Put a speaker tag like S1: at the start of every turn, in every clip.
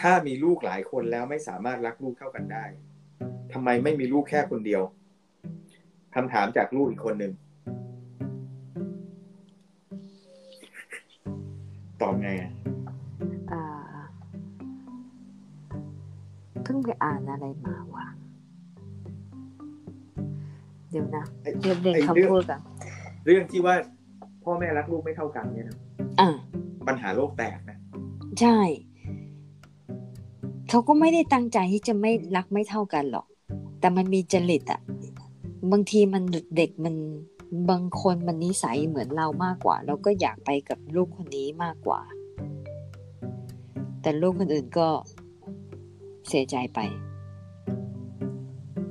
S1: ถ้ามีลูกหลายคนแล้วไม่สามารถรักลูกเท่ากันได้ทำไมไม่มีลูกแค่คนเดียวคำถามจากลูกอีกคนหนึ่งตอบไงอะ
S2: อ่าเพิ่งไปอ่านอะไรมาว่ะ เดี๋ยวนะ
S1: ไอ้
S2: เดี๋ยวเด็ก
S1: ไอ้เรื่อง
S2: คำพูดกัน
S1: เรื่องที่ว่าพ่อแม่รักลูกไม่เท่ากันเนี่ยนะ
S2: อ่า
S1: ปัญหาโลกแตกนะ
S2: ใช่ เขาก็ไม่ได้ตั้งใจที่จะไม่รักไม่เท่ากันหรอก แต่มันมีจริตอะบางทีมันเด็กมันบางคนมันนิสัยเหมือนเรามากกว่า เราก็อยากไปกับลูกคนนี้มากกว่า แต่ลูกคนอื่นก็เสียใจไป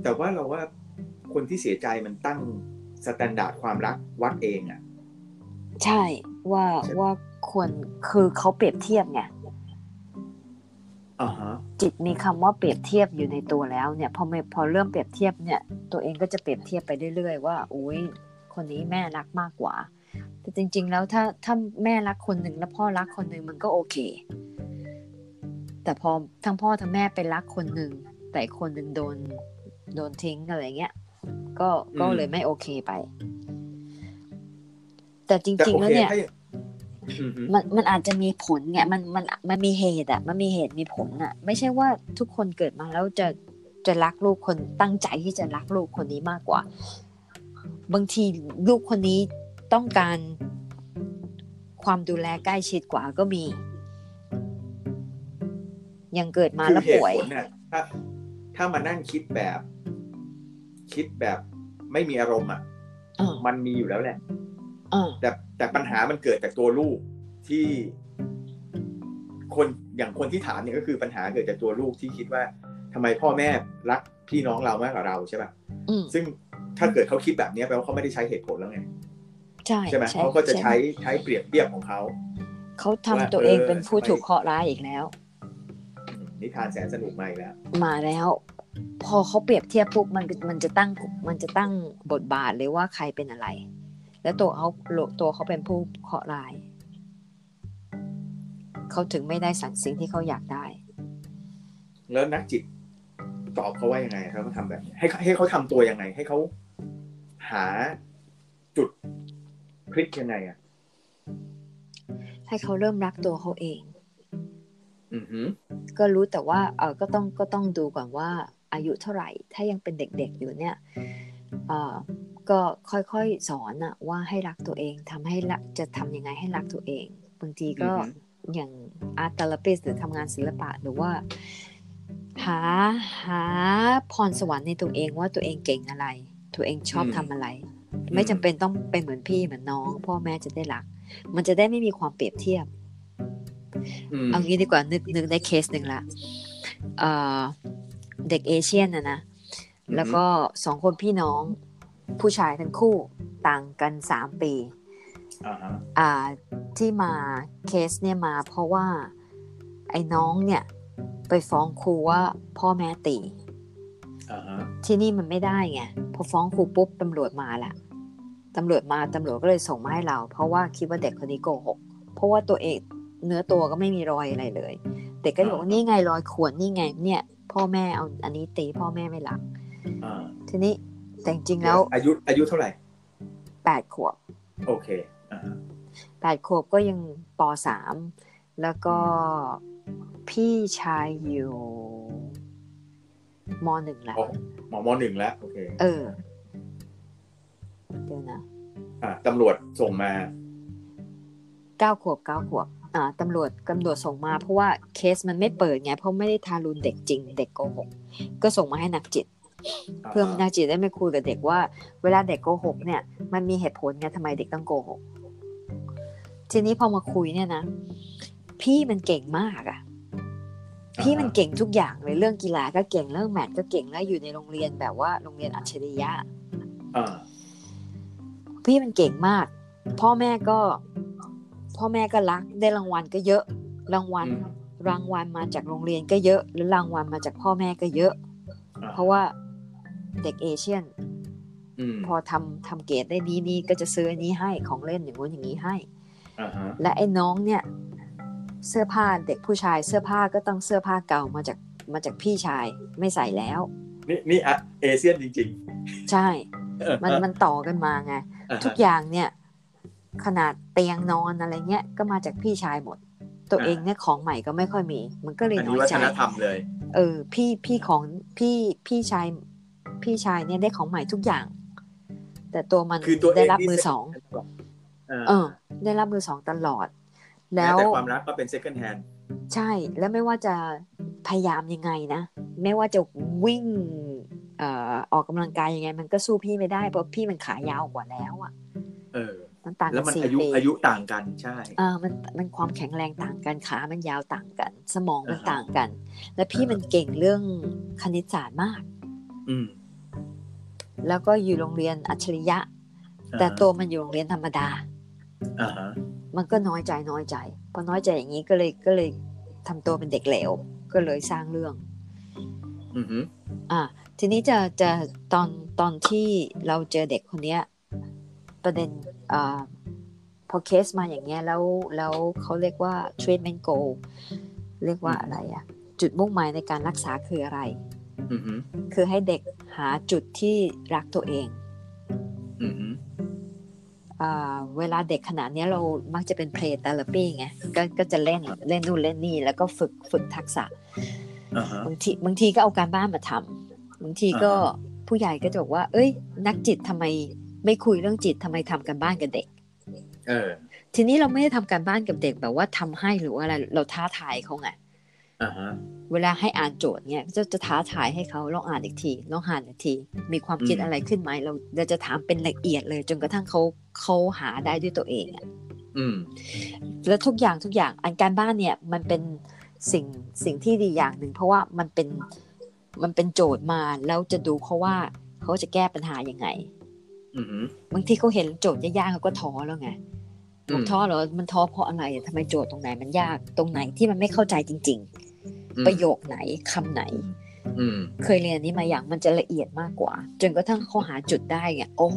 S1: แต่ว่าเราว่าคนที่เสียใจมันตั้งสแตนดาร์ดความรักวัดเองอะ
S2: ใช่ว่าว่าควรคือเขาเปรียบเทียบไง
S1: อ่าฮะ
S2: จิตมีคำว่าเปรียบเทียบอยู่ในตัวแล้วเนี่ยพอไม่พอเริ่มเปรียบเทียบเนี่ย ตัวเองก็จะเปรียบเทียบไปเรื่อยๆว่าอุ้ยคนนี้แม่รักมากกว่า แต่จริง ๆ แล้วถ้าถ้าแม่รักคนหนึ่งแล้วพ่อรักคนหนึ่งมันก็โอเค แต่พอทั้งพ่อทั้งแม่ไปรักคนหนึ่งแต่อีกคนหนึ่งโดนโดนทิ้งอะไรเงี้ยก็ก็
S1: อืม
S2: เลยไม่โอเคไป แต่จ
S1: แต่
S2: ริง
S1: โอ
S2: ๆแล้ว
S1: เค
S2: เนี่ย
S1: ถ้าอย่างอือฮึ
S2: มันมันอาจจะมีผลไงมันมันมันมีเหตุอ่ะ มันมีเหตุมีผลอ่ะ ไม่ใช่ว่าทุกคนเกิดมาแล้วจะจะรักลูกคนตั้งใจที่จะรักลูกคนนี้มากกว่า บางทีลูกคนนี้ต้องการความดูแลใกล้ชิดกว่าก็มี ยังเกิดมาแล้วป่วย
S1: คือเหตุผลเนี่ยถ้าถ้ามานั่งคิดแบบ คิดแบบไม่มีอารมณ์อ่ะ
S2: เออ
S1: มันมีอยู่แล้วแหละ
S2: เออ
S1: แต่แต่ปัญหามันเกิดจากตัวลูกที่ คนอย่างคนที่ถามเนี่ยก็คือปัญหาเกิดจากตัวลูกที่คิดว่าทำไมพ่อแม่รักพี่น้องเรามากกว่าเราใช่ป่ะ
S2: อืม
S1: ซึ่งถ้าเกิดเขาคิดแบบเนี้ยแปลว่าเขาไม่ได้ใช้เหตุผลแล้วไง
S2: ใช่
S1: ใช่ไหมเขาก็จะใช้
S2: ช่
S1: ใช้เปรียบเทียบของเขา
S2: เขาทำ
S1: ว่า
S2: ตัวเอง
S1: เออ
S2: เป็นผู้
S1: ทำไม
S2: ถูกเคราะห์ร้ายอีกแล้ว
S1: อืมนิทานแสนสนุกใหม่แล้ว
S2: มาแล้ว พอเขาเปรียบเทียบปุ๊บมันมันจะตั้งมันจะตั้งบทบาทเลยว่าใครเป็นอะไร แล้วตัวเขาตัวเขาเป็นผู้เคราะห์ร้ายเขาถึงไม่ได้สั่งสิ่งที่เขาอยากได้
S1: แล้วนักจิตตอบเขาว่ายังไงครับเขาทำแบบนี้ให้ให้เขาทำตัวยังไง ให้เขาหาจุดพลิกยังไงอ่ะ
S2: ให้เขาเริ่มรักตัวเขาเอง
S1: อือหือ
S2: ก็รู้แต่ว่าเออก็ต้องก็ต้องดูก่อนว่าอายุเท่าไหร่ ถ้ายังเป็นเด็กๆอยู่เนี่ยเออก็ค่อยๆสอนอะว่าให้รักตัวเองทำให้รักจะทำยังไงให้รักตัวเองบางทีก็
S1: อือฮึ
S2: อย่างอาร์ตเทอราปิสหรือทำงานศิลปะหรือว่า หาหาพรสวรรค์ในตัวเองว่าตัวเองเก่งอะไร ตัวเองชอบทำอะไร ไม่จำเป็นต้องเป็นเหมือนพี่เหมือนน้อง พ่อแม่จะได้รัก มันจะได้ไม่มีความเปรียบเทียบ
S1: อืม
S2: เอางี้ดีกว่านึกนึกได้เคสหนึ่งละเอ่อเด็กเอเชียนนะนะ แล้วก็สองคนพี่น้องผู้ชายทั้งคู่ต่างกันสามปี
S1: อ่าฮะ
S2: อ่าที่มาเคสเนี่ยมาเพราะว่าไอ้น้องเนี่ย ไปฟ้องครูว่าพ่อแม่ตี
S1: อ่าฮะ
S2: ที่นี่มันไม่ได้ไงพอฟ้องครูปุ๊บตำรวจมาละตำรวจมาตำรวจก็เลยส่งมาให้เรา เพราะว่าคิดว่าเด็กคนนี้โกหกเพราะว่าตัวเองเนื้อตัวก็ไม่มีรอยอะไรเลย เด็กก็เลยบอกว่านี่ไงรอยข่วนนี่ไงเนี่ย พ่อแม่เอาอันนี้ตีพ่อแม่ไม่รัก
S1: อ่า
S2: ทีนี้แต่จริงๆแล้ว
S1: อายุอายุเท่าไหร่
S2: แปดขวบ
S1: โอเคอ่าฮะ
S2: แปดขวบก็ยังปสามแล้วก็พี่ชายอยู่มหนึ่งแล้ว
S1: อ๋อหมอมหนึ่งแล้วโอเค
S2: เออ เดี๋ยวนะ
S1: อ่าตำรวจส่งมา
S2: เก้าขวบเก้าขวบ อ่าตำรวจตำรวจส่งมาเพราะว่าเคสมันไม่เปิดไง เพราะไม่ได้ทารุณเด็กจริง เด็กโกหก ก็ส่งมาให้นักจิต
S1: าฮะ
S2: เพื่อนักจิตได้ไปคุยกับเด็กว่า เวลาเด็กโกหกเนี่ย มันมีเหตุผลไงทำไมเด็กต้องโกหก ทีนี้พอมาคุยเนี่ยนะ พี่มันเก่งมากอะ พี่มันเก่งทุกอย่างเลยเรื่องกีฬาก็เก่งเรื่องแมทก็เก่งแล้วอยู่ในโรงเรียนแบบว่าโรงเรียนอัจฉริยะ
S1: อ่า
S2: พี่มันเก่งมาก พ่อแม่ก็ พ่อแม่ก็รักได้รางวัลก็เยอะ รางวัล
S1: อืม
S2: รางวัลมาจากโรงเรียนก็เยอะ แล้วรางวัลมาจากพ่อแม่ก็เยอะ
S1: อ่
S2: เพราะว่าเด็กเอเชียน
S1: อืม
S2: พอทำทำเกรดได้นี้นี่ก็จะซื้ออันนี้ให้ของเล่นอย่างงู้นอย่างนี้ให้
S1: อ่าฮะ
S2: และไอ้น้องเนี่ย เสื้อผ้าเด็กผู้ชายเสื้อผ้าก็ต้องเสื้อผ้าเก่ามาจากมาจากพี่ชายไม่ใส่แล้ว
S1: นี่นี่อะเอเชียนจริง
S2: ใช่
S1: ๆ
S2: มันมันต่อกันมาไง
S1: อ่าฮะ
S2: ทุกอย่างเนี่ยขนาดเตียงนอนอะไรเงี้ยก็มาจากพี่ชายหมด ตัวเองเนี่ยของใหม่ก็ไม่ค่อยมี มันก็เลย
S1: อัน
S2: น้
S1: นี้
S2: อย
S1: วั
S2: ใจ
S1: ฒนธรรมเลย
S2: เออพี่พี่ของพี่พี่ชายพี่ชายเนี่ยได้ของใหม่ทุกอย่าง แต่ตัวมัน
S1: คือตัวเอ
S2: ได้
S1: ง
S2: รับ
S1: นี่
S2: มือสอง
S1: second hand
S2: เอ
S1: เออ
S2: อ ได้รับมือสองตลอด
S1: แม้
S2: แล้ว
S1: แต่ความรักก็เป็น second hand
S2: ใช่แล้วไม่ว่าจะพยายามยังไงนะ ไม่ว่าจะวิ่งเอ่อออกกำลังกายยังไง มันก็สู้พี่ไม่ได้เพราะพี่มันขายาวกว่าแล้วอ่ะ
S1: เออ
S2: มันต่าง
S1: แล้วน
S2: กั
S1: มัน
S2: สี่
S1: อายุ
S2: ปี
S1: อายุต่างกันใช่
S2: เออมันมันความแข็งแรงต่างกันขามันยาวต่างกัน สมองมัน
S1: อ่าฮะ
S2: ต่างกัน และพี่มันเก่งเรื่องคณิตศาสตร์มาก
S1: อืม
S2: แล้วก็อยู่โรงเรียนอัจฉริยะ
S1: อ่าฮะ
S2: แต่ตัวมันอยู่โรงเรียนธรรมดา
S1: อ่าฮะ
S2: มันก็น้อยใจน้อยใจพอน้อยใจอย่างนี้ก็เลยก็เลยทำตัวเป็นเด็กเหลวก็เลยสร้างเรื่อง
S1: อือฮึ
S2: อ่ะทีนี้จะจะตอนตอนที่เราเจอเด็กคนเนี้ยประเด็นอ่าพอเคสมาอย่างเงี้ยแล้วแล้วเขาเรียกว่า treatment goal เรียกว่าอะไรอะจุดมุ่งหมายในการรักษาคืออะไร
S1: อือฮึ
S2: คือให้เด็กหาจุดที่รักตัวเอง
S1: อือฮึ
S2: อ่าเวลาเด็กขนาดเนี้ยเรามักจะเป็น play therapy ไงก็ก็จะเล่นเล่นนู่นเล่นนี่แล้วก็ฝึกฝึกทักษะ
S1: อ่าฮะ
S2: บางทีบางทีก็เอาการบ้านมาทำบางทีก็
S1: อ่าฮ
S2: ผู้ใหญ่ก็จะบอกว่า เอ้ย นักจิตทำไมไม่คุยเรื่องจิตทำไมทำกันบ้านกับเด็ก
S1: เออ
S2: ทีนี้เราไม่ได้ทำการบ้านกับเด็กแบบว่าทำให้หรือว่าอะไรเราท้าทายเขาไง
S1: อ่าฮะ
S2: เวลาให้อ่านโจทย์เนี่ยจะจะท้าทายให้เขาลองอ่านอีกทีลองอ่านอีกที มีความคิด
S1: อืม
S2: อะไรขึ้นไหมเราเราจะถามเป็นละเอียดเลย จนกระทั่งเขาเขาหาได้ด้วยตัวเองอะ
S1: อืม
S2: แล้วทุกอย่างทุกอย่างอันการบ้านเนี่ยมันเป็นสิ่งสิ่งที่ดีอย่างหนึ่ง เพราะว่ามันเป็นมันเป็นโจทย์มาแล้วจะดูเขาว่าเขาจะแก้ปัญหายังไง
S1: อือฮึ
S2: บางทีเขาเห็นโจทย์ยากๆเขาก็ท้อแล้วไงบอกท้อเหรอมันท้อเพราะอะไรทำไมโจทย์ตรงไหนมันยากตรงไหนที่มันไม่เข้าใจจริง
S1: อืม
S2: ๆ ประโยคไหนคำไหน
S1: อืม
S2: เคยเรียนอันนี้มาอย่างมันจะละเอียดมากกว่า จนกระทั่งเขาหาจุดได้ไงโอ้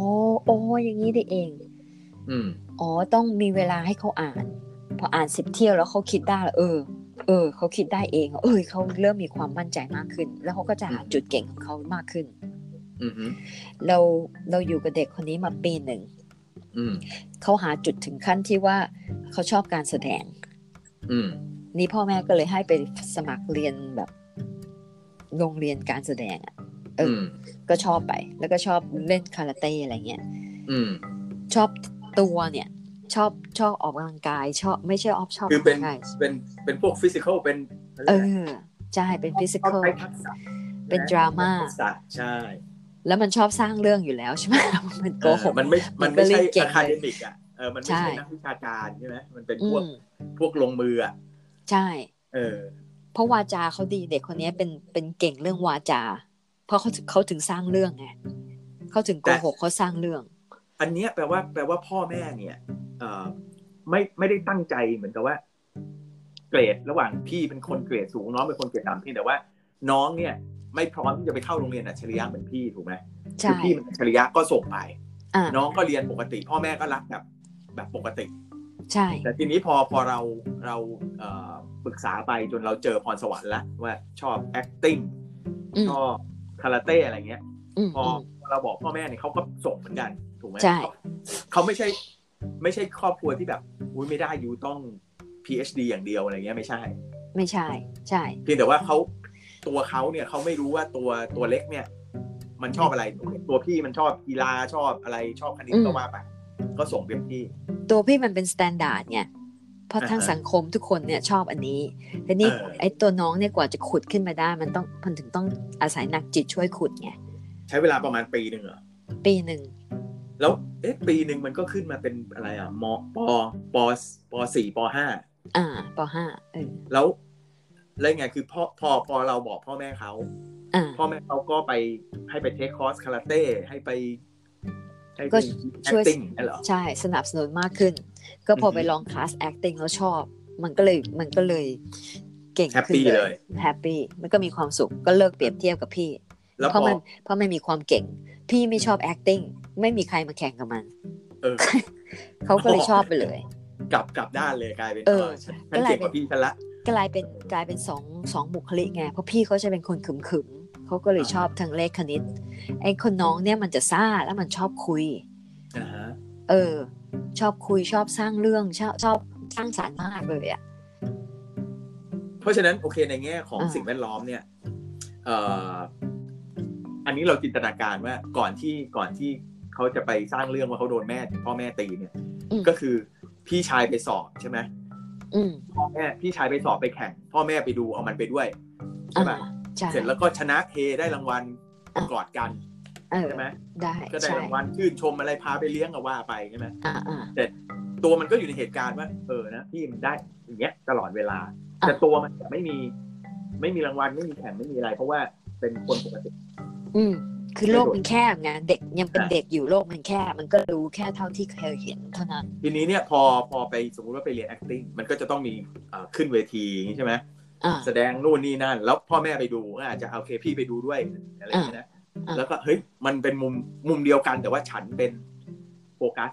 S2: โอ้อย่างนี้ได้เอง
S1: อืม
S2: อ๋อ ต้องมีเวลาให้เขาอ่าน พออ่านสิบเที่ยวแล้วเขาคิดได้แล้วเออ เออ เขาคิดได้เองเออเขาเริ่มมีความมั่นใจมากขึ้น แล้วเขาก็จะหา
S1: อืม
S2: จุดเก่งของเขามากขึ้น
S1: อือฮึ
S2: เราเราอยู่กับเด็กคนนี้มาปีหนึ่ง
S1: อืม
S2: เขาหาจุดถึงขั้นที่ว่าเขาชอบการแสดง
S1: อืม
S2: นี่พ่อแม่ก็เลยให้ไปสมัครเรียนแบบโรงเรียนการแสดงอ่ะ เออ
S1: อืม
S2: ก็ชอบไป แล้วก็ชอบเล่นคาราเต้อะไรเงี้ย
S1: อืม
S2: ชอบตัวเนี่ย ชอบชอบออกกำลังกาย ชอบไม่ใช่ออฟชอบ
S1: คือเป็น
S2: กกำลังกาย
S1: เป็นเป็นพวกฟิสิกอลเป็นอะไร
S2: เอ
S1: นะ
S2: อ ใช่ เป็นฟิสิก
S1: ต้อง
S2: a l
S1: ใช้ทักษะ
S2: เป็นดราม่า
S1: ทักษะใช่
S2: แล้วมันชอบสร้างเรื่องอยู่แล้วใช่ไหม มันโก
S1: เอ
S2: ห
S1: อก มันไม่
S2: มั
S1: มัน น
S2: ก็
S1: ไม่
S2: เล่
S1: ใช่
S2: นเก่ง
S1: อะคาเดมิกอ่ะเออมันไม่
S2: ใช่
S1: ใช่นักวิชาการใช่ไหมมันเป็น
S2: อื
S1: พวก
S2: ม
S1: พวกลงมืออ่ะ
S2: ใช่
S1: เออ
S2: เพราะวาจาเขาดีเด็กคนนี้เป็นเป็นเก่งเรื่องวาจา เพราะเขาถึงเขาถึงสร้างเรื่องไงเขาถึงโกหกเขาสร้างเรื่อง
S1: อันเนี้ยแปลว่าแปลว่าพ่อแม่เนี่ยเอ่อไม่ไม่ได้ตั้งใจเหมือนกับว่า เกรดระหว่างพี่เป็นคนเกรดสูงน้องเป็นคนเกรดต่ำเพียงแต่ว่า น้องเนี่ย ไม่พร้อมที่จะไปเข้าโรงเรียนอัจฉริยะเหมือนพี่ถูกไหมคื
S2: ใช่
S1: พี่มันอัจฉริยะก็ส่งไป
S2: อ่า
S1: น้องก็เรียนปกติ พ่อแม่ก็รักแบบแบบปกติ
S2: ใช่
S1: แต่ทีนี้พอพอเราเราเอ่อปรึกษาไปจนเราเจอพรสวรรค์แล้วว่าชอบ acting
S2: อืม
S1: ชอบคาราเต้อะไรเงี้ย
S2: อืม
S1: พอ
S2: อืม
S1: เราบอกพ่อแม่เนี่ยเขาก็ส่งเหมือนกันถูกไหม
S2: ใช่
S1: เขาเขาไม่ใช่ ไม่ใช่ครอบครัวที่แบบอุ้ยไม่ได้ยูต้อง PhD อย่างเดียวอะไรเงี้ยไม่ใช่
S2: ไม่ใช่ ใช่
S1: เพียงแต่ว่าเขาตัวเขาเนี่ยเขาไม่รู้ว่าตัวตัวเล็กเนี่ย มันชอบอะไรตัวพี่มันชอบกีฬาชอบอะไรชอบคณิต
S2: อืม
S1: ก็ว่าไปก็ส่งเต็มที่
S2: ตัวพี่มันเป็นสแตนดาร์ดไงเพราะ
S1: อ่าฮะ
S2: ทั้งสังคมทุกคนเนี่ยชอบอันนี้ทีนี้
S1: เออ
S2: ไอ้ตัวน้องเนี่ยกว่าจะขุดขึ้นมาได้ มันต้องมันถึงต้องอาศัยนักจิตช่วยขุดไง
S1: ใช้เวลาประมาณปีหนึ่งเหรอ
S2: ปีหนึ่ง
S1: แล้วเอ๊ะปีหนึ่งมันก็ขึ้นมาเป็นอะไรอ่ะมปปปสี่ปห้า
S2: อ่าปห้าเออ
S1: แล้วแล้วไงคือพ่อพอพอเราบอกพ่อแม่เขา
S2: อ่า
S1: พ่อแม่เขาก็ไปให้ไปเทคคอร์สคาราเต้ให้ไปให้ไป
S2: ก็ช่วย
S1: acting นั่นเหรอ
S2: ใช่สนับสนุนมากขึ้น ก็พอ
S1: อ
S2: อ
S1: ฮึ
S2: ไปลองคลาส acting แล้วชอบ มันก็เลยมันก็เลยเก่งขึ้น
S1: Happy
S2: เล
S1: เลย ย
S2: แฮปปี้มันก็มีความสุขก็เลิกเปรียบเทียบกับพี่
S1: แล้ว
S2: เพ
S1: พอ
S2: ราะมันเพราะไม่มีความเก่ง พี่ไม่ชอบ acting ไม่มีใครมาแข่งกับมัน
S1: เออ
S2: เขาก็เลยชอบไปเลย
S1: กลับกลับด้านเลยกลายเป็น
S2: เออ
S1: ฉัน
S2: ก็
S1: ฉัน
S2: กลาย
S1: เก่งก
S2: เป็น
S1: ว่าพี่ฉันละ
S2: กลายเป็นกลายเป็นสองสองบุคลิกไง เพราะพี่เขาจะเป็นคนขึมขึมๆเขาก็เลยชอบทางเลขคณิต ไอ้คนน้องเนี่ยมันจะซ่าแล้วมันชอบคุย
S1: อ่าฮะ
S2: เออ ชอบคุยชอบสร้างเรื่องชอบชอบสร้างสรรค์มากเลยอะ
S1: เพราะฉะนั้นโอเคในแง่ของ
S2: อ่า
S1: สิ่งแวดล้อมเนี่ยเอ่ออันนี้เราจินตนาการว่าก่อนที่ก่อนที่เขาจะไปสร้างเรื่องว่าเขาโดนแม่พ่อแม่ตีเนี่ย
S2: อืม
S1: ก็คือพี่ชายไปสอบใช่ไหม
S2: อืม
S1: พ่อแม่พี่ชายไปสอบไปแข่ง พ่อแม่ไปดูเอามันไปด้วยใช่
S2: อ่า
S1: ปะ
S2: ใช่
S1: เสร็จแล้วก็ชนะเฮได้รางวัลกอดกัน
S2: เออ
S1: ใช่ไหม
S2: ได้
S1: ก็ได้
S2: ใช่
S1: รางวัลชื่นชมอะไรพาไปเลี้ยงก็ว่าไปใช่ไหม
S2: อ่าอ่า
S1: แต่ตัวมันก็อยู่ในเหตุการณ์ว่าเออนะพี่มันได้อย่างเงี้ยตลอดเวลา
S2: อ่ะ
S1: แต่ตัวมันไม่มี ไม่มีรางวัลไม่มีแข่งไม่มีอะไร เพราะว่าเป็นคนปกติ
S2: อืมคือโลกมันแคบไงเด็กยังเป็น
S1: อ่ะ
S2: เด็กอยู่โลกมันแคบมันก็รู้แค่เท่าที่เคยเห็นเท่านั้น
S1: ทีนี้เนี่ยพอพอไปสมมติว่าไปเรียน acting มันก็จะต้องมีเอ่อขึ้นเวทีอย่างงี้ใช่ไหม
S2: อ่า
S1: แสดงนู่นนี่นั่น แล้วพ่อแม่ไปดูก็อาจจะเอาเคพี่ไปดูด้วยอะไรอย่างเงี้ยนะ
S2: อ่ะ
S1: แล้วก็เฮ้ยมันเป็นมุมมุมเดียวกัน แต่ว่าฉันเป็นโฟกัส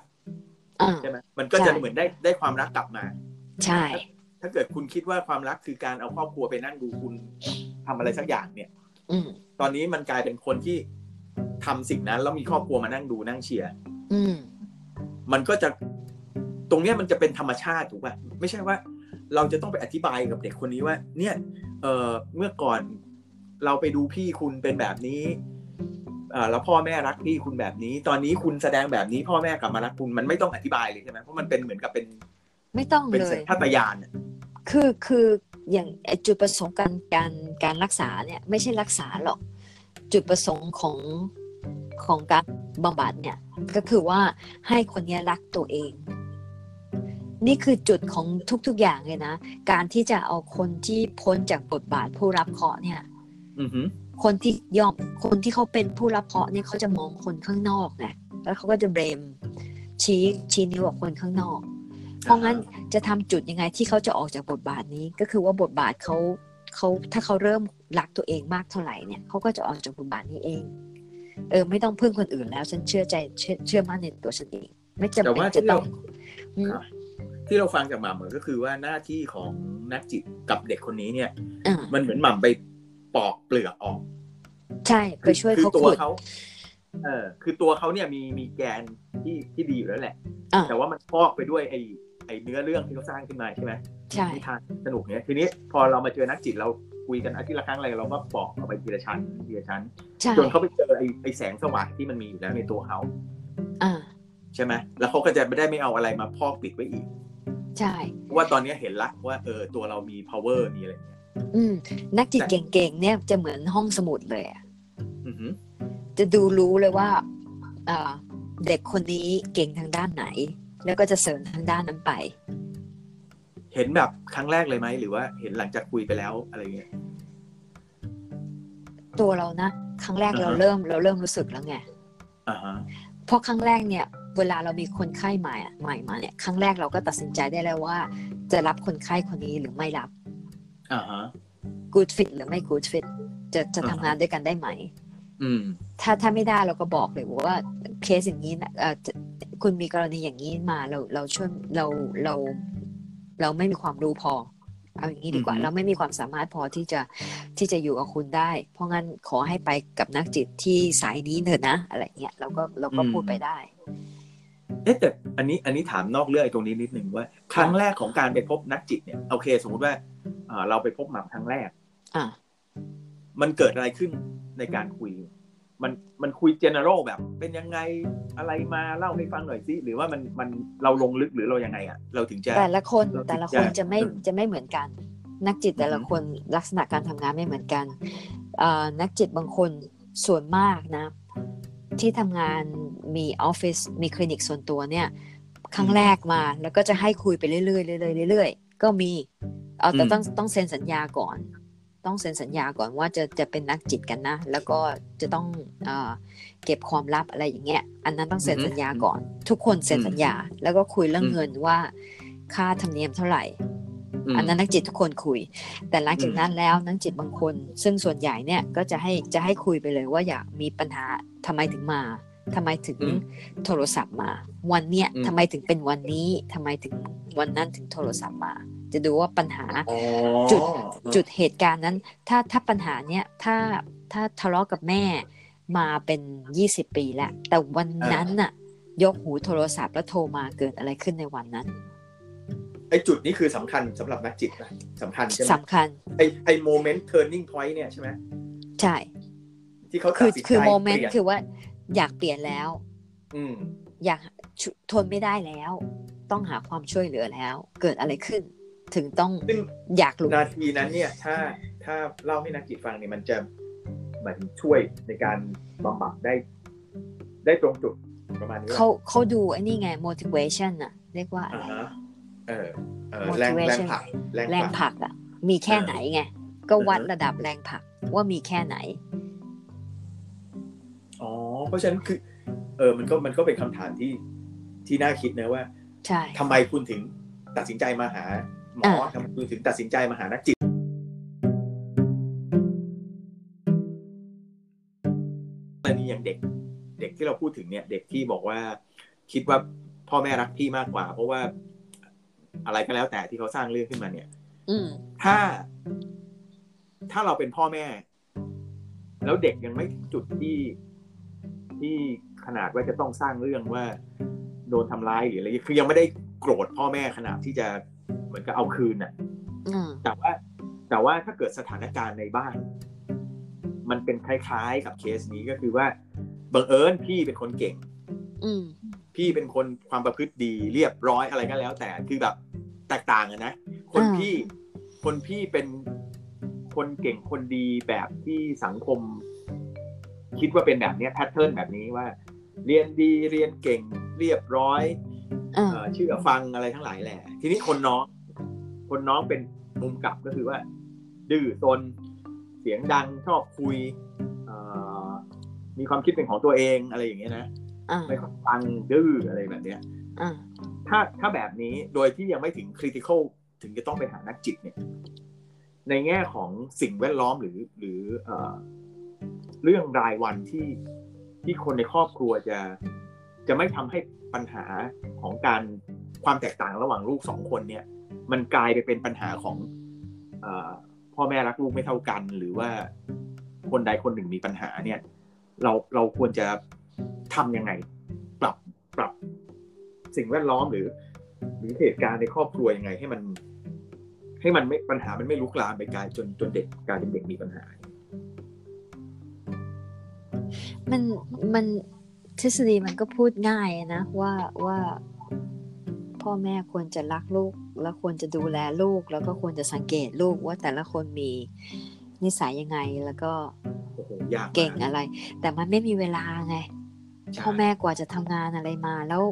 S2: อ่า
S1: ใช่ไหมมันก็จะ
S2: ใช่
S1: เหมือนได้ได้ความรักกลับมา
S2: ใช่
S1: ถ้าเกิดคุณคิดว่าความรักคือการเอาครอบครัวไปนั่งดูคุณทำอะไรสักอย่างเนี่ย
S2: อืม
S1: ตอนนี้มันกลายเป็นคนที่ทำสิ่งนั้นแล้วมีครอบครัวมานั่งดูนั่งเชียร์
S2: อืม
S1: มันก็จะตรงเนี้ยมันจะเป็นธรรมชาติถูกป่ะไม่ใช่ว่า เราจะต้องไปอธิบายกับเด็กคนนี้ว่า เนี่ย เออเมื่อก่อนเราไปดูพี่คุณเป็นแบบนี้เอ่อแล้วพ่อแม่รักพี่คุณแบบนี้ ตอนนี้คุณแสดงแบบนี้ พ่อแม่กลับมารักคุณมันไม่ต้องอธิบายเลยใช่ไหมเพราะมันเป็นเหมือนกับเป็น
S2: ไม่ต้อง
S1: เป็น
S2: เล
S1: สัญ
S2: ย
S1: ชาตญาณอะ
S2: คือคืออย่างไอ้จุดประสงค์การการการรักษาเนี่ยไม่ใช่รักษาหรอก จุดประสงค์ของของการบำบัดเนี่ยก็คือว่าให้คนเนี้ยรักตัวเอง นี่คือจุดของทุกๆอย่างเลยนะ การที่จะเอาคนที่พ้นจากบทบาทผู้รับเคราะห์เนี่ย
S1: อือหือ
S2: คนที่ยอมคนที่เขาเป็นผู้รับเคราะห์เนี่ยเขาจะมองคนข้างนอกไงแล้วเขาก็จะเบรมชี้ชี้นิ้วกับคนข้างนอก เพราะงั้นจะทำจุดยังไงที่เขาจะออกจากบทบาทนี้ก็คือว่าบทบาทเขาเขาถ้าเขาเริ่มรักตัวเองมากเท่าไหร่เนี่ยเขาก็จะออกจากบทบาทนี้เอง เออไม่ต้องพึ่งคนอื่นแล้วฉันเชื่อใจเชื่อเชื่อมั่นในตัวฉันเอง ไม่จำ
S1: แต่
S2: เป็
S1: ว่าน
S2: จะ
S1: ที่
S2: ต้
S1: เรา
S2: องอืม
S1: ที่เราฟังจากหม่ำเหมือนก็คือว่าหน้าที่ของนักจิตกับเด็กคนนี้เนี่ย
S2: อ่า
S1: มันเหมือนหม่ำไปปอกเปลือกออก
S2: ใช่ไปช่วย
S1: คือ
S2: เขา
S1: ตัว
S2: ขุด
S1: เขาเออคือตัวเขาเนี่ยมีมีแกนที่ที่ดีอยู่แล้วแหละ
S2: อ่า
S1: แต่ว่ามันพอกไปด้วยไอไอเนื้อเรื่องที่เขาสร้างขึ้นมาใช่ไหม
S2: ใช่
S1: นิทานสนุกเนี่ยทีนี้พอเรามาเจอนักจิตเราคุยกันอาทิตย์ละครั้งอะไรเราก็ปอกเอาไปทีละชั้นทีละชั้น
S2: ใช่
S1: จนเขาไปเจอไอไอแสงสว่างที่มันมีอยู่แล้วในตัวเขา
S2: อ่า
S1: ใช่ไหมแล้วเขาก็จะไม่ได้ไม่เอาอะไรมาพอกปิดไว้อีก
S2: ใช่
S1: เพราะว่าตอนเนี้ยเห็นละว่าเออตัวเรามี power มีอะไรอย่างเงี้ย
S2: อืมนักจิตเก่งๆเนี่ยจะเหมือนห้องสมุดเลยอะ
S1: อือหือ
S2: จะดูรู้เลยว่าอ่าเด็กคนนี้เก่งทางด้านไหน แล้วก็จะเสริมทางด้านนั้นไป
S1: เห็นแบบครั้งแรกเลยไหมหรือว่าเห็นหลังจากคุยไปแล้วอะไรเงี้ย
S2: ตัวเรานะ ครั้งแรกเรา
S1: อ่าฮะ
S2: เริ่มเราเริ่มรู้สึกแล้วไง
S1: อ่าฮะ
S2: เพราะครั้งแรกเนี่ย เวลาเรามีคนไข้ใหม่อะใหม่มาเนี่ยครั้งแรกเราก็ตัดสินใจได้แล้วว่า จะรับคนไข้คนนี้หรือไม่รับ
S1: อ่าฮะ
S2: good fit หรือไม่ good fit จะจะ
S1: อ่าฮะ
S2: ทำงานด้วยกันได้ไหม
S1: อืม
S2: ถ้าถ้าไม่ได้เราก็บอกเลยว่าเคสอย่างนี้นะเอ่อจะคุณมีกรณีอย่างนี้มาเราเราช่วยเราเรา เราไม่มีความรู้พอ เอาอย่างนี้ดีกว่า
S1: อือฮึ
S2: เราไม่มีความสามารถพอที่จะที่จะอยู่กับคุณได้ เพราะงั้นขอให้ไปกับนักจิตที่สายนี้เถอะนะ อะไรเงี้ยเราก็เราก็พูดไปได้
S1: เอ๊ะแต่อันนี้อันนี้ถามนอกเรื่องไอ้ตรงนี้นิดนึงว่า ครั้งแรกของการไปพบนักจิตเนี่ยโอเค สมมติว่าเอ่อเราไปพบหม่ำครั้งแรก
S2: อ่ะ
S1: มันเกิดอะไรขึ้นในการคุย มันมันคุย general แบบ เป็นยังไงอะไรมาเล่าให้ฟังหน่อยสิหรือว่ามันมันเราลงลึกหรือเรายังไงอะเราถึงจะ
S2: แต่ละคน
S1: เราคิด
S2: แต่ละคน
S1: จะ
S2: จะไม่
S1: อืม
S2: จะไม่เหมือนกัน นักจิตแต่ละ
S1: อือฮึ
S2: คนลักษณะการทำงานไม่เหมือนกันเอ่อนักจิตบางคนส่วนมากนะ ที่ทำงานมีออฟฟิศมีคลินิกส่วนตัวเนี่ย ครั้งแรกมาแล้วก็จะให้คุยไปเรื่อยๆเรื่อยๆเรื่อยๆก็มีเอาแต่ต้องต้องเซ็นสัญญาก่อน ต้องเซ็นสัญญาก่อนว่าจะจะเป็นนักจิตกันนะ แล้วก็จะต้องเอ่อเก็บความลับอะไรอย่างเงี้ยอันนั้นต้องเซ็นสัญญาก่อน ทุกคนเซ็นสัญญา แล้วก็คุยเรื่องเงินว่าค่าธรรมเนียมเท่าไหร่
S1: ม
S2: อันนั้นนักจิตทุกคนคุย แต่หลังจากนั้นแล้วนักจิตบางคน ซึ่งส่วนใหญ่เนี่ยก็จะให้จะให้คุยไปเลยว่าอยากมีปัญหาทำไมถึงมา ทำไมถึง
S1: อืม
S2: โทรศัพท์มา วันเนี้ย
S1: อืม
S2: ทำไมถึงเป็นวันนี้ทำไมถึงวันนั้นถึงโทรศัพท์มา จะดูว่าปัญหา
S1: อ๋อ
S2: จุด จุดเหตุการณ์นั้น ถ้าถ้าปัญหาเนี้ยถ้าถ้าทะเลาะกับแม่มาเป็นยี่สิบปีแล้ว แต่วันนั้นน่ะ ยกหูโทรศัพท์แล้วโทรมาเกิดอะไรขึ้นในวันนั้น
S1: ไอ้จุดนี้คือสำคัญสำหรับนักจิตนะสำคัญใช่ไหม
S2: สำคัญ
S1: ไอ้ไอ้โมเมนต์ turning point เนี่ยใช่ไหม
S2: ใช่
S1: ที่เขาตั
S2: คื
S1: ด
S2: อ
S1: สินใจ
S2: คือโมเมน
S1: ป
S2: ต์
S1: ลี่ย
S2: คือว่าอยากเปลี่ยนแล้ว
S1: อืม
S2: อยากชุทนไม่ได้แล้ว ต้องหาความช่วยเหลือแล้ว เกิดอะไรขึ้น ถึงต้อง
S1: ซึ่ง
S2: อยากหลุด
S1: นาทีนั้นเนี่ย ถ้าถ้าเล่าให้นักจิตฟังเนี่ยมันจะเหมือนช่วยในการบำบัดได้ ได้ตรงจุดประมาณนี้
S2: เขาเขาดูไอ้นี่ไง motivation อะเรียกว่าอะ
S1: อ่า
S2: ไร
S1: ฮะเออเออแรงแรงผลักแรง
S2: แรง
S1: ผลัก
S2: ผลักอะมีแค่
S1: เออ
S2: ไหนไง ก็วัด
S1: อือฮึ
S2: ระดับแรงผลักว่ามีแค่ไหน
S1: อ๋อเพราะฉะนั้นคือเออมันก็มันก็เป็นคำถามที่ที่น่าคิดนะว่า
S2: ใช่
S1: ทำไมคุณถึงตัดสินใจมาหาหมอ
S2: อ่า
S1: ทำไมคุณถึงตัดสินใจมาหานักจิต กรณีอย่างเด็กเด็กที่เราพูดถึงเนี่ย เด็กที่บอกว่า คิดว่าพ่อแม่รักพี่มากกว่า เพราะว่าอะไรก็แล้วแต่ที่เขาสร้างเรื่องขึ้นมาเนี่ย
S2: อืม
S1: ถ้า ถ้าเราเป็นพ่อแม่ แล้วเด็กยังไม่ถึงจุดที่ที่ขนาดว่าจะต้องสร้างเรื่องว่า โดนทำร้ายหรืออะไรคือยังไม่ได้โกรธพ่อแม่ขนาดที่จะเหมือนกับเอาคืนน่ะ
S2: อืม
S1: แต่ว่าแต่ว่าถ้าเกิดสถานการณ์ในบ้าน มันเป็นคล้าย ๆ กับเคสนี้ก็คือว่าบังเอิญพี่เป็นคนเก่ง
S2: อืม
S1: พี่เป็นคนความประพฤติดีเรียบร้อยอะไรก็แล้ว แต่คือแบบแตกต่างกันนะ คน
S2: อ่า
S1: พี่คนพี่เป็นคนเก่งคนดีแบบที่สังคม คิดว่าเป็นแบบเนี้แพทเทิร์นแบบนี้ว่า เรียนดีเรียนเก่งเรียบร้อย
S2: อ่า
S1: เอ่อเชื่อฟังอะไรทั้งหลายแหละ ทีนี้คนน้อง คนน้องเป็นมุมกลับก็คือว่า ดื้อซนเสียงดังชอบคุยเอ่อมีความคิดเป็นของตัวเองอะไรอย่างเงี้ยนะ
S2: อ่า
S1: ไม่ค่อยฟังดื้ออะไรแบบเนี้ย
S2: อ่า
S1: ถ้าถ้าแบบนี้โดยที่ยังไม่ถึงคริติค a ลถึงจะต้องไปหานักจิตเนี่ย ในแง่ของสิ่งแวดล้อมหรือหรือเอ่อเรื่องรายวันที่ที่คนในครอบครัวจะจะไม่ทำให้ปัญหาของการความแตกต่างระหว่างลูกสองคนเนี่ย มันกลายไปเป็นปัญหาของเออพ่อแม่รักลูกไม่เท่ากัน หรือว่าคนใดคนหนึ่งมีปัญหาเนี่ย เราเราควรจะทำยังไง ปรับปรับสิ่งแวดล้อมหรือ หรือเหตุการณ์ในครอบครัวยังไง ให้มัน ให้มันไม่ปัญหามันไม่ลุกลามไปไกลจนจนเด็กกลายเป็นเด็กมีปัญหา
S2: มันมันทฤษฎีมันก็พูดง่ายนะ ว่าว่า พ่อแม่ควรจะรักลูก แล้วควรจะดูแลลูก แล้วก็ควรจะสังเกตลูกว่าแต่ละคนมีนิสัยยังไงแล้วก็
S1: โอ้โหยากมาก
S2: เก่งอะไร แต่มันไม่มีเวลาไง
S1: ใช่
S2: พ่อแม่กว่าจะทำงานอะไรมาแล้ว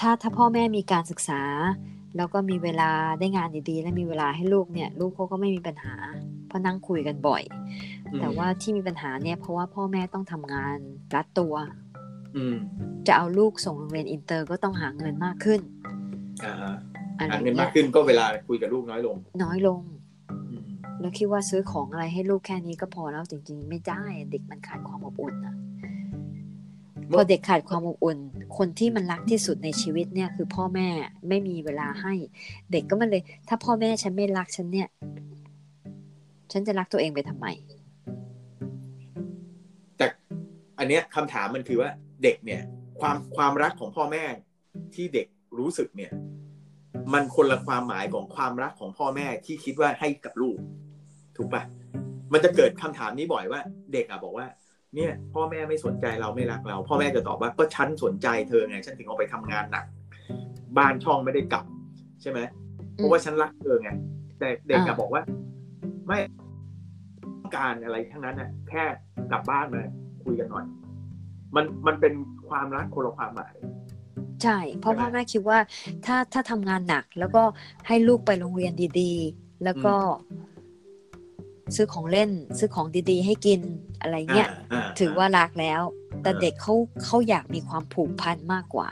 S2: ถ้าถ้าพ่อแม่มีการศึกษา แล้วก็มีเวลาได้งานดีๆ และมีเวลาให้ลูกเนี่ย ลูกเขาก็ไม่มีปัญหา เพราะนั่งคุยกันบ่อย
S1: อืม
S2: แต่ว่าที่มีปัญหาเนี่ยเพราะว่าพ่อแม่ต้องทำงานรัดตัว
S1: อืม
S2: จะเอาลูกส่งโรงเรียนอินเตอร์ก็ต้องหาเงินมากขึ้น
S1: อ่าฮะ
S2: อะไร
S1: หา
S2: เ
S1: เงินมา
S2: งี้
S1: ก
S2: ย
S1: ขึ้นก็เวลาคุยกับลูกน้อยลง
S2: น้อยลง
S1: อืม
S2: แล้วคิดว่าซื้อของอะไรให้ลูกแค่นี้ก็พอแล้วจริงๆ ไม่ได้เด็กมันขาดความอบอุ่นอะพอเด็กขาดความอบอุ่น คนที่มันรักที่สุดในชีวิตเนี่ยคือพ่อแม่ไม่มีเวลาให้ เด็กก็มันเลย ถ้าพ่อแม่ฉันไม่รักฉันเนี่ย ฉันจะรักตัวเองไปทำไม
S1: แต่อันเนี้ยคำถามมันคือว่าเด็กเนี่ย ความความรักของพ่อแม่ที่เด็กรู้สึกเนี่ย มันคนละความหมายของความรักของพ่อแม่ที่คิดว่าให้กับลูก ถูกปะมันจะเกิดคำถามนี้บ่อยว่า เด็กอะบอกว่า เนี่ย พ่อแม่ไม่สนใจเราไม่รักเรา พ่อแม่จะตอบว่าก็ฉันสนใจเธอไง ฉันถึงออกไปทำงานหนัก บ้านช่องไม่ได้กลับ ใช่ไหมเพราะว่าฉันรักเธอไง แต่เด็กอะ
S2: อ่า
S1: บอกว่า ไม่ต้องการอะไรทั้งนั้นอะแค่กลับบ้านมาคุยกันหน่อย มันมันเป็นความรักคนละความหมาย
S2: ใช่ เพราะ
S1: ใช่ไหม
S2: พ่อแม่คิดว่าถ้าถ้าทำงานหนักแล้วก็ให้ลูกไปโรงเรียนดีๆ แล้วก็ ซื้อของเล่น ซื้อของดีๆ ให้กินอะไรเงี้ย
S1: า
S2: ถือว่ารักแล้ว แต่
S1: อ่า
S2: เด็กเขาเขาอยากมีความผูกพันมากกว่า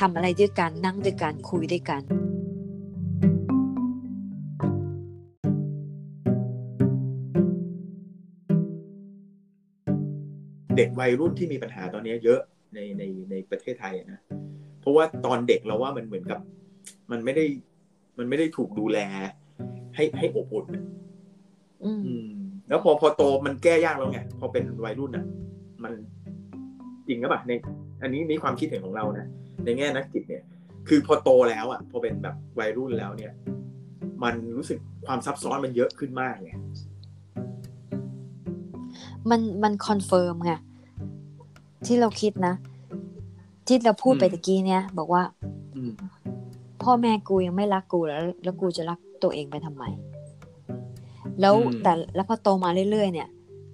S2: ทำอะไรด้วยกันนั่งด้วยกันคุยด้วยกัน
S1: เด็กวัยรุ่นที่มีปัญหาตอนนี้เยอะในในในประเทศไทยอะนะเพราะว่าตอนเด็กเราว่ามันเหมือนกับ มันไม่ได้มันไม่ได้ถูกดูแล ให้ให้อบอุ่นอะ
S2: อืม
S1: อืม แล้วพอพอโตมันแก้ยากแล้วไงพอเป็นวัยรุ่นอ่ะ มันจริงหรือเปล่าใน อันนี้มีความคิดเห็นของเรานะในแง่นักจิตเนี่ย คือพอโตแล้วอ่ะ พอเป็นแบบวัยรุ่นแล้วเนี่ย มันรู้สึกความซับซ้อนมันเยอะขึ้นมากไง
S2: มันมันคอนเฟิร์มไงที่เราคิดนะ ที่เราพูด
S1: อืม
S2: ไปตะกี้เนี่ย บอกว่า
S1: อืม
S2: พ่อแม่กูยังไม่รักกูแล้ว แล้วกูจะรักตัวเองไปทำไม แล้ว
S1: อืม
S2: แต่แล้วพอโตมาเรื่อยๆเนี่ย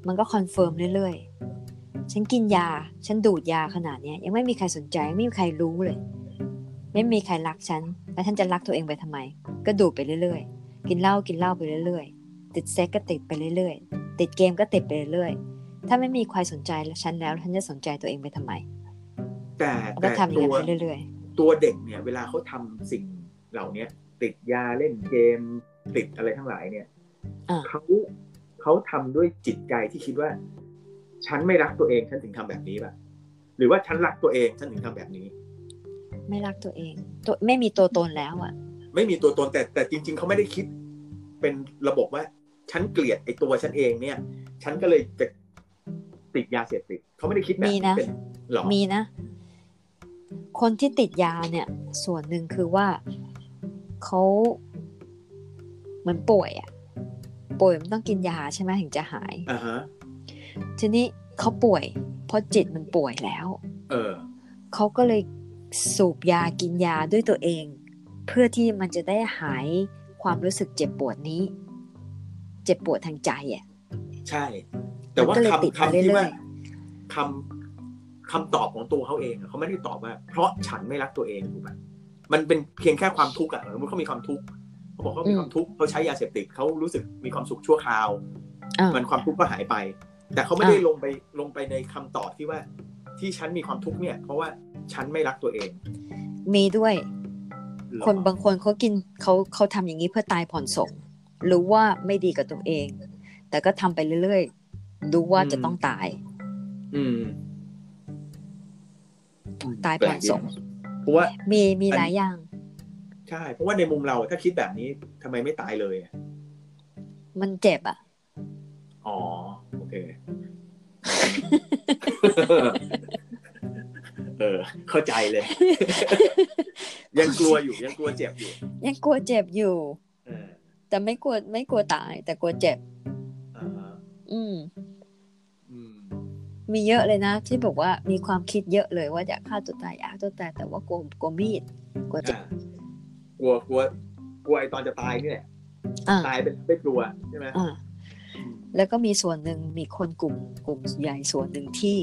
S2: มันก็คอนเฟิร์มเรื่อยๆ ฉันกินยา ฉันดูดยาขนาดเนี้ย ยังไม่มีใครสนใจ ไม่มีใครรู้เลย ไม่มีใครรักฉัน แล้วฉันจะรักตัวเองไปทำไม ก็ดูดไปเรื่อยๆ กินเหล้ากินเหล้าไปเรื่อยๆ ติดเซ็กก็ติดไปเรื่อยๆ ติดเกมก็ติดไปเรื่อยๆ ถ้าไม่มีใครสนใจฉันแล้วฉันจะสนใจตัวเองไปทำไม
S1: แต่
S2: แล้วก็
S1: แต่
S2: ทำอย่าง
S1: ตัว
S2: นั้นไปเรื่อย
S1: ตัวเด็กเนี่ยเวลาเขาทำสิ่งเหล่าเนี้ยติดยาเล่นเกม ติดอะไรทั้งหลายเนี่ย
S2: ๆ อ่า
S1: เขาเขาทำด้วยจิตใจที่คิดว่า ฉันไม่รักตัวเองฉันถึงทำแบบนี้ป่ะหรือว่าฉันรักตัวเองฉันถึงทำแบบนี้
S2: ไม่รักตัวเอง ตัวไม่มีตัวตนแล้วอะ
S1: ไม่มีตัวตนแต่แต่จริง ๆเขาไม่ได้คิด เป็นระบบว่า ฉันเกลียดไอ้ตัวฉันเองเนี่ย ฉันก็เลยจะติดยาเสพติดเขาไม่ได้คิดแบบ
S2: มีนะ
S1: เป็นหรอ
S2: มีนะ คนที่ติดยาเนี่ย ส่วนหนึ่งคือว่าเขาเหมือนป่วยอะ่ะ ป่วยมันต้องกินยาใช่ไหมถึงจะหาย
S1: อ่าฮะ
S2: ทีนี้เขาป่วย เพราะจิตมันป่วยแล้ว
S1: เออ
S2: เขาก็เลยสูบยากินยาด้วยตัวเอง เพื่อที่มันจะได้หายความรู้สึกเจ็บปวดนี้ เจ็บปวดทางใจอ่ะ
S1: ใช่ แต่ว่า
S2: มันก็เลยติด
S1: คำ
S2: มา
S1: คำที่
S2: เรื่อยๆ
S1: ว่าคำคำตอบของตัวเขาเองอะเขาไม่ได้ตอบว่า เพราะฉันไม่รักตัวเองถูกไหมมันเป็นเพียงแค่ความทุกข์อะสมมติเขามีความทุกข์เขาบอกเขามีความทุกข์เขาใช้ยาเสพติดเขารู้สึกมีความสุขชั่วคราว
S2: อ่ะ
S1: มันความทุกข์ก็หายไป แต่เขาไม่ได้
S2: อ่ะ
S1: ลงไปลงไปในคำตอบที่ว่า ที่ฉันมีความทุกข์เนี่ย เพราะว่าฉันไม่รักตัวเอง
S2: มีด้วย
S1: หรอ
S2: คนบางคนเขากินเขาเขาทำอย่างนี้เพื่อตายผ่อนศพรู้ว่าไม่ดีกับตัวเอง แต่ก็ทำไปเรื่อยๆรู้ว่าจะต้องตาย
S1: อืม
S2: ตาย
S1: แปล
S2: ผ่อก น
S1: ดี
S2: ศพ
S1: เพราะว่า
S2: มีมี
S1: อัน
S2: หลายอย่าง
S1: ใช่ เพราะว่าในมุมเราถ้าคิดแบบนี้ทำไมไม่ตายเลยอะ
S2: มันเจ็บอ่ะ
S1: อ๋อโอเค เออ เข้าใจเลย ยังกลัวอยู่ยังกลัวเจ็บอยู่
S2: ยังกลัวเจ็บอยู่
S1: เออ
S2: แต่ไม่กลัวไม่กลัวตาย แต่กลัวเจ็บ
S1: อ่า
S2: อืม
S1: อืม
S2: มีเยอะเลยนะ ที่บอกว่ามีความคิดเยอะเลยว่าอยากฆ่าตัวตายอยากฆ่าตัวตายแต่ว่ากลัวกลัวมีดกลัวเจ็บ
S1: อ่ะกลัวกลัว กลัวไอตอนจะตายนี่แหละ
S2: อ่า
S1: ตายเป็นไม่กลัวใช่ไหม
S2: อ่า แล้วก็มีส่วนหนึ่งมีคนกลุ่มกลุ่มใหญ่ส่วนหนึ่งที่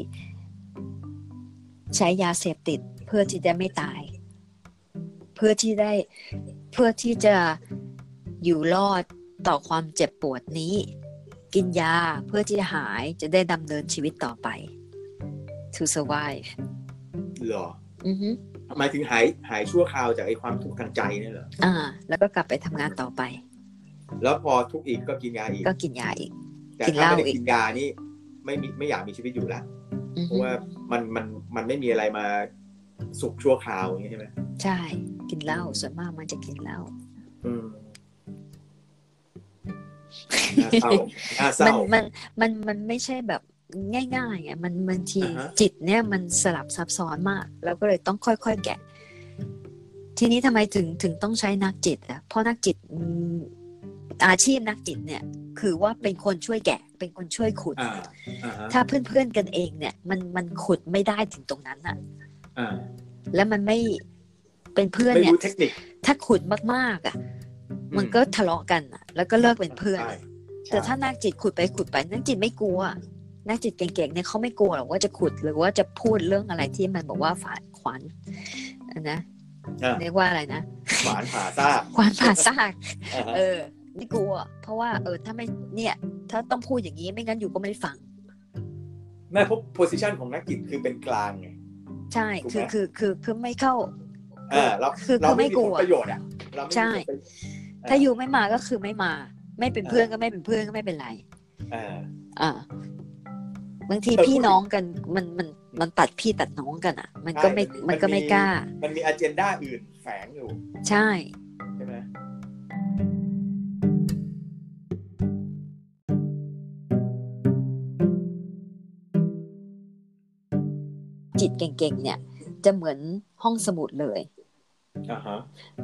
S2: ใช้ยาเสพติดเพื่อที่จะไม่ตาย เพื่อที่ได้เพื่อที่จะอยู่รอดต่อความเจ็บปวดนี้ กินยาเพื่อที่จะหายจะได้ดำเนินชีวิตต่อไป to survive
S1: เหรอ
S2: อือฮึ
S1: หมายถึงหายหายชั่วคราวจากไอความทุกข์ทางใจเนี่ยเหรอ
S2: อ่า แล้วก็กลับไปทำงานต่อไป
S1: แล้วพอทุกข์อีกก็กินยาอีก
S2: ก็กินยาอีก
S1: แต่
S2: กิน
S1: ถ้า
S2: เหล้า
S1: ไม่ได้
S2: อีก
S1: กินยานี่ ไม่มีไม่อยากมีชีวิตอยู่ละ
S2: อือ
S1: เพ
S2: ฮึ
S1: ราะว่ามันมันมันไม่มีอะไรมาสุขชั่วคราวอย่างนี้ใช่ไหม
S2: ใช่ กินเหล้าส่วนมากมันจะกินเหล้า
S1: อืมน่าเศร้าน่าเศ
S2: มัน
S1: ร้า
S2: มันมันมันไม่ใช่แบบง่ายๆไงมันบางที
S1: อ่าฮะ
S2: จิตเนี่ยมันสลับซับซ้อนมาก แล้วก็เลยต้องค่อยๆแกะ ทีนี้ทำไมถึงถึงต้องใช้นักจิตอ่ะเพราะนักจิตอืมอาชีพนักจิตเนี่ย คือว่าเป็นคนช่วยแกะ เป็นคนช่วยขุด
S1: อ่าอ่าฮะ
S2: ถ้าเพื่อนๆกันเองเนี่ย มันมันขุดไม่ได้ถึงตรงนั้นอ่ะ
S1: อ่า
S2: แล้วมันไม่เป็นเพื่อน
S1: ไม่
S2: เนี่ย
S1: รู้เทคนิค
S2: ถ้าขุดมากๆอ่ะ
S1: ม
S2: มันก็ทะเลาะกันอ่ะ แล้วก็เลิกเป็นเพื่อน
S1: ใช่
S2: แต่ถ้า
S1: ใช่
S2: นักจิตขุดไปขุดไปนักจิตไม่กลัว นักจิตเก่งๆเนี่ยเขาไม่กลัวหรอกว่าจะขุดหรือว่าจะพูดเรื่องอะไรที่มันบอกว่าฝาดขวานนะ
S1: อ่า
S2: เรียกว่าอะไรนะ
S1: หวานผ่าซ่าก
S2: ขวานผ่าซาก
S1: อ่าฮะ
S2: เออไม่กลัว เพราะว่าเออถ้าไม่เนี่ย ถ้าต้องพูดอย่างนี้ไม่งั้นอยู่ก็ไม่ได้ฟัง
S1: แม่พบโพสิชันของนักจิตคือเป็นกลางไง
S2: ใช่
S1: ถูกไหม
S2: คือคือคือคือไม่เข้า
S1: เออเรา
S2: คือ
S1: เรา
S2: คือไม่
S1: ไม่มี
S2: กลั
S1: ผล
S2: ว
S1: ประโยชน์อ่ะเราไม่มี
S2: ใช่
S1: ผลประโยชน์
S2: ถ้าอยู่ไม่มาก็คือไม่มา ไม่เป็นเพื่อนก็ไม่เป็นเพื่อนก็ไม่เป็นไร
S1: อ่า
S2: อ่า บางทีพี่น้องกันมันมันมันตัดพี่ตัดน้องกันอ่ะ มันก็ไม่
S1: ใช่
S2: มันก็ไม่กล้า
S1: มันมีอเจนดาอื่นแฝงอยู่
S2: ใช่
S1: ใช่ไหม
S2: จิตเก่งๆ เนี่ยจะเหมือนห้องสมุดเลย
S1: อ่าฮะ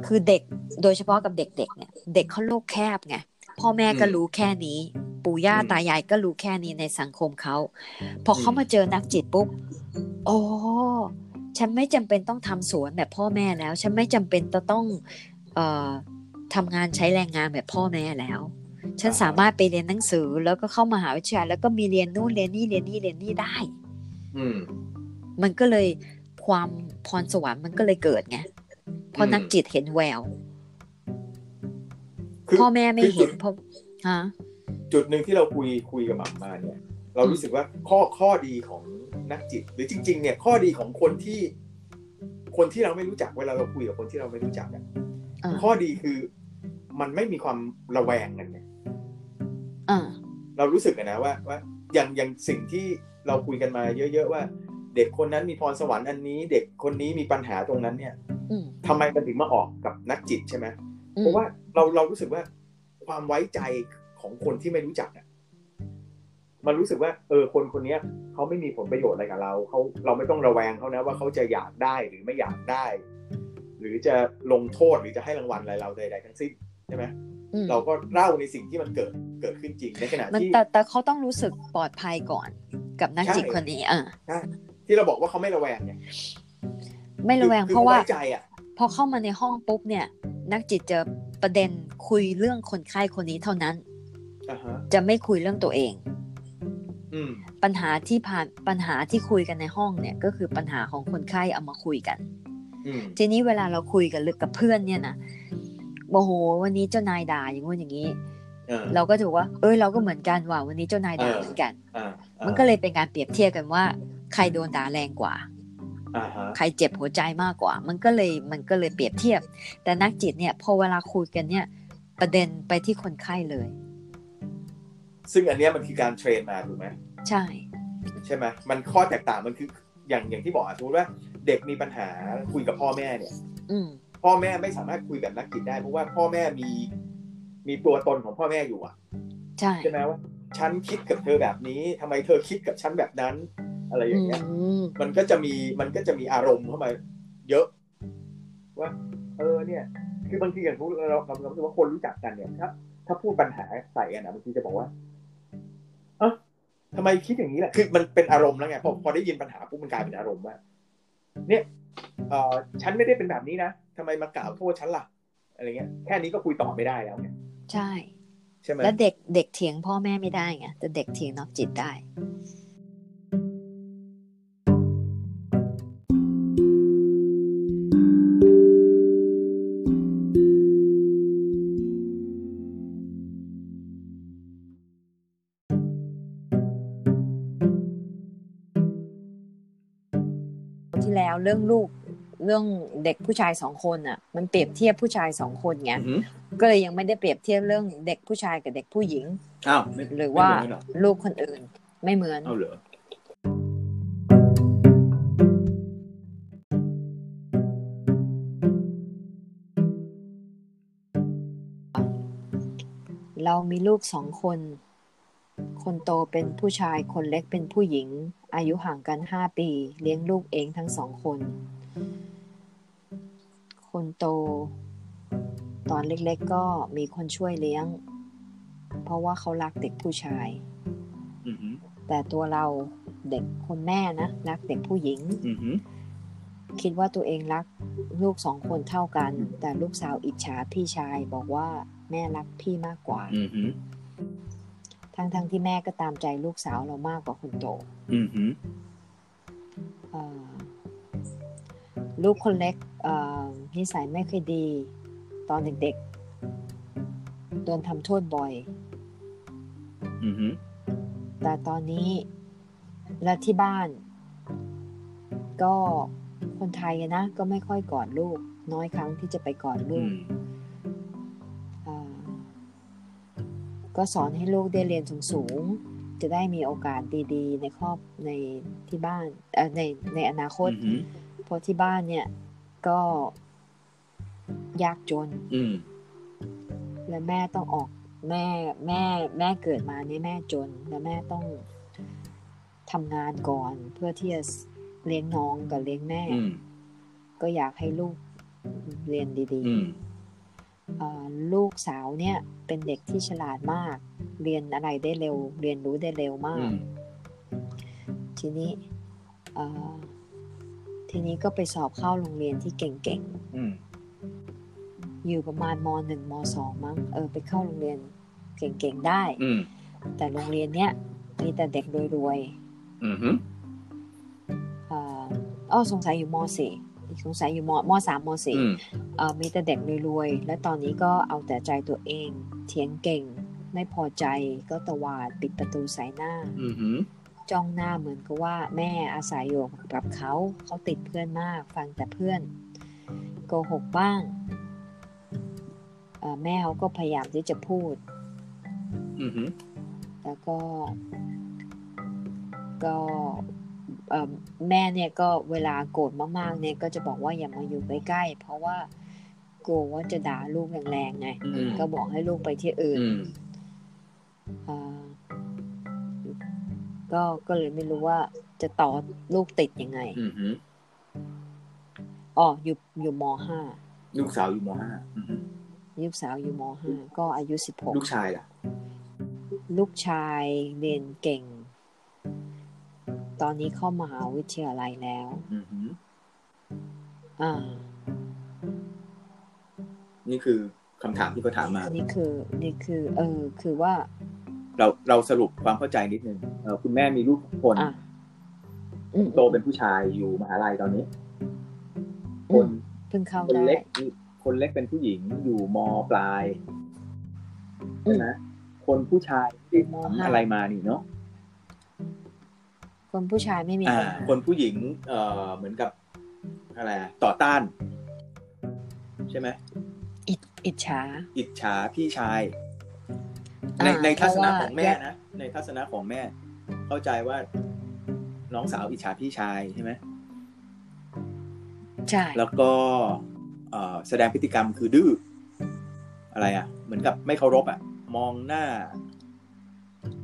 S2: คือเด็กโดยเฉพาะกับเด็กๆ เนี่ย เด็กเขาโลกแคบไงพ่อแม่ก็
S1: อืม
S2: รู้แค่นี้ ปู่ย่า
S1: อืม
S2: ตายายก็รู้แค่นี้ในสังคมเขาพอเขา
S1: อืม
S2: มาเจอนักจิตปุ๊บโอ้ฉันไม่จำเป็นต้องทำสวนแบบพ่อแม่แล้ว ฉันไม่จำเป็นจะต้องเอ่อทำงานใช้แรงงานแบบพ่อแม่แล้ว ฉันสามารถไปเรียนหนังสือแล้วก็เข้ามหาวิทยาลัยแล้วก็มีเรียนนู่นเรียนนี่เรียนนี่เรียนนี่ได้
S1: อืม
S2: มันก็เลยความพรสวรรค์มันก็เลยเกิดไงเพราะ
S1: อืม
S2: นักจิตเห็นแวว
S1: คือ
S2: พ่อแม่ไม่
S1: คือจุ
S2: เห็
S1: ด
S2: นเพราะฮะ
S1: จุดหนึ่งที่เราคุยคุยกับหม่ำมาเนี่ย เรารู้สึกว่าข้อข้อดีของนักจิต หรือจริง ๆ เนี่ยข้อดีของคนที่ คนที่เราไม่รู้จักเวลาเราคุยกับคนที่เราไม่รู้จักอะ
S2: เออ
S1: ข้อดีคือมันไม่มีความระแวงกันเนี่ย
S2: เออ
S1: เรารู้สึกอะนะว่าว่าอย่างอย่างสิ่งที่เราคุยกันมาเยอะ ๆ ว่า เด็กคนนั้นมีพรสวรรค์อันนี้ เด็กคนนี้มีปัญหาตรงนั้นเนี่ย
S2: อืม
S1: ทำไมมันถึงมาออกกับนักจิตใช่ไหม
S2: อื
S1: เพ
S2: ม
S1: ราะว่าเราเรารู้สึกว่าความไว้ใจของคนที่ไม่รู้จักอะมันรู้สึกว่า เออคนคนเนี้ยเขาไม่มีผลประโยชน์อะไรกับเราเขาเราไม่ต้องระแวงเขานะว่าเขาจะอยากได้หรือไม่อยากได้ หรือจะลงโทษหรือจะให้รางวัลอะไรเราใดๆทั้งสิ้นใช่ไหม
S2: อืม
S1: เราก็เล่าในสิ่งที่มันเกิดเกิดขึ้นจริงในขณะ
S2: มัน
S1: ที่
S2: แต่แต่เขาต้องรู้สึกปลอดภัยก่อน กับนักจิต
S1: ใช่
S2: คนนี้อ่ะ
S1: ที่เราบอกว่าเขาไม่ระแวงเนี่ย
S2: ไม่ระแวง
S1: คือ
S2: เพราะว่า
S1: คือไใจอ่ะ
S2: พอเข้ามาในห้องปุ๊บเนี่ย นักจิตจะประเด็นคุยเรื่องคนไข้คนนี้เท่านั้น
S1: อ่าฮะ
S2: จะไม่คุยเรื่องตัวเอง
S1: อืม
S2: ปัญหาที่ผ่านปัญหาที่คุยกันในห้องเนี่ยก็คือปัญหาของคนไข้เอามาคุยกัน
S1: อืม
S2: ทีนี้เวลาเราคุยกันลึกกับเพื่อนเนี่ยนะโอ้โห วันนี้เจ้านายด่าอย่างงู้นอย่างนี้
S1: เออ
S2: เราก็ถือว่า เอ้ยเราก็เหมือนกันว่ะวันนี้เจ้านายด่า
S1: เออ
S2: เหมือนกัน
S1: อ่ามั
S2: มันก็เลยเป็นการเปรียบเทียบกันว่า ใครโดนด่าแรงกว่า
S1: อ่าฮะ
S2: ใครเจ็บหัวใจมากกว่า มันก็เลยมันก็เลยเปรียบเทียบ แต่นักจิตเนี่ยพอเวลาคุยกันเนี่ย ประเด็นไปที่คนไข้เลย
S1: ซึ่งอันเนี้ยมันคือการเทรนมาถูกไหม
S2: ใช่
S1: ใช่ไหมมันข้อแตกต่างมันคืออย่างอย่างที่บอกอะสมมติว่าเด็กมีปัญหาคุยกับพ่อแม่เนี่ย
S2: อืม
S1: พ่อแม่ไม่สามารถคุยแบบนักจิตได้เพราะว่าพ่อแม่มี มีตัวตนของพ่อแม่อยู่อ่ะ
S2: ใช่
S1: ใช่ไหมว่าฉันคิดกับเธอแบบนี้ทำไมเธอคิดกับฉันแบบนั้น อะไรอ
S2: อื
S1: ย่างเงี้ย
S2: ม
S1: มันก็จะมีมันก็จะมีอารมณ์เข้ามาเยอะ ว่า เออเนี่ย คือบางทีอย่างทุกเราเราเรารู้สึกว่าคนรู้จักกันเนี่ยถ้าถ้าพูดปัญหาใส่กันนะบางทีจะบอกว่า เอ้าทำไมคิดอย่างนี้ล่ะคือมันเป็นอารมณ์แล้วไงพอพอได้ยินปัญหาปุ๊บมันกลายเป็นอารมณ์ว่าเนี่ยเออฉันไม่ได้เป็นแบบนี้นะทำไมมากล่าวโทษฉันล่ะอะไรเงี้ยแค่นี้ก็คุยต่อไม่ได้แล้วไง
S2: ใช่
S1: ใช่ไหม
S2: แล้วเด็กเด็กเถียงพ่อแม่ไม่ได้ไงแต่เด็กเถียงนอกจิตได้ ที่แล้วเรื่องลูกเรื่องเด็กผู้ชายสองคนอ่ะ มันเปรียบเทียบผู้ชายสองคนไง
S1: อือหือ
S2: ก็เลยยังไม่ได้เปรียบเทียบเรื่องเด็กผู้ชายกับเด็กผู้หญิง
S1: อ้าวไม่
S2: หรือว่า
S1: ไม่เหมืนนเร
S2: ลูกคนอื่นไม่เหมือน
S1: เอาเหรอ
S2: เรามีลูกสองคน คนโตเป็นผู้ชาย คนเล็กเป็นผู้หญิง อายุห่างกันห้าปี เลี้ยงลูกเองทั้งสองคน คนโต ตอนเล็กๆก็มีคนช่วยเลี้ยง เพราะว่าเขารักเด็กผู้ชาย
S1: อือหือ
S2: แต่ตัวเราเด็กคนแม่นะรักเด็กผู้หญิง
S1: อือหือ
S2: คิดว่าตัวเองรักลูกสองคนเท่ากัน แต่ลูกสาวอิจฉาพี่ชาย บอกว่าแม่รักพี่มากกว่า
S1: อือหือ
S2: ทั้งๆทที่แม่ก็ตามใจลูกสาวเรามากกว่าคนโต
S1: อือหือ
S2: เอ่อลูกคนเล็กเอ่อนิสัยไม่ค่อยดี ตอนเด็กๆ โดนทำโทษบ่อย
S1: อือหือ
S2: แต่ตอนนี้และที่บ้าน ก็คนไทยอะนะ ก็ไม่ค่อยกอดลูก น้อยครั้งที่จะไปกอด
S1: อื
S2: ลูก
S1: ม
S2: อ่าก็สอนให้ลูกได้เรียนสูงๆ จะได้มีโอกาสดีๆ ในครอบในที่บ้านเอ่อในในอนาคต
S1: อือหือ
S2: เพราะที่บ้านเนี่ยก็ยากจน
S1: อืม
S2: และแม่ต้องออกแม่แม่แม่เกิดมาเนี่ยแม่จน และแม่ต้องทำงานก่อน เพื่อที่จะเลี้ยงน้องกับเลี้ยงแม่
S1: อืม
S2: ก็อยากให้ลูกเรียนดี
S1: อืม
S2: ๆเอ่อลูกสาวเนี่ยเป็นเด็กที่ฉลาดมาก เรียนอะไรได้เร็ว เรียนรู้ได้เร็วมา
S1: อื
S2: ก
S1: ม
S2: ทีนี้เอ่อทีนี้ก็ไปสอบเข้าโรงเรียนที่เก่งๆ
S1: อืม
S2: อยู่ประมาณมหนึ่งมสองมั้งเออไปเข้าโรงเรียนเก่งๆได้
S1: อืม
S2: แต่โรงเรียนเนี้ยมีแต่เด็กรวย
S1: อืมอืม
S2: ๆเอ่ออ้อสงสัยอยู่มสี่สงสัยอยู่มมสามมสี่
S1: อืม
S2: เอ่อมีแต่เด็กรวยๆและตอนนี้ก็เอาแต่ใจตัวเอง เถียงเก่ง ไม่พอใจก็ตวาดปิดประตูใส่หน้า
S1: อืมอืม
S2: จ้องหน้าเหมือนกับว่าแม่อาศัยอยู่กับเขาเขาติดเพื่อนมาก ฟังแต่เพื่อนโกหกบ้างเอ่อแม่เขาก็พยายามที่จะพูด
S1: อืม
S2: แล้วก็ก็เอ่อแม่เนี่ยก็เวลาโกรธมากๆเนี่ยก็จะบอกว่าอย่ามาอยู่ใกล้ๆเพราะว่ากลัวว่าจะด่าลูกแรงๆไง
S1: อืม
S2: ก็บอกให้ลูกไปที่อื่น
S1: อืม
S2: เอ่อก็ก็เลยไม่รู้ว่าจะต่อลูกติดยังไง
S1: อืมอืม
S2: อ๋ออยู่อยู่มห้า
S1: ลูกสาวอยู่มห้าอืม
S2: ลูกสาวอยู่มห้าก็อายุสิบหก
S1: ลูกชายล่ะ
S2: ลูกชายเรียนเก่ง ตอนนี้เข้ามหาวิทยาลัยแล้ว
S1: อืมอืม
S2: อ่า
S1: นี่คือคำถามที่เขาถามมา
S2: นี่คือนี่คือ เออ คือว่า
S1: เราเราสรุปความเข้าใจนิดนึงเอ่อคุณแม่มีลูกหกคน
S2: อ่ะอืม
S1: โตเป็นผู้ชายอยู่มหาลัยตอนนี้ ค
S2: อื
S1: น
S2: มเพิ่งเข้า
S1: คน
S2: ได้
S1: เล็กคนเล็กเป็นผู้หญิงอยู่มปลาย
S2: อืม
S1: ใช่ไหมคนผู้ชายที่
S2: ม
S1: ถาม
S2: ห้า
S1: อะไรมานี่เนาะ
S2: คนผู้ชายไม่มี
S1: อ่า
S2: ปัญหา
S1: คนผู้หญิง เอ่อเหมือนกับอะไรอะต่อต้าน ใช่ไหม
S2: อิจอิจฉา
S1: อิจฉาพี่ชาย ใน
S2: อ่า
S1: ในทัศนะ
S2: เพราะว่า
S1: ของแม่นะในทัศนะของแม่ เข้าใจว่าน้องสาวอิจฉาพี่ชายใช่ไหม
S2: ใช่
S1: แล้วก็เอ่อแสดงพฤติกรรมคือดื้ออะไรอ่ะ เหมือนกับไม่เคารพอ่ะ มองหน้า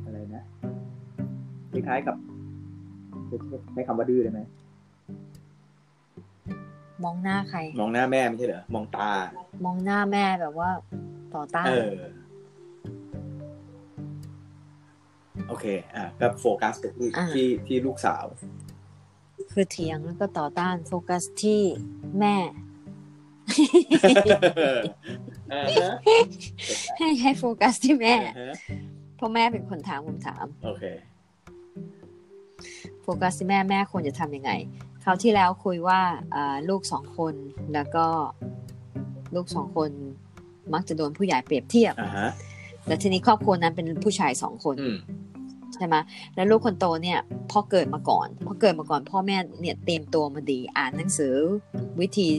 S1: อะไรนะคล้ายๆกับจะใช้คำว่าดื้อได้ไหม
S2: มองหน้าใคร
S1: มองหน้าแม่ไม่ใช่เหรอมองตา
S2: มองหน้าแม่แบบว่า ต่อต้าน
S1: เออ โอเค อ่ะก็โฟกัสไปที่
S2: า
S1: ที่ที่ลูกสาว
S2: คือเถียงแล้วก็ต่อต้านโฟกัสที่แม่
S1: เออฮะ
S2: ให้ให้โฟกัสที่แม่
S1: เออฮะ
S2: เพราะแม่เป็นคนถามคำถาม
S1: โอเค
S2: โฟกัสที่แม่แม่ควรจะทำยังไงคราวที่แล้วคุยว่าเอ่อลูกสองคนแล้วก็ลูกสองคนมักจะโดนผู้ใหญ่เปรียบเทียบ
S1: อ่าฮะ
S2: แล้วทีนี้ครอบครัวนั้นเป็นผู้ชายสองคน
S1: อืม
S2: ใช่ไหมแล้วลูกคนโตเนี่ยพ่อเกิดมาก่อนพอเกิดมาก่อนพ่อแม่เนี่ยเตรียมตัวมาดี อ่านหนังสือวิธี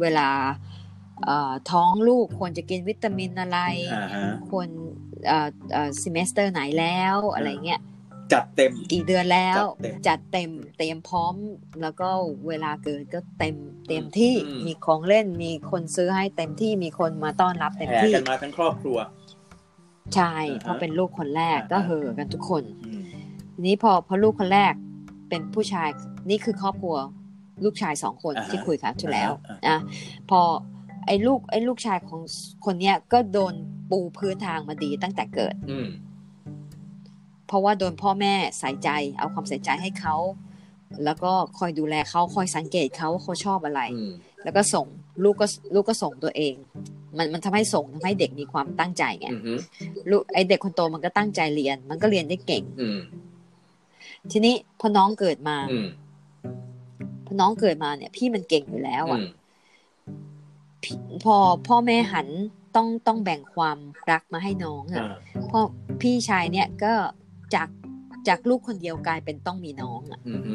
S2: เวลาเอ่อท้องลูกควรจะกินวิตามินอะไร
S1: อ่าฮะ
S2: ควรเอ่อเอ่อ semester ไหนแล้วอะไรเงี้ย
S1: จัดเต็ม
S2: กี่เดือนแล้ว
S1: จัดเต็ม
S2: จัดเต็มเตรียมพร้อมแล้วก็เวลาเกินก็เต็มเต็มที่
S1: อืม
S2: มีของเล่นมีคนซื้อให้เต็มที่มีคนมาต้อนรับเต็ม
S1: แห่
S2: ที่
S1: กันมาทั้งครอบครัว
S2: ใช่
S1: อ่าฮะ
S2: เพราะเป็นลูกคนแรก
S1: อ่าฮะ
S2: ก็เห่อกันทุกคน
S1: อืม
S2: ทีนี้พอพอลูกคนแรกเป็นผู้ชายนี่คือครอบครัวลูกชายสองคน
S1: อ่าฮะ
S2: ที่คุยครับที่แล้ว
S1: อ่าฮะ
S2: นะพอไอ้ลูกไอ้ลูกชายของคนเนี้ยก็โดนปูพื้นทางมาดีตั้งแต่เกิด
S1: อืม
S2: เพราะว่าโดนพ่อแม่ใส่ใจ เอาความใส่ใจให้เขา แล้วก็คอยดูแลเขาคอยสังเกตเขาว่าเขาชอบอะไร
S1: อืม
S2: แล้วก็ส่งลูกก็ลูกก็ส่งตัวเอง มันมันทำให้ส่งทำให้เด็กมีความตั้งใจไง
S1: อืมฮึ
S2: ลูกไอเด็กคนโตมันก็ตั้งใจเรียน มันก็เรียนได้เก่ง
S1: อืม
S2: ทีนี้พอน้องเกิดมา
S1: อืม
S2: พอน้องเกิดมาเนี่ย พี่มันเก่งอยู่แล้ว
S1: อื
S2: อ่ะ
S1: ม
S2: พี่พอพ่อแม่หันต้องต้องแบ่งความรักมาให้น้อง
S1: อ่า
S2: อ่ะพ่อพี่ชายเนี่ยก็จากจากลูกคนเดียวกลายเป็นต้องมีน้องอ่ะ
S1: อืมฮึ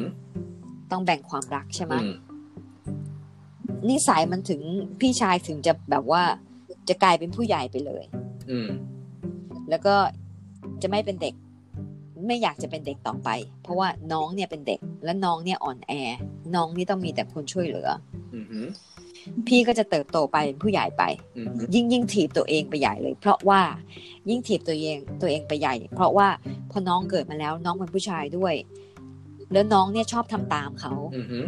S2: ต้องแบ่งความรักใช่ไหม
S1: อืม
S2: นิสัยมันถึงพี่ชายถึงจะแบบว่าจะกลายเป็นผู้ใหญ่ไปเลย
S1: อืม
S2: แล้วก็จะไม่เป็นเด็ก ไม่อยากจะเป็นเด็กต่อไป เพราะว่าน้องเนี่ยเป็นเด็กและน้องเนี่ยอ่อนแอ น้องนี่ต้องมีแต่คนช่วยเหลือ
S1: อืมฮึ
S2: พี่ก็จะเติบโตไปเป็นผู้ใหญ่ไป
S1: อืมฮึ
S2: ยิ่งยิ่งถีบตัวเองไปใหญ่เลย เพราะว่ายิ่งถีบตัวเองตัวเองไปใหญ่ เพราะว่าพอน้องเกิดมาแล้วน้องเป็นผู้ชายด้วย แล้วน้องเนี่ยชอบทำตามเขา
S1: อืมฮึ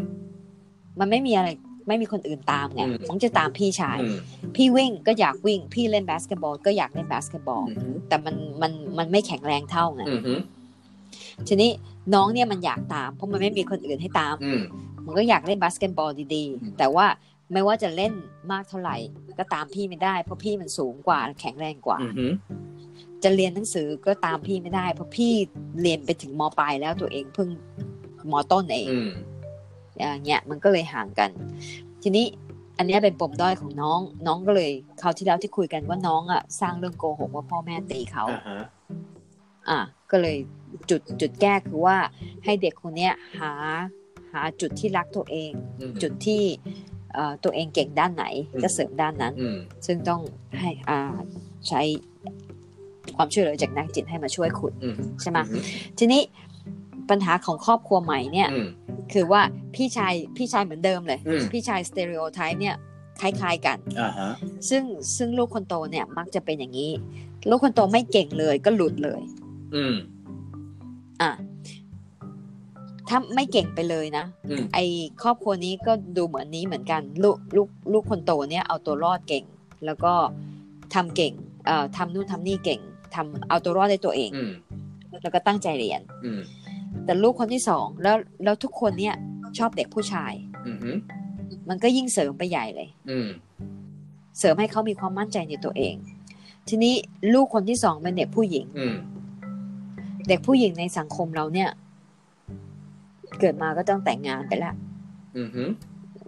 S2: มันไม่มีอะไรไม่มีคนอื่นตามไง
S1: อืม
S2: มันจะตามพี่ชาย
S1: อืม
S2: พี่วิ่งก็อยากวิ่ง พี่เล่นบาสเกตบอลก็อยากเล่นบาสเกตบอล
S1: อืมฮึ
S2: แต่มันมันมันไม่แข็งแรงเท่าไง
S1: อืมฮึ
S2: ทีนี้น้องเนี่ยมันอยากตาม เพราะมันไม่มีคนอื่นให้ตาม
S1: อืม
S2: มันก็อยากเล่นบาสเกตบอลดี
S1: อืม
S2: ๆ แต่ว่าไม่ว่าจะเล่นมากเท่าไหร่ ก็ตามพี่ไม่ได้ เพราะพี่มันสูงกว่าแข็งแรงกว่า
S1: อืมฮึ
S2: จะเรียนหนังสือก็ตามพี่ไม่ได้ เพราะพี่เรียนไปถึงมปลายแล้วตัวเองเพิ่งมต้นเอง
S1: อืม
S2: อย่างเงี้ยมันก็เลยห่างกัน ทีนี้อันเนี้ยเป็นปมด้อยของน้อง น้องก็เลยคราวที่แล้วที่คุยกันว่าน้องอ่ะสร้างเรื่องโกหกว่าพ่อแม่ตีเขา
S1: อ่าฮะ
S2: อ่ะก็เลยจุดจุดแก้คือว่าให้เด็กคนเนี้ยหาหาจุดที่รักตัวเอง
S1: อืม
S2: จุดที่เอ่อตัวเองเก่งด้านไหน
S1: อืม
S2: ก็เสริมด้านนั้น
S1: อืม
S2: ซึ่งต้องให้อ่าใช้ความช่วยเหลือจากนักจิตให้มาช่วยขุด
S1: อืม
S2: ใช่ไหม
S1: อื
S2: ทีนี้ปัญหาของครอบครัวใหม่เนี่ย
S1: อืม
S2: คือว่าพี่ชายพี่ชายเหมือนเดิมเลย
S1: อืม
S2: พี่ชายสเตอริโอไทป์เนี่ยคล้ายๆกัน
S1: อ่าฮะ
S2: ซึ่งซึ่งลูกคนโตเนี่ยมักจะเป็นอย่างนี้ ลูกคนโตไม่เก่งเลยก็หลุดเลย
S1: อืม
S2: อ่ะถ้าไม่เก่งไปเลยนะ
S1: อืม
S2: ไอครอบครัวนี้ก็ดูเหมือนนี้เหมือนกัน ลูกลูกลูกคนโตเนี่ยเอาตัวรอดเก่ง แล้วก็ทำเก่งเอ่อทำนู่นทำนี่เก่งทำเอาตัวรอดได้ตัวเอง
S1: อืม
S2: แล้วก็ตั้งใจเรียน
S1: อืม
S2: แต่ลูกคนที่สองแล้วแล้วทุกคนเนี่ยชอบเด็กผู้ชาย
S1: อืมฮึ
S2: มันก็ยิ่งเสริมไปใหญ่เลย
S1: อืม
S2: เสริมให้เขามีความมั่นใจในตัวเอง ทีนี้ลูกคนที่สองเป็นเด็กผู้หญิง
S1: อืม
S2: เด็กผู้หญิงในสังคมเราเนี่ย เกิดมาก็ต้องแต่งงานไปแล้ว
S1: อืมฮึ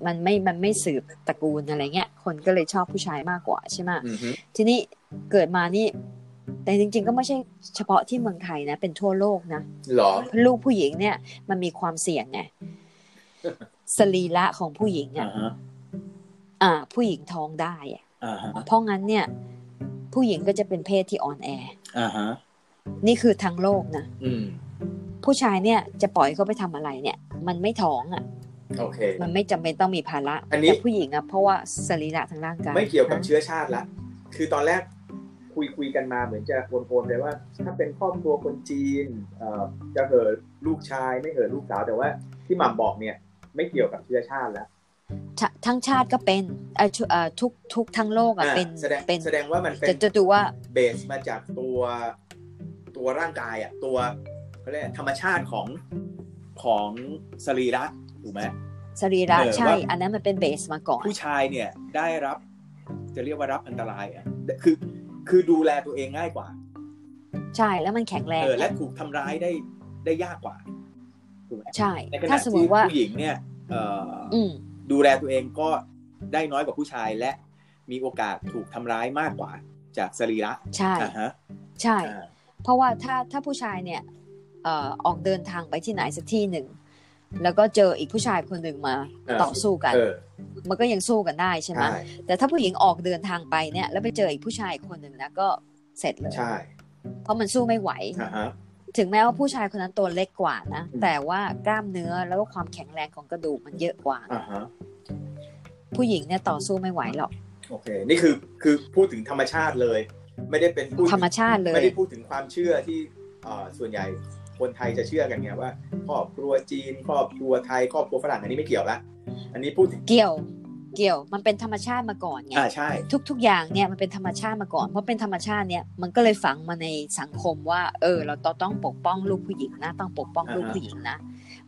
S2: มันไม่ มันไม่สืบตระกูลอะไรเงี้ย คนก็เลยชอบผู้ชายมากกว่าใช่ไหม
S1: อืมฮึ
S2: ทีนี้เกิดมานี่ แต่จริง ๆ ก็ไม่ใช่เฉพาะที่เมืองไทยนะ เป็นทั่วโลกนะ
S1: หรอ
S2: เพราะลูกผู้หญิงเนี่ย มันมีความเสี่ยงไง สรีระของผู้หญิง
S1: อ่า
S2: อ่ะ
S1: ฮะ
S2: อ่า ผู้หญิงท้องได้อะ
S1: อ่าฮะ
S2: เพราะงั้นเนี่ย ผู้หญิงก็จะเป็นเพศที่อ่อนแอ
S1: อ่าฮะ
S2: นี่คือทั้งโลกนะ
S1: อืม
S2: ผู้ชายเนี่ยจะปล่อยเขาไปทำอะไรเนี่ย มันไม่ท้องอ่ะ
S1: โอเค
S2: มันไม่จำเป็นต้องมีภาระ
S1: อันนี้
S2: แต่ผู้หญิงอ่ะ เพราะว่าสรีระทางร่างกาย
S1: ไม่เกี่ยวกับ
S2: นะ
S1: เชื้อชาติละ คือตอนแรกคุยคุยกันมาเหมือนจะวนๆเลยว่า ถ้าเป็นครอบครัวคนจีนเอ่อจะเหอะลูกชายไม่เหอะลูกสาวแต่ว่าที่หม่ำบอกเนี่ย ไม่เกี่ยวกับเชื้อชาติแล้ว
S2: ทะทั้งชาติก็เป็นเอ่อชุเอ่อทุกทุกทั้งโลกอ่ะ
S1: อ่า
S2: เป็น
S1: แสดง
S2: เป็น
S1: แสดงว่ามันเป็
S2: จะ
S1: น
S2: จะดูว่า
S1: เบสมาจากตัวตัวร่างกายอ่ะตัวเขาเรียกธรรมชาติของของสรีระถูกไหม
S2: สรีระ
S1: เออ
S2: ใช่
S1: ว่า
S2: อันนั้นมันเป็นเบสมาก่อน
S1: ผู้ชายเนี่ยได้รับ จะเรียกว่ารับอันตรายอ่ะคือคือดูแลตัวเองง่ายกว่า
S2: ใช่แล้วมันแข็งแรง
S1: เออและถูกทำร้ายได้ได้ยากกว่าถูกไหม
S2: ใช่
S1: ในขณะ
S2: ถ้าสมมติว่า
S1: ผู้หญิงเนี่ยเอ่ออ
S2: อืม
S1: ดูแลตัวเองก็ได้น้อยกว่าผู้ชายและมีโอกาสถูกทำร้ายมากกว่า จากสรีระ
S2: ใช่
S1: อ่าฮะ
S2: ใช่
S1: อ่า
S2: เพราะว่าถ้าถ้าผู้ชายเนี่ยเอ่อออกเดินทางไปที่ไหนสักที่หนึ่ง แล้วก็เจออีกผู้ชายคนหนึ่งมา
S1: เออ
S2: ต่อสู้กัน
S1: เออ
S2: มันก็ยังสู้กันได้ใช่ไหม
S1: ใช่
S2: แต่ถ้าผู้หญิงออกเดินทางไปเนี่ยแล้วไปเจออีกผู้ชายคนหนึ่งนะก็เสร็จเลย
S1: ใช่
S2: เพราะมันสู้ไม่ไหว
S1: อ่าฮะ
S2: ถึงแม้ว่าผู้ชายคนนั้นตัวเล็กกว่านะ
S1: อืม
S2: แต่ว่ากล้ามเนื้อแล้วก็ความแข็งแรงของกระดูกมันเยอะกว่า
S1: อ่าฮะ
S2: ผู้หญิงเนี่ยต่อสู้ไม่ไหวหรอก
S1: โอเค นี่คือคือพูดถึงธรรมชาติเลย ไม่ได้เป็นพูด
S2: ธรรมชาติเล
S1: ไม่
S2: ย
S1: ได้พูดถึงความเชื่อที่เอ่อส่วนใหญ่คนไทยจะเชื่อกันไงว่าครอบครัวจีนครอบครัวไทยครอบครัวฝรั่งอันนี้ไม่เกี่ยวละอันนี้พูดถึง
S2: เกี่ยวเกี่ยวมันเป็นธรรมชาติมาก่อนไง
S1: อ่าใช่
S2: ทุกๆอย่างเนี่ยมันเป็นธรรมชาติมาก่อนเพราะเป็นธรรมชาติเนี่ยมันก็เลยฝังมาในสังคมว่า เออ เราต้องปกป้องลูกผู้หญิงนะ ต้องปกป้องลูก
S1: อ่าฮะ
S2: ผู้หญิงนะ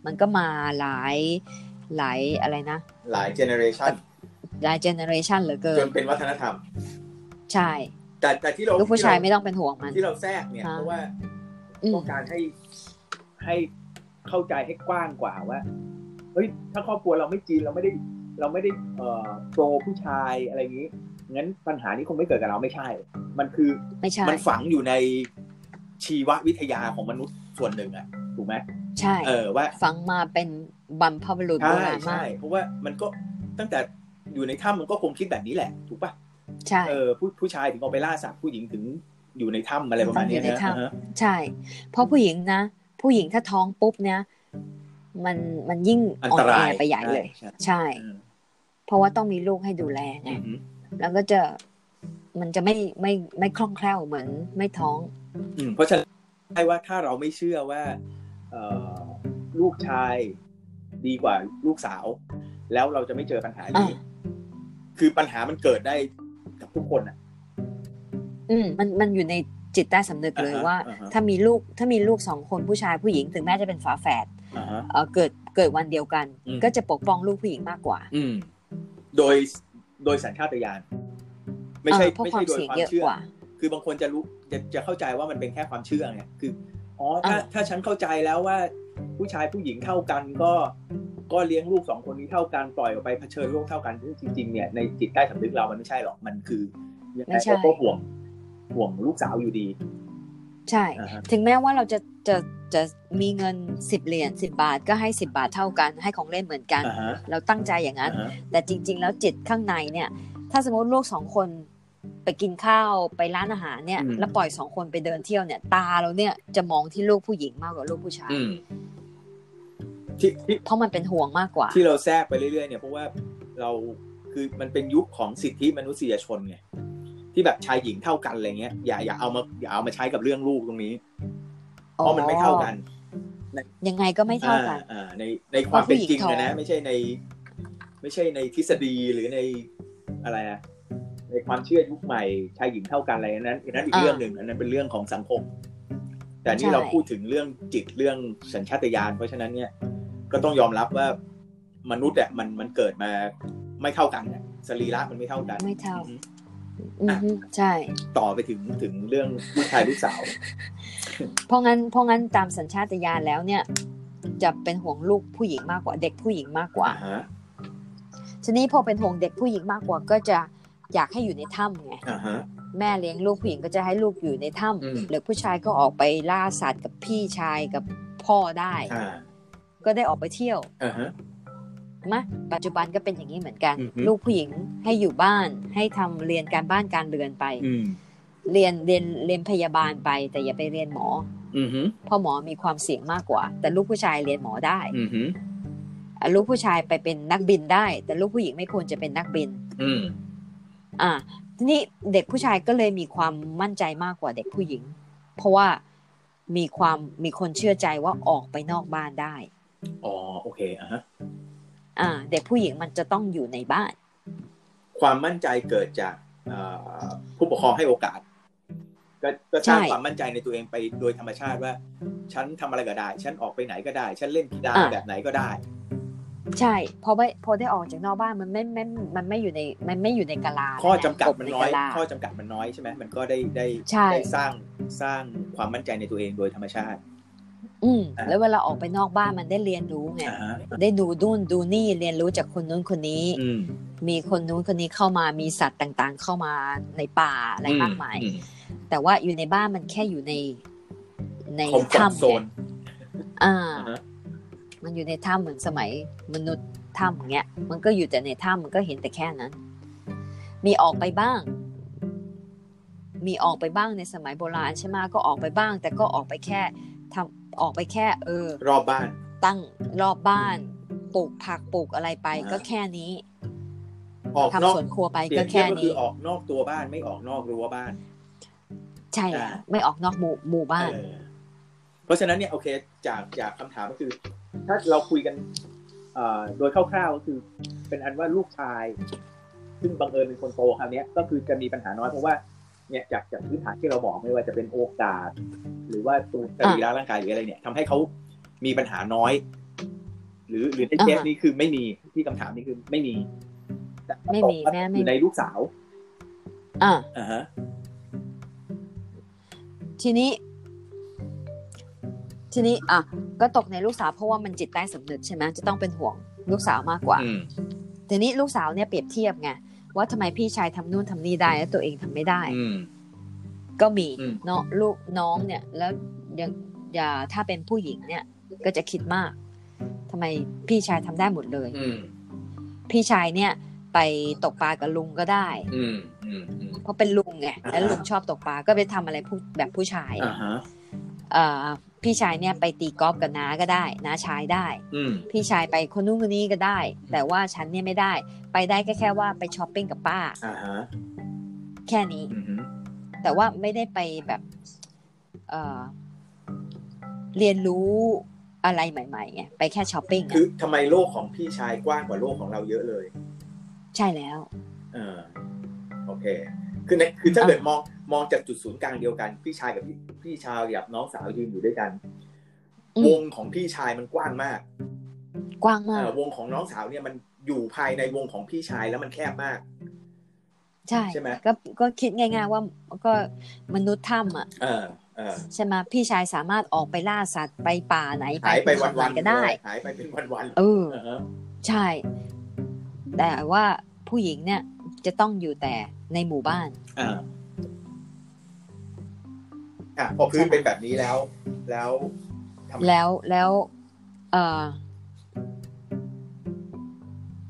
S2: มันก็มาหลายหลายอะไรนะ
S1: หลายเจเนอเรชัน
S2: หลายเจเนอเรชันเหลือเกิ
S1: จ
S2: น
S1: นเป็นวัฒนธรรม
S2: ใช่
S1: แต่แต่ที่เรา
S2: ลูกผู้ชายไม่
S1: ที่เร
S2: ต้องเป็นห่วงมัน
S1: ที่เราแทรกเนี่ย
S2: อ่า
S1: เพราะว่า
S2: อืม
S1: ต้องการให้ให้เข้าใจให้กว้างกว่าว่าเฮ้ยถ้าครอบครัวเราไม่จีนเราไม่ได้ เราไม่ได้เอ่อโปรผู้ชายอะไรอย่างนี้งั้นปัญหานี้คงไม่เกิดกับเราไม่ใช่ มันคือ
S2: ไม่ใช่
S1: มันฝังอยู่ในชีววิทยาของมนุษย์ส่วนหนึ่งอะถูกไหม
S2: ใช่
S1: เออว่า
S2: ฝังมาเป็นบัมพบุรุษโบ
S1: ใช่
S2: ราณมา
S1: ใช่
S2: ก
S1: เพราะว่ามันก็ตั้งแต่อยู่ในถ้ำมันก็คงคิดแบบนี้แหละ ถูกปะ
S2: ใช่
S1: เออผู้ผู้ชายถึงออกไปล่าสัตว์ผู้หญิงถึง อยู่ในถ้ำอะไรประมาณเนี้ย
S2: อยู่
S1: นะ
S2: ในถ้ำ
S1: อ่าฮะ
S2: ใช่ เพราะผู้หญิงนะ ผู้หญิงถ้าท้องปุ๊บเนี่ยมันมันยิ่ง
S1: อัน
S2: อ่อ
S1: ต
S2: น
S1: ราย
S2: แอไปใหญ่เลย
S1: ใช่
S2: ใช่
S1: อืม
S2: เพราะว่าต้องมีลูกให้ดูแลไง
S1: อืม
S2: แล้วก็จะมันจะไม่ไม่ไม่คล่องแคล่วเหมือนไม่ท้อง
S1: อืมเพราะฉะนั้นใช่ว่าถ้าเราไม่เชื่อว่าเอ่อลูกชายดีกว่าลูกสาว แล้วเราจะไม่เจอปัญหานี้
S2: อ่า
S1: คือปัญหามันเกิดได้กับทุกคนอ่ะ
S2: อืมมันมันอยู่ในจิตใต้สำนึกเลย
S1: อ่าฮะ
S2: ว่า
S1: อ่าฮะ
S2: ถ้ามีลูกถ้ามีลูกสองคนผู้ชายผู้หญิงถึงแม้จะเป็นฝาแฝด
S1: อ่าฮะ
S2: เอ่อเกิดเกิดวันเดียวกัน
S1: อืม
S2: ก็จะปกป้องลูกผู้หญิงมากกว่า
S1: อืม โดยโดยสัญชาตญาณไม่ใช่
S2: เออเพราะ
S1: ไม่ใช่โดย
S2: ควา
S1: ความ
S2: มเสี่ยงเยอะ
S1: เชื่อ
S2: กว่า
S1: คือบางคนจะรู้จะจะเข้าใจว่ามันเป็นแค่ความเชื่อไงคืออ๋อถ้า
S2: อ่า
S1: ถ้าฉันเข้าใจแล้วว่า ผู้ชายผู้หญิงเท่ากัน ก็ก็เลี้ยงลูกสองคนนี้เท่ากันปล่อยออกไปเผชิญโลกเท่ากันซึ่งจริงๆเนี่ยในจิตใต้สำนึกเรามันไม่ใช่หรอกมันคือยัง
S2: ไม่
S1: ไง
S2: ใช่
S1: ก็ก็ห่วงห่วงลูกสาวอยู่ดี
S2: ใช่
S1: อ่าฮะ
S2: ถึงแม้ว่าเราจะจะจะมีเงินสิบเหรียญสิบาทก็ให้สิบาทเท่ากัน ให้ของเล่นเหมือนกัน
S1: อ่าฮะ
S2: เราตั้งใจอย่างนั้น
S1: อ่าฮะ
S2: แต่จริง ๆ แล้วจิตข้างในเนี่ย ถ้าสมมติลูกสองคนไปกินข้าวไปร้านอาหารเนี่ย แล้วปล่อยสองคนไปเดินเที่ยวเนี่ย ตาเราเนี่ยจะมองที่ลูกผู้หญิงมากกว่าลูกผู้ชาย
S1: อืมที่ที่
S2: เพราะมันเป็นห่วงมากกว่า
S1: ที่เราแทรกไปเรื่อยๆเนี่ยเพราะว่าเราคือมันเป็นยุคของสิทธิมนุษยชนไงที่แบบชายหญิงเท่ากันอะไรเงี้ยอย่าอย่าเอามาอย่าเอามาใช้กับเรื่องลูกตรงนี้ เพราะมันไม่เท่ากัน
S2: ยังไงก็ไม่เท่ากัน
S1: อ่อ่าในในความเป็นจริง
S2: เพราะผู้หญิง
S1: นะนะ
S2: ท้อง
S1: ไม่ใช่ใน ไม่ใช่ในทฤษฎีหรือในอะไรอะในความเชื่อยุคใหม่ชายหญิงเท่ากันอะไรนั้นอันนั้นอีกเรื่องหนึ่งอันนั้นเป็นเรื่องของสังคม แต่นี่เราพูดถึงเรื่องจิตเรื่องสัญชาตญาณเพราะฉะนั้นเนี่ย ก็ต้องยอมรับว่ามนุษย์อะมันมันเกิดมาไม่เท่ากันอะสรีระมันไม่เท่ากัน
S2: ไม่เท่า
S1: อืม
S2: อือฮึใช่
S1: ต่อไปถึงถึงเรื่องลูกชายลูกสาว
S2: เพราะงั้นเพราะงั้นตามสัญชาตญาณแล้วเนี่ย จะเป็นห่วงลูกผู้หญิงมากกว่าเด็กผู้หญิงมากกว่า
S1: อ่าฮะ
S2: ทีนี้พอเป็นห่วงเด็กผู้หญิงมากกว่าก็จะอยากให้อยู่ในถ้ำไง
S1: อ่าฮะ
S2: แม่เลี้ยงลูกผู้หญิงก็จะให้ลูกอยู่ในถ้
S1: อืม
S2: ำหรือผู้ชายก็ออกไปล่าสัตว์กับพี่ชายกับพ่อได้
S1: อ่า
S2: ก็ได้ออกไปเที่ยว
S1: อ่าฮะ
S2: มะปัจจุบันก็เป็นอย่างนี้เหมือนกัน
S1: อือฮึ
S2: ลูกผู้หญิงให้อยู่บ้าน ให้ทำเรียนการบ้านการเรือนไป
S1: อืม
S2: เรียนเรียนเรียนพยาบาลไป แต่อย่าไปเรียนหมอ
S1: อืมฮึ
S2: เพราะหมอมีความเสี่ยงมากกว่า แต่ลูกผู้ชายเรียนหมอได้
S1: อืมฮึ
S2: อ่ะลูกผู้ชายไปเป็นนักบินได้ แต่ลูกผู้หญิงไม่ควรจะเป็นนักบิน
S1: อืม
S2: อ่าทีนี้เด็กผู้ชายก็เลยมีความมั่นใจมากกว่าเด็กผู้หญิง เพราะว่ามีความมีคนเชื่อใจว่าออกไปนอกบ้านได้
S1: อ๋อโอเคอ่ะฮะ
S2: อ่า เด็กผู้หญิงมันจะต้องอยู่ในบ้าน
S1: ความมั่นใจเกิดจากเอ่อผู้ปกครองให้โอกาส ก็ก็สร้าง
S2: ใช่
S1: ความมั่นใจในตัวเองไปโดยธรรมชาติว่า ฉันทำอะไรก็ได้ ฉันออกไปไหนก็ได้ ฉันเล่นกีฬา
S2: อ่ะ
S1: แบบไหนก็ได้
S2: ใช่เพอไปพอได้ออกจากนอกบ้านมันไม่ไม่มันไม่อยู่ในมันไม่อยู่ในกะลา
S1: ข้อจำกัด
S2: กบ
S1: มัน
S2: ใน
S1: น้อย
S2: กะลา
S1: ข้อจำกัดมันน้อยใช่ไหมมันก็ได้ได้
S2: ใช่
S1: ได้สร้างสร้างความมั่นใจในตัวเองโดยธรรมชาติ
S2: อืม
S1: อ่า
S2: แล้วเวลาออกไปนอกบ้านมันได้เรียนรู้ไง
S1: อ่าฮะ
S2: ได้ดูนู่นดูนี่เรียนรู้จากคนนู้นคนนี้
S1: อืม
S2: มีคนนู้นคนนี้เข้ามามีสัตว์ต่างๆ เข้ามาในป่าอะไรมากมาย
S1: อื
S2: แต่ว่าอยู่ในบ้านมันแค่อยู่ในใน
S1: คอมฟอร์ต
S2: ถ้ำ
S1: โซน
S2: ไงอ่า
S1: อ่าฮะ
S2: มันอยู่ในถ้ำเหมือนสมัยมนุษย์ถ้ำอย่างเงี้ย มันก็อยู่แต่ในถ้ำมันก็เห็นแต่แค่นั้น มีออกไปบ้าง มีออกไปบ้างในสมัยโบราณใช่ไหมก็ออกไปบ้าง แต่ก็ออกไปแค่ทำออกไปแค่ เออ
S1: รอบบ้าน
S2: ตั้งรอบบ้านปลูกผักปลูกอะไรไป
S1: อ่า
S2: ก็แค่นี้
S1: ออกนอ
S2: ทำ
S1: ก
S2: สวนครัวไป
S1: เปลี่
S2: ก็
S1: ยนเทีย
S2: แค่
S1: บก็คื
S2: นี้
S1: อออกนอกตัวบ้านไม่ออกนอกรั้วบ้าน
S2: ใช่แล้ว
S1: อ่า
S2: ไม่ออกนอกหมู่หมู่บ้าน
S1: เออเพราะฉะนั้นเนี่ยโอเคจากจากคำถามก็คือ ถ้าเราคุยกันเอ่อโดยคร่าวๆก็คือ เป็นอันว่าลูกชาย ซึ่งบังเอิญเป็นคนโตคราวเนี้ยก็คือจะมีปัญหาน้อยเพราะว่าเนี่ยจากจากพื้นฐานที่เราบอกไม่ว่าจะเป็นโอกาส หรือว่าตัวสรีระร่างกายหรืออะไรเนี่ยทำให้เขามีปัญหาน้อย หรือหรือในเคส
S2: อ่าฮะ
S1: นี้คือไม่มีที่คำถามนี้คือไม่มีแต่
S2: ไม่มีแม่ไม่
S1: อยู่ในลูกสาว
S2: อ่า
S1: อ่าฮะ
S2: ทีนี้ ทีนี้อ่ะก็ตกในลูกสาวเพราะว่ามันจิตใต้สำนึกใช่ไหมจะต้องเป็นห่วงลูกสาวมากกว่า
S1: อืม
S2: ทีนี้ลูกสาวเนี่ยเปรียบเทียบไงว่าทำไมพี่ชายทำนู่นทำนี่ได้แล้วตัวเองทำไม่ได้
S1: อืม
S2: ก็มี
S1: อืม
S2: เนาะลูกน้องเนี่ย แล้วอย่างอย่าถ้าเป็นผู้หญิงเนี่ย ก็จะคิดมากทำไมพี่ชายทำได้หมดเลย
S1: อืม
S2: พี่ชายเนี่ย ไปตกปลากับลุงก็ได้
S1: อืมอืมอืม
S2: เพราะเป็นลุงไงแล้ว
S1: อ่าฮะ
S2: ลุงชอบตกปลาก็ไปทำอะไรผู้แบบผู้ชาย
S1: อ่าฮะ
S2: เอ่อพี่ชายเนี่ยไปตีกอล์ฟกับน้าก็ได้น้าชายได้
S1: อืม
S2: พี่ชายไปคนนู้นคนนี้ก็ได้ แต่ว่าฉันเนี่ยไม่ได้ ไปได้ก็แค่ว่าไปช้อปปิ้งกับป้า
S1: อ่าฮะ
S2: แค่นี้
S1: อืมฮึ
S2: แต่ว่าไม่ได้ไปแบบเอ่อเรียนรู้อะไรใหม่ๆไงไปแค่ช้อปปิ้งอะ
S1: คือทำไมโลกของพี่ชายกว้างกว่าโลกของเราเยอะเลย
S2: ใช่แล้ว
S1: เออโอเค คือในคือถ้าเกิดมองมองจากจุดศูนย์กลางเดียวกัน พี่ชายกับพี่พี่ชายกับน้องสาวยืนอยู่ด้วยกัน
S2: อืม
S1: วงของพี่ชายมันกว้างมาก
S2: กว้าง
S1: เอ
S2: มาก
S1: อวงของน้องสาวเนี่ยมันอยู่ภายในวงของพี่ชายแล้วมันแคบมาก
S2: ใช่
S1: ใช่ไหม
S2: ก็ก็คิดง่ายๆว่าก็มนุษย์ถ้ำอ่ะ
S1: เออเออ
S2: ใช่ไหมพี่ชายสามารถออกไปล่าสัตว์ไปป่าไหน
S1: หายไป
S2: ภู
S1: วั
S2: เขา
S1: น
S2: ไห
S1: วัน
S2: ก็ได้
S1: หายไปเป็นวันวัน
S2: เออ
S1: เออฮะ
S2: ใช่ แต่ว่าผู้หญิงเนี่ยจะต้องอยู่แต่ในหมู่บ้าน
S1: อ่าอ่ะพอพื้นเป็นแบบนี้แล้ว แล้วทำไม
S2: แล้วแล้วเออ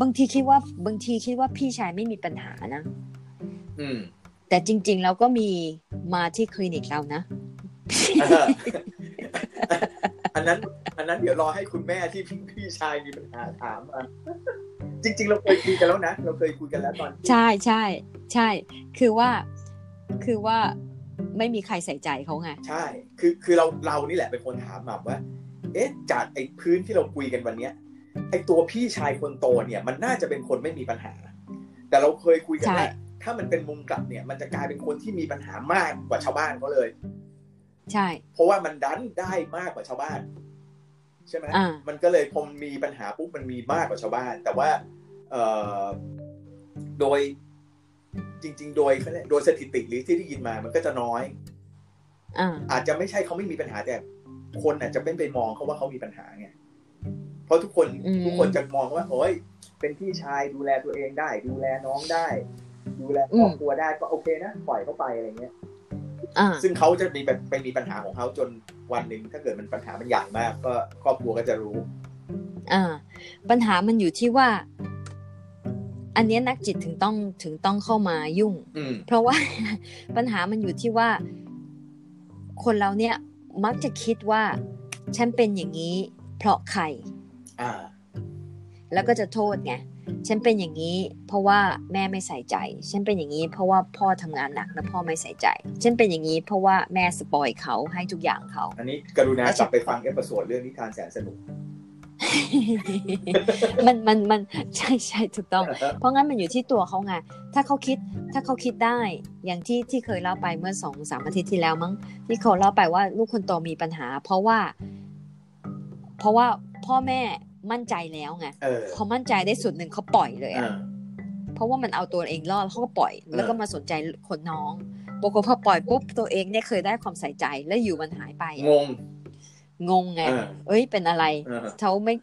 S2: บางทีคิดว่าบางทีคิดว่าพี่ชายไม่มีปัญหานะ
S1: อืม
S2: แต่จริง ๆ แล้วก็มีมาที่คลินิกเรานะ
S1: เอออันนั้น อันนั้นเดี๋ยวรอให้คุณแม่ที่พี่ชายมีปัญหาถามมาจริง ๆ เราเคยคุยกันแล้วนะเราเคยคุยกันแล้วตอน
S2: ใช่ใช่ใช่ คือว่าคือว่าไม่มีใครใส่ใจเขาไง
S1: ใช่ คือคือเราเรานี่แหละเป็นคนถามแบบว่า เอ๊ะจากไอ้พื้นที่เราคุยกันวันเนี้ยไอ้ตัวพี่ชายคนโตเนี่ย มันน่าจะเป็นคนไม่มีปัญหา แต่เราเคยคุยกันว่า
S2: ใช่
S1: ถ้ามันเป็นมุมกลับเนี่ย มันจะกลายเป็นคนที่มีปัญหามากกว่าชาวบ้านเขาเลย
S2: ใช่
S1: เพราะว่ามันดันได้มากกว่าชาวบ้าน ใช่ไหม
S2: อ่ามั
S1: มันก็เลยพอมีปัญหาปุ๊บมันมีมากกว่าชาวบ้าน แต่ว่าเอ่อโดยจริง ๆ โดยเขาเรียกโดยสถิติหรือที่ได้ยินมามันก็จะน้อย
S2: อ่า
S1: อาจจะไม่ใช่เขาไม่มีปัญหาแต่ คนอาจจะเป็นไปมองเขาว่าเขามีปัญหาไงเพราะทุกคนทุกคนจะมองว่าโอ้ยเป็นพี่ชายดูแลตัวเองได้ ดูแลน้องได้ ดูแลครอบครัวได้ก็โอเคนะปล่อยเขาไปอะไรเงี้ย
S2: อ่า
S1: ซึ่งเขาจะมีแบบไปมีปัญหาของเขาจนวันหนึ่งถ้าเกิดมันปัญหามันใหญ่มาก ก็ครอบครัวก็จะรู้
S2: อ่า ปัญหามันอยู่ที่ว่า อันเนี้ยนักจิตถึงต้องถึงต้องเข้ามายุ่ง
S1: อืม
S2: เพราะว่า ปัญหามันอยู่ที่ว่า คนเราเนี่ยมักจะคิดว่า ฉันเป็นอย่างนี้ เพราะใคร
S1: อ่า
S2: แล้วก็จะโทษไง ฉันเป็นอย่างนี้ เพราะว่าแม่ไม่ใส่ใจ ฉันเป็นอย่างนี้ เพราะว่าพ่อทำงานหนักและพ่อไม่ใส่ใจ ฉันเป็นอย่างนี้ เพราะว่าแม่สปอยเขาให้ทุกอย่างเขา
S1: อันนี้กรุณากลับไปฟังเอพิโซดเรื่องนิทานแสนสนุก
S2: มันมันมัน ใช่ใช่ถูกต้อง เพราะงั้นมันอยู่ที่ตัวเขาไง ถ้าเขาคิด ถ้าเขาคิดได้ อย่างที่ที่เคยเล่าไปเมื่อสองสามอาทิตย์ที่แล้วมั้ง ที่เขาเล่าไปว่าลูกคนโตมีปัญหา เพราะว่า เพราะว่าพ่อแม่มั่นใจแล้วไง
S1: เออ
S2: พอมั่นใจได้สุดหนึ่งเขาปล่อยเลย
S1: อ่า
S2: อะ เพราะว่ามันเอาตัวเองรอดเขาก็ปล่อย
S1: เออ
S2: แล้วก็มาสนใจคนน้องปรากฏพอปล่อยปุ๊บตัวเองเนี่ยเคยได้ความใส่ใจแล้วอยู่มันหายไป
S1: งง
S2: งงไง
S1: เออ
S2: เอ้ยเป็นอะไร
S1: เออ
S2: เขาไม่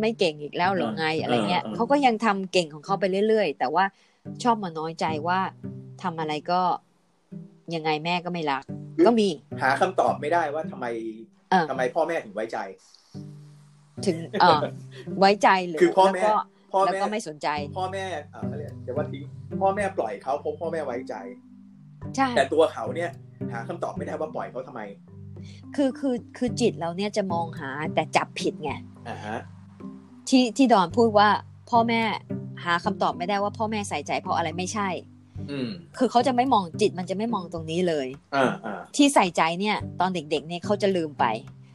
S2: ไม่เก่งอีกแล้วเหรอไงอะไรเงี้ย
S1: เออเออ
S2: เขาก็ยังทำเก่งของเขาไปเรื่อย ๆ แต่ว่าชอบมาน้อยใจว่าทำอะไรก็ยังไงแม่ก็ไม่รัก ก็มี
S1: หาคำตอบไม่ได้ว่าทำไม
S2: เออ
S1: ทำไมพ่อแม่ถึงไว้ใจ
S2: ถึงเอ อไว้ใจหรือ
S1: คือพ่อ
S2: แล้ว
S1: แม่
S2: ก็
S1: พ่อ
S2: แล้ว
S1: แม่
S2: ก็ไม่สนใจ
S1: พ่อแม่เอ่อเขาเรียกจะว่าทิ้งพ่อแม่ปล่อยเขาเพราะพ่อแม่ไว้ใจ
S2: ใช่
S1: แต่ตัวเขาเนี่ย หาคำตอบไม่ได้ว่าปล่อยเขาทำไม
S2: คือคือคือจิตเราเนี่ยจะมองหาแต่จับผิดไง
S1: อ่าฮะ
S2: ที่ที่ดอนพูดว่าพ่อแม่หาคำตอบไม่ได้ว่าพ่อแม่ใส่ใจเพราะอะไรไม่ใช่
S1: อืม
S2: คือเขาจะไม่มองจิตมันจะไม่มองตรงนี้เลย
S1: อ่าอ่า
S2: ที่ใส่ใจเนี่ยตอนเด็กๆเนี่ยเขาจะลืมไป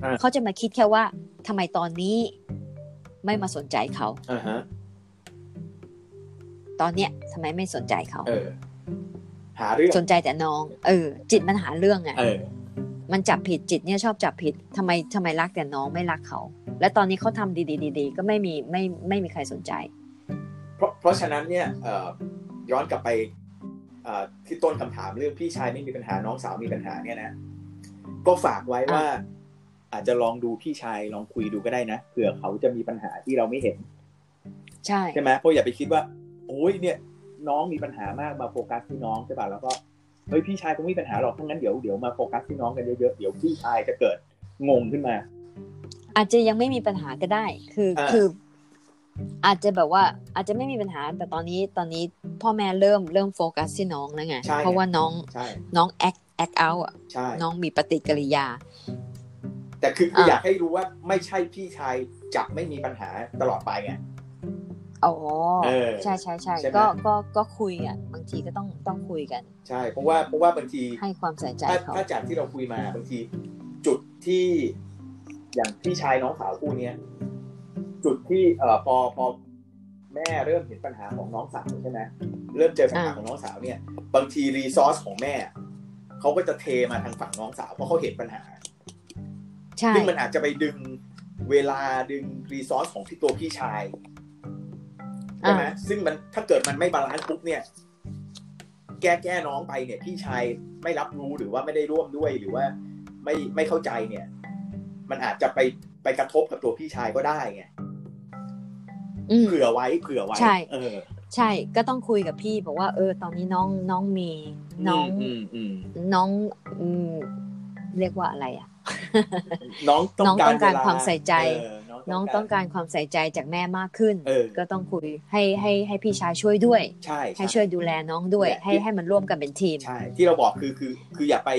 S1: อ่า
S2: เขาจะมาคิดแค่ว่าทำไมตอนนี้ไม่มาสนใจเขา
S1: อ่าฮะ
S2: ตอนเนี้ยทำไมไม่สนใจเขา
S1: เออ หาเรื่อง
S2: สนใจแต่น้อง เออ จิตมันหาเรื่องไง
S1: เออ
S2: มันจับผิดจิตเนี่ยชอบจับผิดทำไมทำไมรักแต่น้องไม่รักเขา และตอนนี้เขาทำดีๆๆๆก็ไม่มีไม่ไม่มีใครสนใจ
S1: เพราะเพราะฉะนั้นเนี่ยเอ่อย้อนกลับไปเอ่อที่ต้นคำถามเรื่องพี่ชายไม่มีปัญหาน้องสาวมีปัญหาเนี่ยนะ ก็ฝากไว้ว่า อาจจะลองดูพี่ชายลองคุยดูก็ได้นะเผื่อเขาจะมีปัญหาที่เราไม่เห็น
S2: ใช่
S1: ใช่ไหมเพราะอย่าไปคิดว่า โอ้ยเนี่ย น้องมีปัญหามากมาโฟกัสที่น้องใช่ป่ะแล้วก็เฮ้ยพี่ชายคงไม่มีปัญหาหรอกทั้างนั้นเดี๋ยวเดี๋ยวมาโฟกัสที่น้องกันเยอะๆเดี๋ยวพี่ชายจะเกิดงงขึ้นมา
S2: อาจจะยังไม่มีปัญหาก็ได้ คืออา คือ อาจจะแบบว่าอาจจะไม่มีปัญหา แต่ตอนนี้ตอนนี้พ่อแม่เริ่มเริ่มโฟกัสที่น้องแล้วไง
S1: ใช่
S2: เพราะว่าน้อง
S1: ใช่
S2: น้องแอคแอคเอาอะ
S1: ใช่
S2: น้องมีปฏิกิริยา
S1: แต่คือคืออ
S2: เอออ
S1: ยากให้รู้ว่าไม่ใช่พี่ชายจะไม่มีปัญหาตลอดไปไง
S2: อ๋อ
S1: เออ
S2: ใช่ใช่ใช่
S1: ใช่ไหม
S2: ก็ก็ก็คุยอ่ะบางทีก็ต้องต้องคุยกัน
S1: ใช่เพราะว่าเพราะว่าบางที
S2: ให้ความใส่ใจ
S1: ถ้า
S2: เขา
S1: ถ้าจากที่เราคุยมาบางที จุดที่อย่างพี่ชายน้องสาวคู่เนี้ยจุดที่เอ่อพอพอแม่เริ่มเห็นปัญหาของน้องสาวใช่ไหมเริ่มเจอปัญหาของน้องสาวเนี่ย บางทีรีซอสของแม่เขาก็จะเทมาทางฝั่งน้องสาวเพราะเขาเห็นปัญหา
S2: ใช่
S1: ซึ่งมันอาจจะไปดึงเวลาดึงรีซอสของที่ตัวพี่ชายใช่ไหมซึ่งมันถ้าเกิดมันไม่บาลานซ์ปุ๊บเนี่ย แก้แก้น้องไปเนี่ย พี่ชายไม่รับรู้หรือว่าไม่ได้ร่วมด้วยหรือว่า ไม่ไม่เข้าใจเนี่ย มันอาจจะไปไปกระทบกับตัวพี่ชายก็ได้ไง
S2: อืม
S1: เผื่อไว้เผื่อไว้
S2: ใช่
S1: เออ
S2: ใช่ก็ต้องคุยกับพี่บอกว่าเออ ตอนนี้น้องน้องมีน้อง
S1: อืมอืม
S2: น้องอืมเรียกว่าอะไรอ่ะ
S1: อืมน้องต้อง
S2: น้องต้องการ
S1: เล
S2: ความใส่ใจ
S1: เออ
S2: น้องต้องการความใส่ใจจากแม่มากขึ้น
S1: เออ
S2: ก็ต้องคุยให้ให้ให้พี่ชายช่วยด้วย
S1: ใช่
S2: ให้
S1: ใช่
S2: ช่วยดูแลน้องด้วย
S1: เนี่ย
S2: ให้ให้มันร่วมกันเป็นทีม
S1: ใช่ ที่เราบอกคือคือคืออย่าไป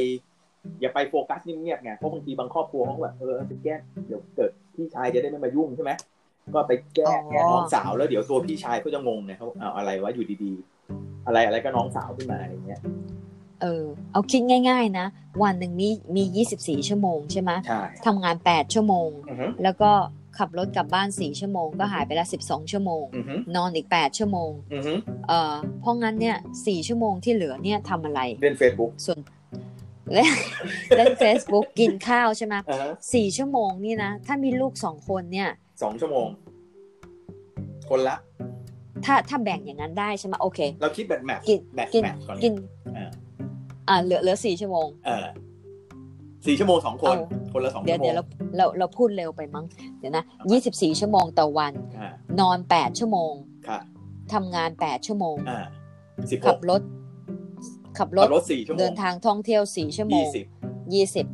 S1: อย่าไปโฟกัสเงียบๆไงเพราะบางทีบางครอบครัวเขาก็แบบเออไปแก้เดี๋ยวเกิดพี่ชายจะได้ไม่มายุ่งใช่ไหมก็ไปแก้
S2: อ๋อ
S1: แก้น้องสาวแล้วเดี๋ยวตัวพี่ชายเขาจะงงไงเขาเอาอะไรวะอยู่ดีๆ อะไรอะไรก็น้องสาวขึ้นมาอะไรเงี้ย
S2: เออ เอาคิดง่ายๆนะ วันหนึ่งมีมี 24 ชั่วโมงใช่ไหม
S1: ใช่
S2: ทำงาน 8 ชั่วโมง
S1: อือฮึ
S2: แล้วก็ขับรถกลับบ้าน 4 ชั่วโมง ก็หายไปละ 12 ชั่วโมง
S1: อือฮึ
S2: นอนอีก 8 ชั่วโมง
S1: อือฮึ
S2: เอ่อ เพราะงั้นเนี่ย 4 ชั่วโมงที่เหลือเนี่ยทำอะไร
S1: เล่นเฟซบุ๊ก
S2: ส่วน เล่นเล่น Facebook กินข้าวใช่ไหม
S1: อ่าฮะ
S2: สี่ชั่วโมงนี่นะ ถ้ามีลูกสองคนเนี่ย
S1: สองชั่วโมง คนละ
S2: ถ้าถ้าแบ่งอย่างนั้นได้ใช่ไหมโอเค
S1: เราคิดแบบแมท
S2: กิน
S1: แมท
S2: กิน
S1: แมทก่อน
S2: กิน
S1: อ่า
S2: อ่าเหลือเหลือสี่ชั่วโมง
S1: เออสี่ชั่วโมงสองคน
S2: เอา
S1: คนละสอง
S2: เดี๋ย
S1: ชั่วโม
S2: วเดี๋ย
S1: ง
S2: วเราเราเราพูดเร็วไปมั้ง เดี๋ยวนะยี่สิบสี่ชั่วโมงต่อวัน
S1: อ่าน
S2: อนแปดชั่วโมง
S1: ค่ะ
S2: ทำงานแปดชั่วโมง
S1: อ่าสิบห
S2: ขั
S1: ก
S2: บรถ ขับรถ
S1: เอารถสี่ชั่วโม
S2: เดิ
S1: ง
S2: นทางท่องเที่ยวสี่ชั่วโม
S1: ยี่
S2: ง
S1: สิบ
S2: ยี่สิบ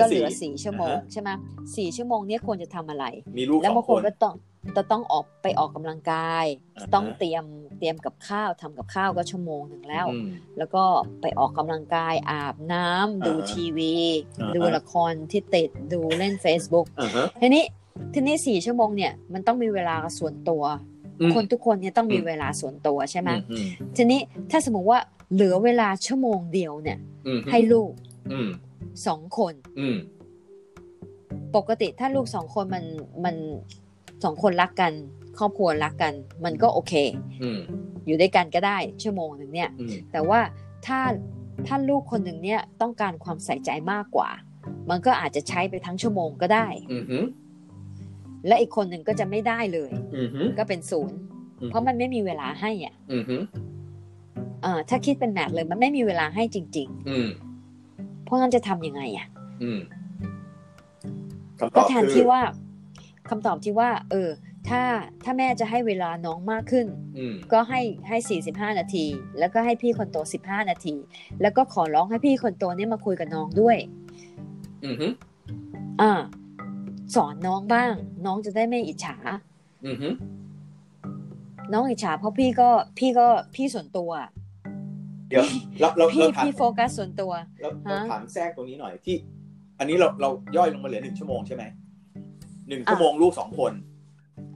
S2: ก็เหลือ
S1: สี่
S2: สี่ชั่วโมง
S1: อ่าฮะ
S2: ใช่ไหมสี่ชั่วโมงเนี้ยควรจะทำอะไร
S1: มีลูก
S2: แล้
S1: สอบ
S2: วาง
S1: ง
S2: ค
S1: คน น
S2: ก็ต้องจะต้องออกไปออกกำลังกาย
S1: อ่าฮะ
S2: ต้องเตรียมเตรียมกับข้าวทำกับข้าวก็ชั่วโมงหนึ่งแล้ว
S1: อืม
S2: แล้วก็ไปออกกำลังกายอาบน้ำดู
S1: อ่าฮะ
S2: ทีวี
S1: อ่าฮะ
S2: ดูละครที่ติดดูเล่น Facebook
S1: อ่าฮะ
S2: ทีนี้ทีนี้สี่ชั่วโมงเนี่ยมันต้องมีเวลาส่วนตัว
S1: อืม
S2: คนทุกคนเนี่ยต้องมีเวลาส่วนตัวใช่ไหม
S1: อืม
S2: ทีนี้ถ้าสมมติว่าเหลือเวลาชั่วโมงเดียวเนี่ย
S1: อืม
S2: ให้ลูก
S1: อืม
S2: สองคน
S1: อืม
S2: ปกติถ้าลูกสองคนมันมันสองคนรักกัน ครอบครัวรักกัน มันก็โอเค
S1: อืม
S2: อยู่ด้วยกันก็ได้ชั่วโมงหนึ่งเนี่ย
S1: อืม
S2: แต่ว่าถ้าถ้าลูกคนหนึ่งเนี่ยต้องการความใส่ใจมากกว่า มันก็อาจจะใช้ไปทั้งชั่วโมงก็ได้
S1: อืมอืม
S2: และอีกคนหนึ่งก็จะไม่ได้เลย
S1: อืมอืม
S2: ก็เป็นศูนย์
S1: อืม
S2: เพราะมันไม่มีเวลาให้อ่ะ
S1: อืมอืม
S2: เอ่อถ้าคิดเป็นแมทเลยมันไม่มีเวลาให้จริง
S1: อืม
S2: ๆ เพราะงั้นจะทำยังไงอ่ะ
S1: อืมคำต
S2: ก็
S1: อบ
S2: แทน
S1: คือ
S2: ที่ว่าคำตอบที่ว่า เออ ถ้าถ้าแม่จะให้เวลาน้องมากขึ้น
S1: อืม
S2: ก็ให้ให้ 45 นาที แล้วก็ให้พี่คนโต 15 นาที แล้วก็ขอร้องให้พี่คนโตเนี่ยมาคุยกับน้องด้วย
S1: อืมอืม
S2: อ่า สอนน้องบ้าง น้องจะได้ไม่อิจฉา
S1: อืมอืม
S2: น้องอิจฉาเพราะพี่ก็พี่ก็พี่ส่วนตัวอะ
S1: เดี๋ยวเราเรา
S2: พี่
S1: เราถาม
S2: พี่โฟกัสส่วนตัว
S1: เราเรา
S2: ฮะ
S1: ถามแทรกตรงนี้หน่อยที่ อันนี้เราเราย่อยลงมาเหลือหนึ่งชั่วโมงใช่ไหมหนึ่งชั่วโมงลูกสองคน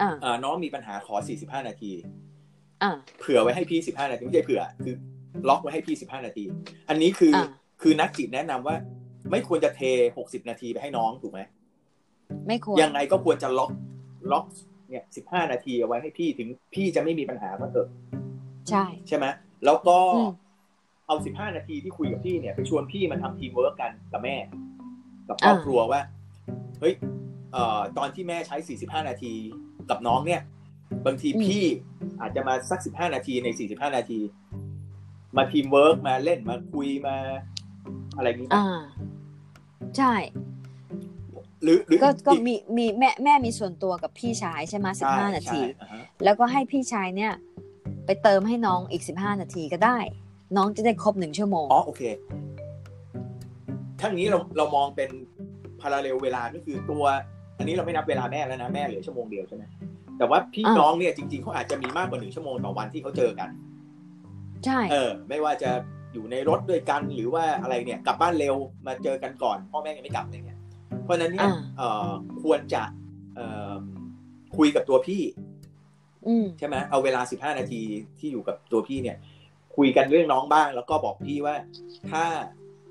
S2: อ่า
S1: อ่าน้องมีปัญหาขอสี่สิบห้านาที
S2: อ่า
S1: เผื่อไว้ให้พี่สิบห้านาทีไม่ใช่เผื่อ คือล็อกไว้ให้พี่สิบห้านาที อันนี้คืออ
S2: ม
S1: คือนักจิตแนะนำว่า ไม่ควรจะเทหกสิบนาทีไปให้น้องถูกไหม
S2: ไม่ควร
S1: ยังไงก็ควรจะล็อกล็อกเนี่ยสิบห้านาทีเอาไว้ให้พี่ถึงพี่จะไม่มีปัญหาก็เถอะ
S2: ใช่
S1: ใช่ไหมแล้วก็
S2: อืม
S1: เอาสิบห้านาทีที่คุยกับพี่เนี่ยไปชวนพี่มาทำทีมเวิร์กกันกับแม่ กับครอบครัวว่าเฮ้ยเอ่อตอนที่แม่ใช้สี่สิบห้านาทีกับน้องเนี่ย บางทีพี่อาจจะมาสักสิบห้านาทีในสี่สิบห้านาที มาทีมเวิร์กมาเล่นมาคุยมา อะไรอย่างนี้ปะ
S2: อ่า ใช่
S1: หรือหรือ
S2: ก็ก็
S1: อี
S2: มีมีแม่แม่มีส่วนตัวกับพี่ชายใช่ไหมสิบ
S1: ใช่
S2: ห้านาที
S1: ใช่อ่าฮะ
S2: แล้วก็ให้พี่ชายเนี่ย ไปเติมให้น้องอีกสิบห้านาทีก็ได้ น้องจะได้ครบหนึ่งชั่วโมง
S1: อ๋อโอเคทั้างนี้เราเรามองเป็นพาราเรลเวลาก็คือตัว อันนี้เราไม่นับเวลาแม่แล้วนะ แม่เหลือชั่วโมงเดียวใช่ไหม แต่ว่าพี่
S2: อ่า
S1: น้องเนี่ยจริงๆเขาอาจจะมีมากกว่าหนึ่งชั่วโมงต่อวันที่เขาเจอกัน
S2: ใช่
S1: เออ ไม่ว่าจะอยู่ในรถด้วยกันหรือว่าอะไรเนี่ย กลับบ้านเร็วมาเจอกันก่อนพ่อแม่ยังไม่กลับอะไรเงี้ยเพราะฉะนั้นเนี่ย
S2: อ่า
S1: เอ่อควรจะเอ่อคุยกับตัวพี่
S2: อืม
S1: ใช่ไหมเอาเวลา 15 นาทีที่อยู่กับตัวพี่เนี่ย คุยกันเรื่องน้องบ้าง แล้วก็บอกพี่ว่า ถ้า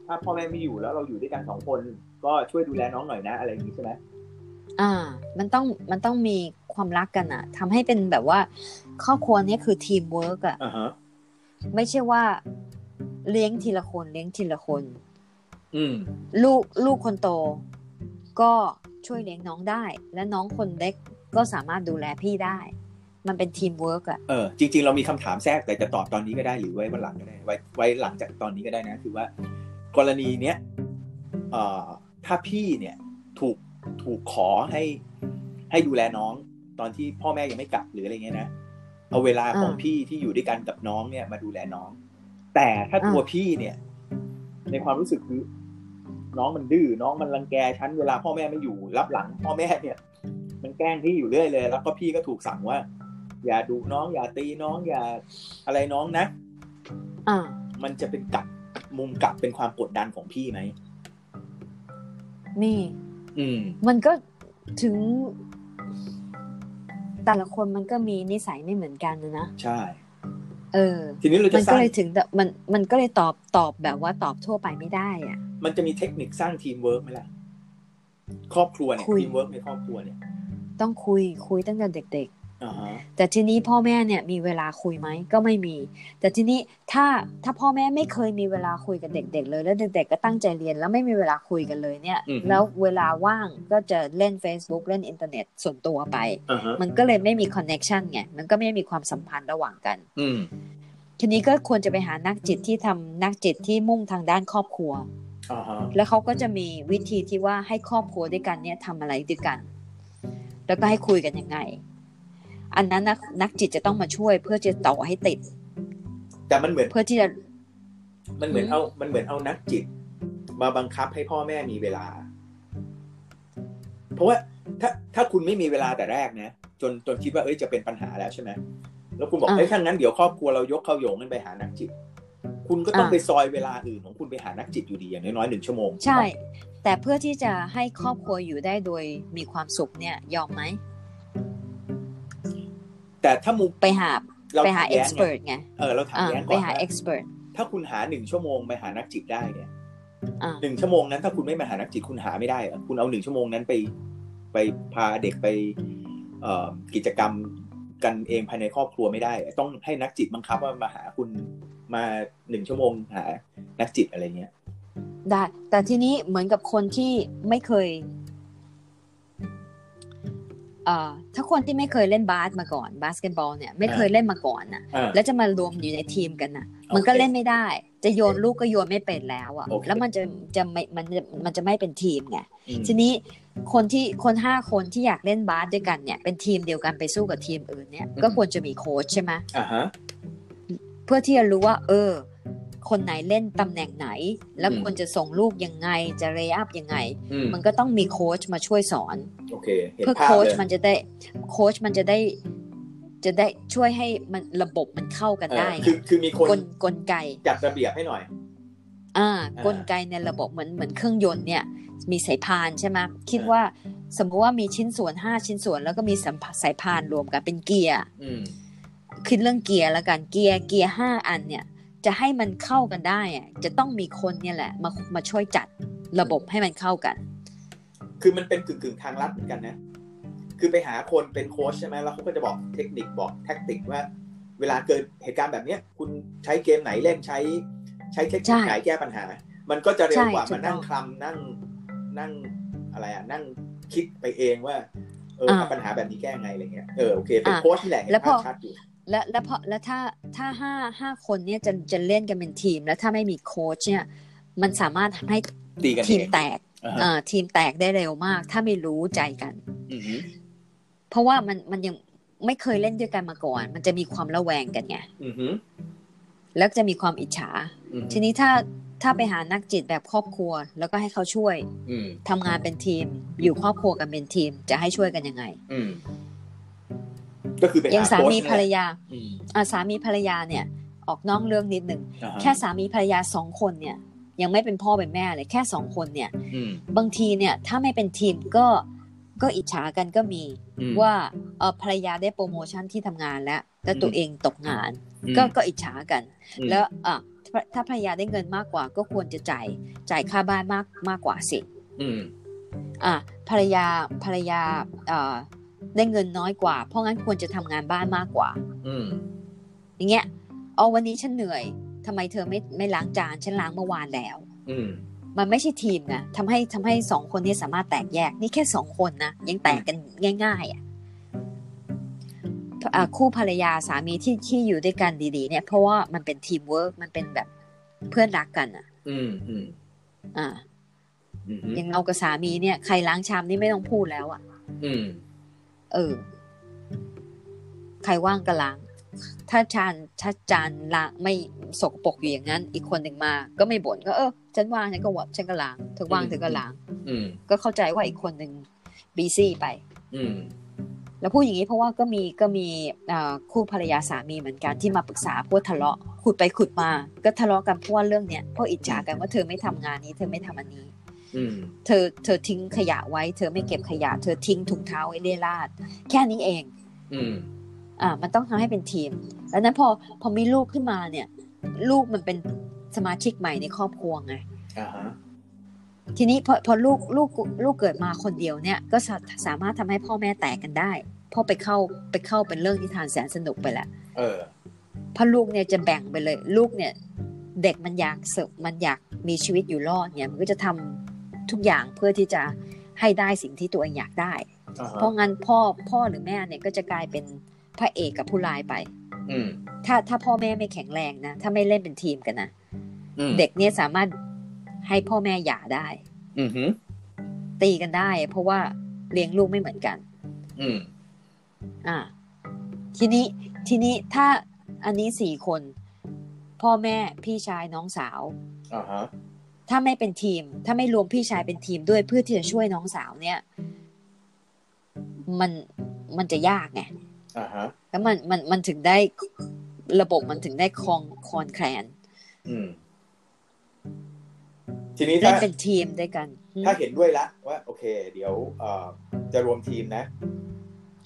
S1: ถ้าพ่อแม่ไม่อยู่แล้วเราอยู่ด้วยกันสองคน ก็ช่วยดูแลน้องหน่อยนะ อะไรอย่างนี้ใช่ไหม
S2: อ่า มันต้องมันต้องมีความรักกันอะทำให้เป็นแบบว่า ครอบครัวเนี้คือทีมเวิร์กอะ
S1: อ่าฮะ
S2: ไม่ใช่ว่าเลี้ยงทีละคนเลี้ยงทีละคน
S1: อืม
S2: ลูกลูกคนโต ก็ช่วยเลี้ยงน้องได้ และน้องคนเล็กก็สามารถดูแลพี่ได้ มันเป็นทีมเวิร์กอะ
S1: เออจริง ๆ เรามีคำถามแทรกแต่จะตอบตอนนี้ก็ได้หรือไว้วันหลังก็ได้ ไว้ไว้หลังจากตอนนี้ก็ได้นะ คือว่า กรณีเนี้ยเอ่อถ้าพี่เนี่ยถูกถูกขอให้ให้ดูแลน้องตอนที่พ่อแม่ยังไม่กลับหรืออะไรเงี้ยนะเอาเวลาของพี่ที่อยู่ด้วยกันกับน้องเนี่ยมาดูแลน้อง แต่ถ้าตัวพี่เนี่ย ในความรู้สึกคือน้องมันดื้อน้องมันรังแกฉันเวลาพ่อแม่ไม่อยู่รับหลัง พ่อแม่เนี่ย มันแกล้งพี่อยู่เรื่อยเลย แล้วก็พี่ก็ถูกสั่งว่า อย่าดุน้องอย่าตีน้องอย่าอะไรน้องนะ
S2: อ่า
S1: มันจะเป็นกลับมุมกลับเป็นความกดดันของพี่ไหม
S2: นี่
S1: อืม
S2: มันก็ถึง แต่ละคนมันก็มีนิสัยไม่เหมือนกันนะนะ
S1: ใช่
S2: เออ
S1: ทีนี้เรา
S2: มั
S1: จะ
S2: น
S1: ส
S2: ก็
S1: ร้าง
S2: เลยถึงแต่มันมันก็เลยตอบตอบแบบว่าตอบทั่วไปไม่ได้อะ
S1: มันจะมีเทคนิคสร้างทีมเวิร์กไหมล่ะ ครอบครัวเนี่ย
S2: คุย
S1: ทีมเวิร์กในครอบครัวเนี่ย
S2: ต้องคุยคุยตั้งแต่เด็ก
S1: อ่าฮะ
S2: ๆ แต่ทีนี้พ่อแม่เนี่ยมีเวลาคุยไหมก็ไม่มี แต่ทีนี้ถ้าถ้าพ่อแม่ไม่เคยมีเวลาคุยกับเด็ก ๆ เลย แล้วเด็กๆก็ตั้งใจเรียนแล้วไม่มีเวลาคุยกันเลยเนี่ย แล้วเวลาว่างก็จะเล่น Facebook เล่นอินเทอร์เน็ตส่วนตัวไป
S1: อ่าฮะ
S2: มันก็เลยไม่มีคอนเน็ชันไงมันก็ไม่มีความสัมพันธ์ระหว่างกัน
S1: อืม
S2: ทีนี้ก็ควรจะไปหานักจิตที่ทำนักจิตที่มุ่งทางด้านครอบครัว
S1: อ่าฮะ
S2: แล้วเขาก็จะมีวิธีที่ว่าให้ครอบครัวด้วยกันเนี่ยทำอะไรด้วยกัน แล้วก็ให้คุยกันยังไง อันนั้นนักนักจิตจะต้องมาช่วยเพื่อจะต่อให้ติด
S1: แต่มันเหมือน
S2: เพื่อที่จะ
S1: มันเหมือน
S2: อืม
S1: เอามันเหมือนเอานักจิต มาบังคับให้พ่อแม่มีเวลา เพราะว่าถ้าถ้าคุณไม่มีเวลาแต่แรกนะจนจนคิดว่าเอ้ยจะเป็นปัญหาแล้วใช่ไหมแล้วคุณบอก
S2: อ่า
S1: เอ้ยถ้างั้นเดี๋ยวครอบครัวเรายกเข้าโยงกันไปหานักจิต คุณก็ต้อง
S2: อ่า
S1: ไปซอยเวลาอื่นของคุณไปหานักจิตอยู่ดีอย่างน้อยๆหนึ่งชั่วโมง
S2: ใช่ แต่เพื่อที่จะให้ครอบครัวอยู่ได้โดยมีความสุขเนี่ยยอมไหม
S1: แต่ถ้ามุม
S2: ไปหา
S1: เรา
S2: ไปหา
S1: ถม
S2: เอ็
S1: แย้
S2: ก
S1: ง
S2: ซ์
S1: ไง
S2: เพรสไง
S1: เออเราถาม
S2: อ่า
S1: แย้ง
S2: ไป
S1: ก่อน
S2: หา
S1: ว่า
S2: เอ็กซ์เพรส
S1: ถ้าคุณหาหนึ่งชั่วโมงไปหานักจิตได้เนี่ย
S2: อ่า
S1: หนึ่งชั่วโมงนั้นถ้าคุณไม่มาหานักจิตคุณหาไม่ได้เหรอคุณเอาหนึ่งชั่วโมงนั้นไป ไปพาเด็กไปเอ่อกิจกรรมกันเองภายในครอบครัวไม่ได้เหรอต้องให้นักจิตบังคับว่ามาหาคุณมาหนึ่งชั่วโมงหานักจิตอะไรเงี้ย
S2: ได้ แต่ทีนี้เหมือนกับคนที่ไม่เคยเอ่อถ้าคนที่ไม่เคยเล่นบาสมาก่อนบาสเกตบอลเนี่ยไม่เคยเล่นมาก่อนน่ะ
S1: อ่า
S2: แล้วจะมารวมอยู่ในทีมกันน่ะ
S1: โอเค
S2: มันก็เล่นไม่ได้ จะโยนลูกก็โยนไม่เป็นแล้วอ่ะ
S1: โอเค
S2: แล้วมันจะจะไม่มันจะมันจะไม่เป็นทีมไง
S1: อืม
S2: ทีนี้คนที่คนห้าคนที่อยากเล่นบาสด้วยกันเนี่ย เป็นทีมเดียวกันไปสู้กับทีมอื่นเนี่ย ก็ควรจะมีโค้ชใช่ไหม
S1: อ่าฮะ
S2: เพื่อที่จะรู้ว่า เออ คนไหนเล่นตำแหน่งไหน แล้ว
S1: อืม
S2: ควรจะส่งลูกยังไง จะเรย์อัพยังไง
S1: อืม
S2: มันก็ต้องมีโค้ชมาช่วยสอน
S1: โอเค เห็น
S2: เพื่อ
S1: ภาพ
S2: โค้ช
S1: เลย
S2: มันจะได้โค้ชมันจะได้ จะได้ช่วยให้มันระบบมันเข้ากันได้
S1: เออ
S2: ไง
S1: คือคือมีคน
S2: กลกลไก
S1: จัดระเบียบให้หน่อย
S2: อ่า
S1: อ่าก
S2: ลไกในระบบเหมือนเหมือนเครื่องยนต์เนี่ยมีสายพานใช่ไหมคิด
S1: อ่า
S2: ว่าสมมติว่ามีชิ้นส่วน 5 ชิ้นส่วน แล้วก็มีสัมผัสสายพานรวมกันเป็นเกียร์
S1: อืม
S2: คิดเรื่องเกียร์แล้วกันเกียร์เกียร์ห้าอันเนี่ยจะให้มันเข้ากันได้อะจะต้องมีคนเนี่ยแหละมามาช่วยจัดระบบให้มันเข้ากัน
S1: คือมันเป็นกึ่งกึ่งๆทางลัดเหมือนกันนะ คือไปหาคนเป็นโค้ชใช่ไหมแล้วเขาก็จะบอกเทคนิคบอกแท็กติกว่า เวลาเกิดเหตุการณ์แบบเนี้ย คุณใช้เกมไหนเล่นใช้ ใช้เทคนิคไหนแก้ปัญหา มันก็จะเร็วกว่า
S2: ใช่ถู
S1: มาก นั่ง
S2: ต้อง
S1: คลำนั่งนั่งอะไรอ่ะ นั่งคิดไปเองว่า เออ
S2: อ่า
S1: เอาปัญหาแบบนี้แก้ไงอะไรเงี้ย เออโอเค เป็น
S2: อ่า
S1: โค้ชนี่แหละเห็น
S2: แล้วพ
S1: ภาพ
S2: อ
S1: ชัดอยู่
S2: และและพอและถ้าถ้าห้าห้าคนเนี่ยจะจะเล่นกันเป็นทีม แล้วถ้าไม่มีโค้ชเนี่ยมันสามารถทำให้
S1: ตีกัน
S2: ทีม
S1: เอง
S2: แตก
S1: อ่าฮะ
S2: อ่าทีมแตกได้เร็วมาก ถ้าไม่รู้ใจกัน
S1: อือฮึ
S2: เพราะว่ามันมันยังไม่เคยเล่นด้วยกันมาก่อน มันจะมีความระแวงกันไง
S1: อือฮึ
S2: แล้วจะมีความอิจฉา
S1: อือฮึ
S2: ทีนี้ถ้าถ้าไปหานักจิตแบบครอบครัว แล้วก็ให้เขาช่วย
S1: อืม
S2: ทำงานเป็นทีม อยู่ครอบครัวกันเป็นทีม จะให้ช่วยกันยังไง
S1: อืม ก็คือเป็น
S2: อย่างสามีภรรยา
S1: อืม
S2: อ่ะสามีภรรยาเนี่ย ออกนอกเรื่องนิดหนึ่ง
S1: อ่าฮะ
S2: แค่สามีภรรยาสองคนเนี่ย ยังไม่เป็นพ่อเป็นแม่เลยแค่สองคนเนี่ย
S1: อืม
S2: บางทีเนี่ยถ้าไม่เป็นทีมก็ก็อิจฉากันก็มี
S1: อืม
S2: ว่าเอ่อภรรยาได้โปรโมชั่นที่ทำงานแล้วแต่ตัว
S1: อืม
S2: เองตกงาน
S1: อืม
S2: ก็ก็อิจฉากัน
S1: อืม
S2: แล้วอ่ะถ้าถ้าภรรยาได้เงินมากกว่าก็ควรจะจ่ายจ่ายค่าบ้านมากมากกว่าสิ
S1: อืม
S2: อ่ะภรรยาภรรยาเอ่อได้เงินน้อยกว่า เพราะงั้นควรจะทำงานบ้านมากกว่า
S1: อืม
S2: อย่างเงี้ยเอาวันนี้ฉันเหนื่อยทำไมเธอไม่ไม่ล้างจานฉันล้างเมื่อวานแล้ว
S1: อืม
S2: มันไม่ใช่ทีมนะทำให้ทำให้สองคนนี้สามารถแตกแยกนี่แค่สองคนนะยังแตกกันง่ายๆอ่ะอ่ะคู่ภรรยาสามีที่ที่อยู่ด้วยกันดี ๆ เนี่ย เพราะว่ามันเป็นทีมเวิร์กมันเป็นแบบเพื่อนรักกันอ่ะ
S1: อืมอืม
S2: อ่า
S1: อืม
S2: อ
S1: อืม
S2: ย่างเรากับสามีเนี่ยใครล้างชามนี่ไม่ต้องพูดแล้วอ่ะ
S1: อืม
S2: เออ ใครว่างก็ล้าง ถ้าจานถ้าจานละไม่สกปรกอยู่อย่างนั้น อีกคนหนึ่งมา ก็ไม่บ่นก็เออฉันว่างฉันก็วัดฉันก็ล้างเธอว่างเธอก็ล้าง
S1: อืม
S2: ก็เข้าใจว่าอีกคนหนึ่งบีซี่ไป
S1: อืม
S2: แล้วพูดอย่างนี้เพราะว่าก็มีก็มีเอ่อคู่ภรรยาสามีเหมือนกันที่มาปรึกษาเพราะวกทะเลาะขุดไปขุดมา ก็ทะเลาะกันเพราะว่าเรื่องเนี้ยเพราะอิจฉากันว่าเธอไม่ทำงานนี้ เธอไม่ทำอันนี้
S1: อืม
S2: เธอเธอทิ้งขยะไว้ เธอไม่เก็บขยะ เธอทิ้งถุงเท้าไว้เรี่ยราดแค่นี้เอง
S1: อืม
S2: อ่ามันต้องทำให้เป็นทีม แล้วนั้นพอพอมีลูกขึ้นมาเนี่ย ลูกมันเป็นสมาชิกใหม่ในครอบครัวไง
S1: อ่าฮะ
S2: ทีนี้พอพอลูกลูกลูกเกิดมาคนเดียวเนี่ยก็สาสามารถทำให้พ่อแม่แตกกันได้เพ่อไปเข้าไปเข้าเป็นเรื่องนิทานแสนสนุกไปแล้ว
S1: เออ
S2: เพราะลูกเนี่ยจะแบ่งไปเลย ลูกเนี่ยเด็กมันอยากเสกมันอยากมีชีวิตอยู่รอดเนี่ยมันก็จะทำทุกอย่างเพื่อที่จะให้ได้สิ่งที่ตัวเองอยากได้
S1: อ่าฮะ
S2: เพราะงั้นพ่อพ่อหรือแม่เนี่ยก็จะกลายเป็นพระเอกกับผู้ร้ายไป
S1: อืม
S2: ถ้าถ้าพ่อแม่ไม่แข็งแรงนะถ้าไม่เล่นเป็นทีมกันนะ
S1: อืม
S2: เด็กเนี่ยสามารถให้พ่อแม่หย่าได้
S1: อืมฮึ
S2: ตีกันได้ เพราะว่าเลี้ยงลูกไม่เหมือนกัน
S1: อืม
S2: อ่า ทีนี้ทีนี้ถ้าอันนี้สี่คน พ่อแม่พี่ชายน้องสาว
S1: อ่าฮะ
S2: ถ้าไม่เป็นทีม ถ้าไม่รวมพี่ชายเป็นทีมด้วยเพื่อที่จะช่วยน้องสาวเนี่ย มันมันจะยากไง
S1: อ่าฮะ
S2: แล้วมันมันมันถึงได้ระบบมันถึงได้คลองคลอนแคลน
S1: อืมทีนี้
S2: เล่
S1: ถ้า
S2: นเป็นทีมด้วยกันอืม
S1: ถ้าเห็นด้วยละว่า โอเค เดี๋ยวเอ่อจะรวมทีมนะ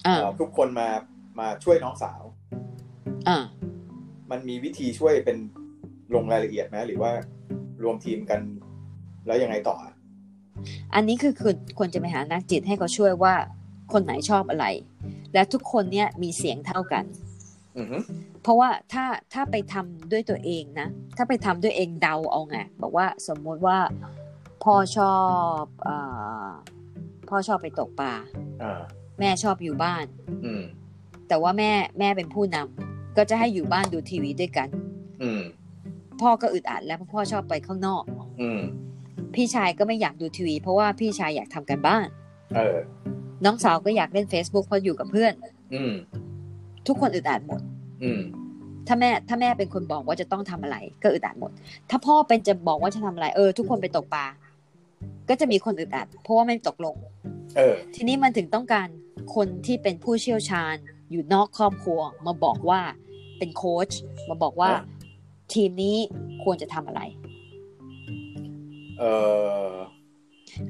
S2: อ่า
S1: เอ่อทุกคนมามาช่วยน้องสาว
S2: อ่า
S1: มันมีวิธีช่วยเป็นลงรายละเอียดไหมหรือว่ารวมทีมกัน แล้วยังไงต่ออะ
S2: อันนี้คือคือควรจะไปหานักจิตให้เขาช่วยว่าคนไหนชอบอะไร และทุกคนเนี่ยมีเสียงเท่ากัน
S1: อือฮึ
S2: เพราะว่าถ้าถ้าไปทำด้วยตัวเองนะ ถ้าไปทำด้วยเองเดาเอาไงบอกว่าสมมุติว่าพ่อชอบเออพ่อชอบไปตกปลา
S1: อ่า
S2: แม่ชอบอยู่บ้าน
S1: อืม
S2: แต่ว่าแม่แม่เป็นผู้นำก็จะให้อยู่บ้านดูทีวีด้วยกัน
S1: อืม
S2: พ่อก็อึดอัดแล้วเพราะพ่อชอบไปข้างนอก
S1: อืม
S2: พี่ชายก็ไม่อยากดูทีวี เพราะว่าพี่ชายอยากทำกันบ้าน
S1: เออ
S2: น้องสาวก็อยากเล่น Facebook เพราะอยู่กับเพื่อน
S1: อืม
S2: ทุกคนอึดอัดหมด
S1: อืม
S2: ถ้าแม่ถ้าแม่เป็นคนบอกว่าจะต้องทำอะไร ก็อึดอัดหมด ถ้าพ่อเป็นจะบอกว่าจะทำอะไรเออทุกคนไปตกปลา ก็จะมีคนอึดอัด เพราะว่าไม่ตกลง
S1: เออ
S2: ทีนี้มันถึงต้องการคนที่เป็นผู้เชี่ยวชาญ อยู่นอกครอบครัว มาบอกว่าเป็นโค้ชมาบอกว่า
S1: อ่ะ
S2: ทีมนี้ควรจะทำอะไร
S1: เออ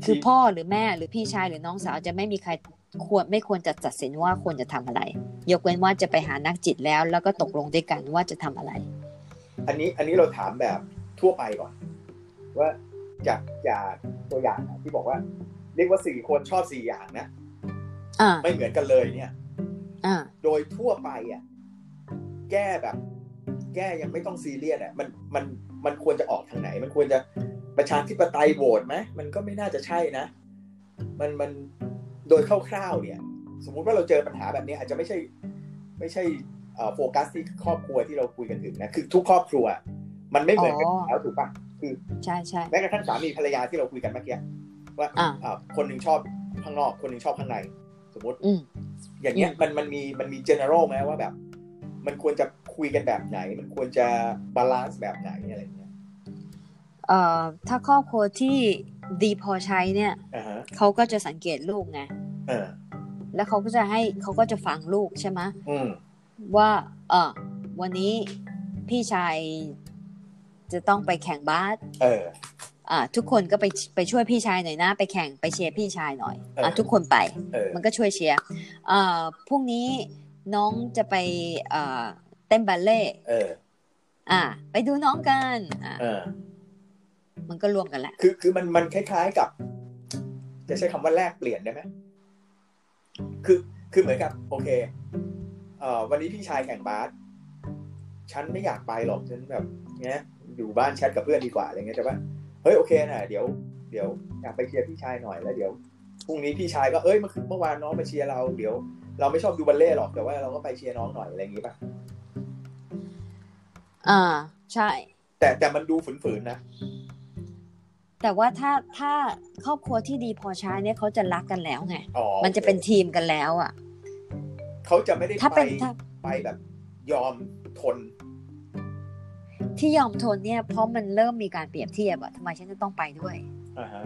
S2: คือพ่อหรือแม่หรือพี่ชายหรือน้องสาวจะไม่มีใครควรไม่ควรจะตัดสินว่าควรจะทำอะไร ยกเว้นว่าจะไปหานักจิตแล้ว แล้วก็ตกลงด้วยกันว่าจะทำอะไร
S1: อันนี้อันนี้เราถามแบบทั่วไปก่อน ว่าจากจากตัวอย่างนะที่บอกว่า เรียกว่าสี่คนชอบสี่อย่างนะ
S2: อ่า
S1: ไม่เหมือนกันเลยเนี่ย
S2: อ่า
S1: โดยทั่วไปอ่ะแก้แบบ แก้ยังไม่ต้องซีเรียสอ่ะมันมันมันควรจะออกทางไหน มันควรจะประชาธิปไตยโหวตไหมมันก็ไม่น่าจะใช่นะ มันมันโดยคร่าวๆเนี่ย สมมุติว่าเราเจอปัญหาแบบนี้อาจจะไม่ใช่ ไม่ใช่เอ่อโฟกัสที่ครอบครัวที่เราคุยกันถึงนะคือทุกครอบครัว มันไม่เหมือนกัน
S2: อ๋อ
S1: แล้วถูกปะคือ
S2: ใช่ใช่
S1: แม้กระทั่งสามีภรรยาที่เราคุยกันเมื่อกี้ว่า
S2: อ่า
S1: อ่าคนหนึ่งชอบข้างนอก คนหนึ่งชอบข้างใน สมมติ
S2: อืม
S1: อย่างเงี้ยมันมันมีมันมี general ไหมว่าแบบ มันควรจะคุยกันแบบไหน มันควรจะบาลานซ์แบบไหนอะไรอย่างเงี้ย
S2: เอ่อถ้าครอบครัวที่ดีพอใช้เนี่ย
S1: อ่าฮะ
S2: เขาก็จะสังเกตลูกไง
S1: เออ
S2: แล้วเขาก็จะให้เขาก็จะฟังลูกใช่ไหมะ
S1: อืม
S2: ว่าเออวันนี้พี่ชายจะต้องไปแข่งบาส
S1: เออ
S2: อ่าทุกคนก็ไปไปช่วยพี่ชายหน่อยนะไปแข่งไปเชียร์พี่ชายหน่อย
S1: เอออ่
S2: อ่ะทุกคนไป
S1: เออ
S2: มันก็ช่วยเชียร์เอ่อพรุ่งนี้น้องจะไปเอ่อเต้นบัลเล่ต์
S1: เออ
S2: อ่า ไปดูน้องกันอ่า
S1: เออ
S2: มันก็รวมกันแหละ
S1: คือคือมันมันคล้ายๆกับ จะใช้คำว่าแลกเปลี่ยนได้ไหมคือคือเหมือนกับ โอเคเอ่อวันนี้พี่ชายแข่งบาสฉันไม่อยากไปหรอกฉันแบบเนี้ยอยู่บ้านแชทกับเพื่อนดีกว่าอะไรเงี้ยใช่ปะเฮ้ยโอเคนะเดี๋ยวเดี๋ยวอยากไปเชียร์พี่ชายหน่อยแล้วเดี๋ยวพรุ่งนี้พี่ชายก็เอ้ยเมื่อคืนเมื่อวานน้องมาเชียร์เราเดี๋ยว เราไม่ชอบดูบัลเล่ต์หรอกแต่ว่าเราก็ไปเชียร์น้องหน่อยอะไรอย่างงี้ป่ะ
S2: อ่าใช่
S1: แต่แต่มันดูฝืนๆนะ
S2: แต่ว่าถ้าถ้าครอบครัวที่ดีพอใช้เนี่ยเขาจะรักกันแล้วไง
S1: อ๋อ
S2: มันจะเป็นทีมกันแล้วอ่ะ
S1: เขาจะไม่ได้
S2: ถ้า
S1: ไป
S2: เป็นถ้า
S1: ไปแบบยอมทน
S2: ที่ยอมทนเนี่ยเพราะมันเริ่มมีการเปรียบเทียบอะทำไมฉันจะต้องไปด้วย
S1: อ่าฮะ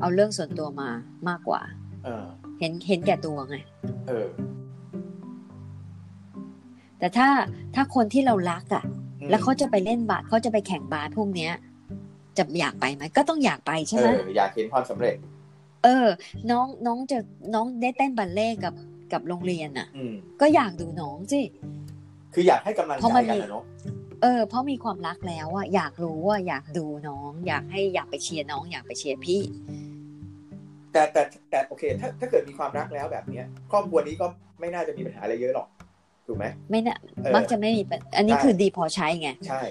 S2: เอาเรื่องส่วนตัวมามากกว่า
S1: เออ
S2: เห็นเห็นแก่ตัวไง
S1: เออ
S2: แต่ถ้าถ้าคนที่เรารักอะ
S1: อืม
S2: แล้วเขาจะไปเล่นบาสเขาจะไปแข่งบาสพวกเนี้ย จะอยากไปไหมก็ต้องอยากไปใช่ไหม
S1: เอออยากเห็นความสำเร็จ
S2: เออ น้องน้องจะน้องได้เต้นบัลเล่ต์กับกับโรงเรียนอะ
S1: อืม
S2: ก็อยากดูน้องสิ
S1: คืออยากให้กำลังใจ
S2: เพราะมัน
S1: กัน
S2: มี
S1: นะเนาะ
S2: เออเพราะมีความรักแล้วอะอยากรู้ว่าอยากดูน้อง อยากให้อยากไปเชียร์น้อง อยากไปเชียร์พี่
S1: แต่แต่แต่โอเค ถ้าถ้าเกิดมีความรักแล้วแบบเนี้ยครอบครัวนี้ก็ไม่น่าจะมีปัญหาอะไรเยอะหรอก ถูกไหม
S2: ไม่น่า
S1: เออ
S2: มักจะไม่มีปัญอันนี้
S1: ใช่
S2: คือดีพอใช้ไง
S1: ใช่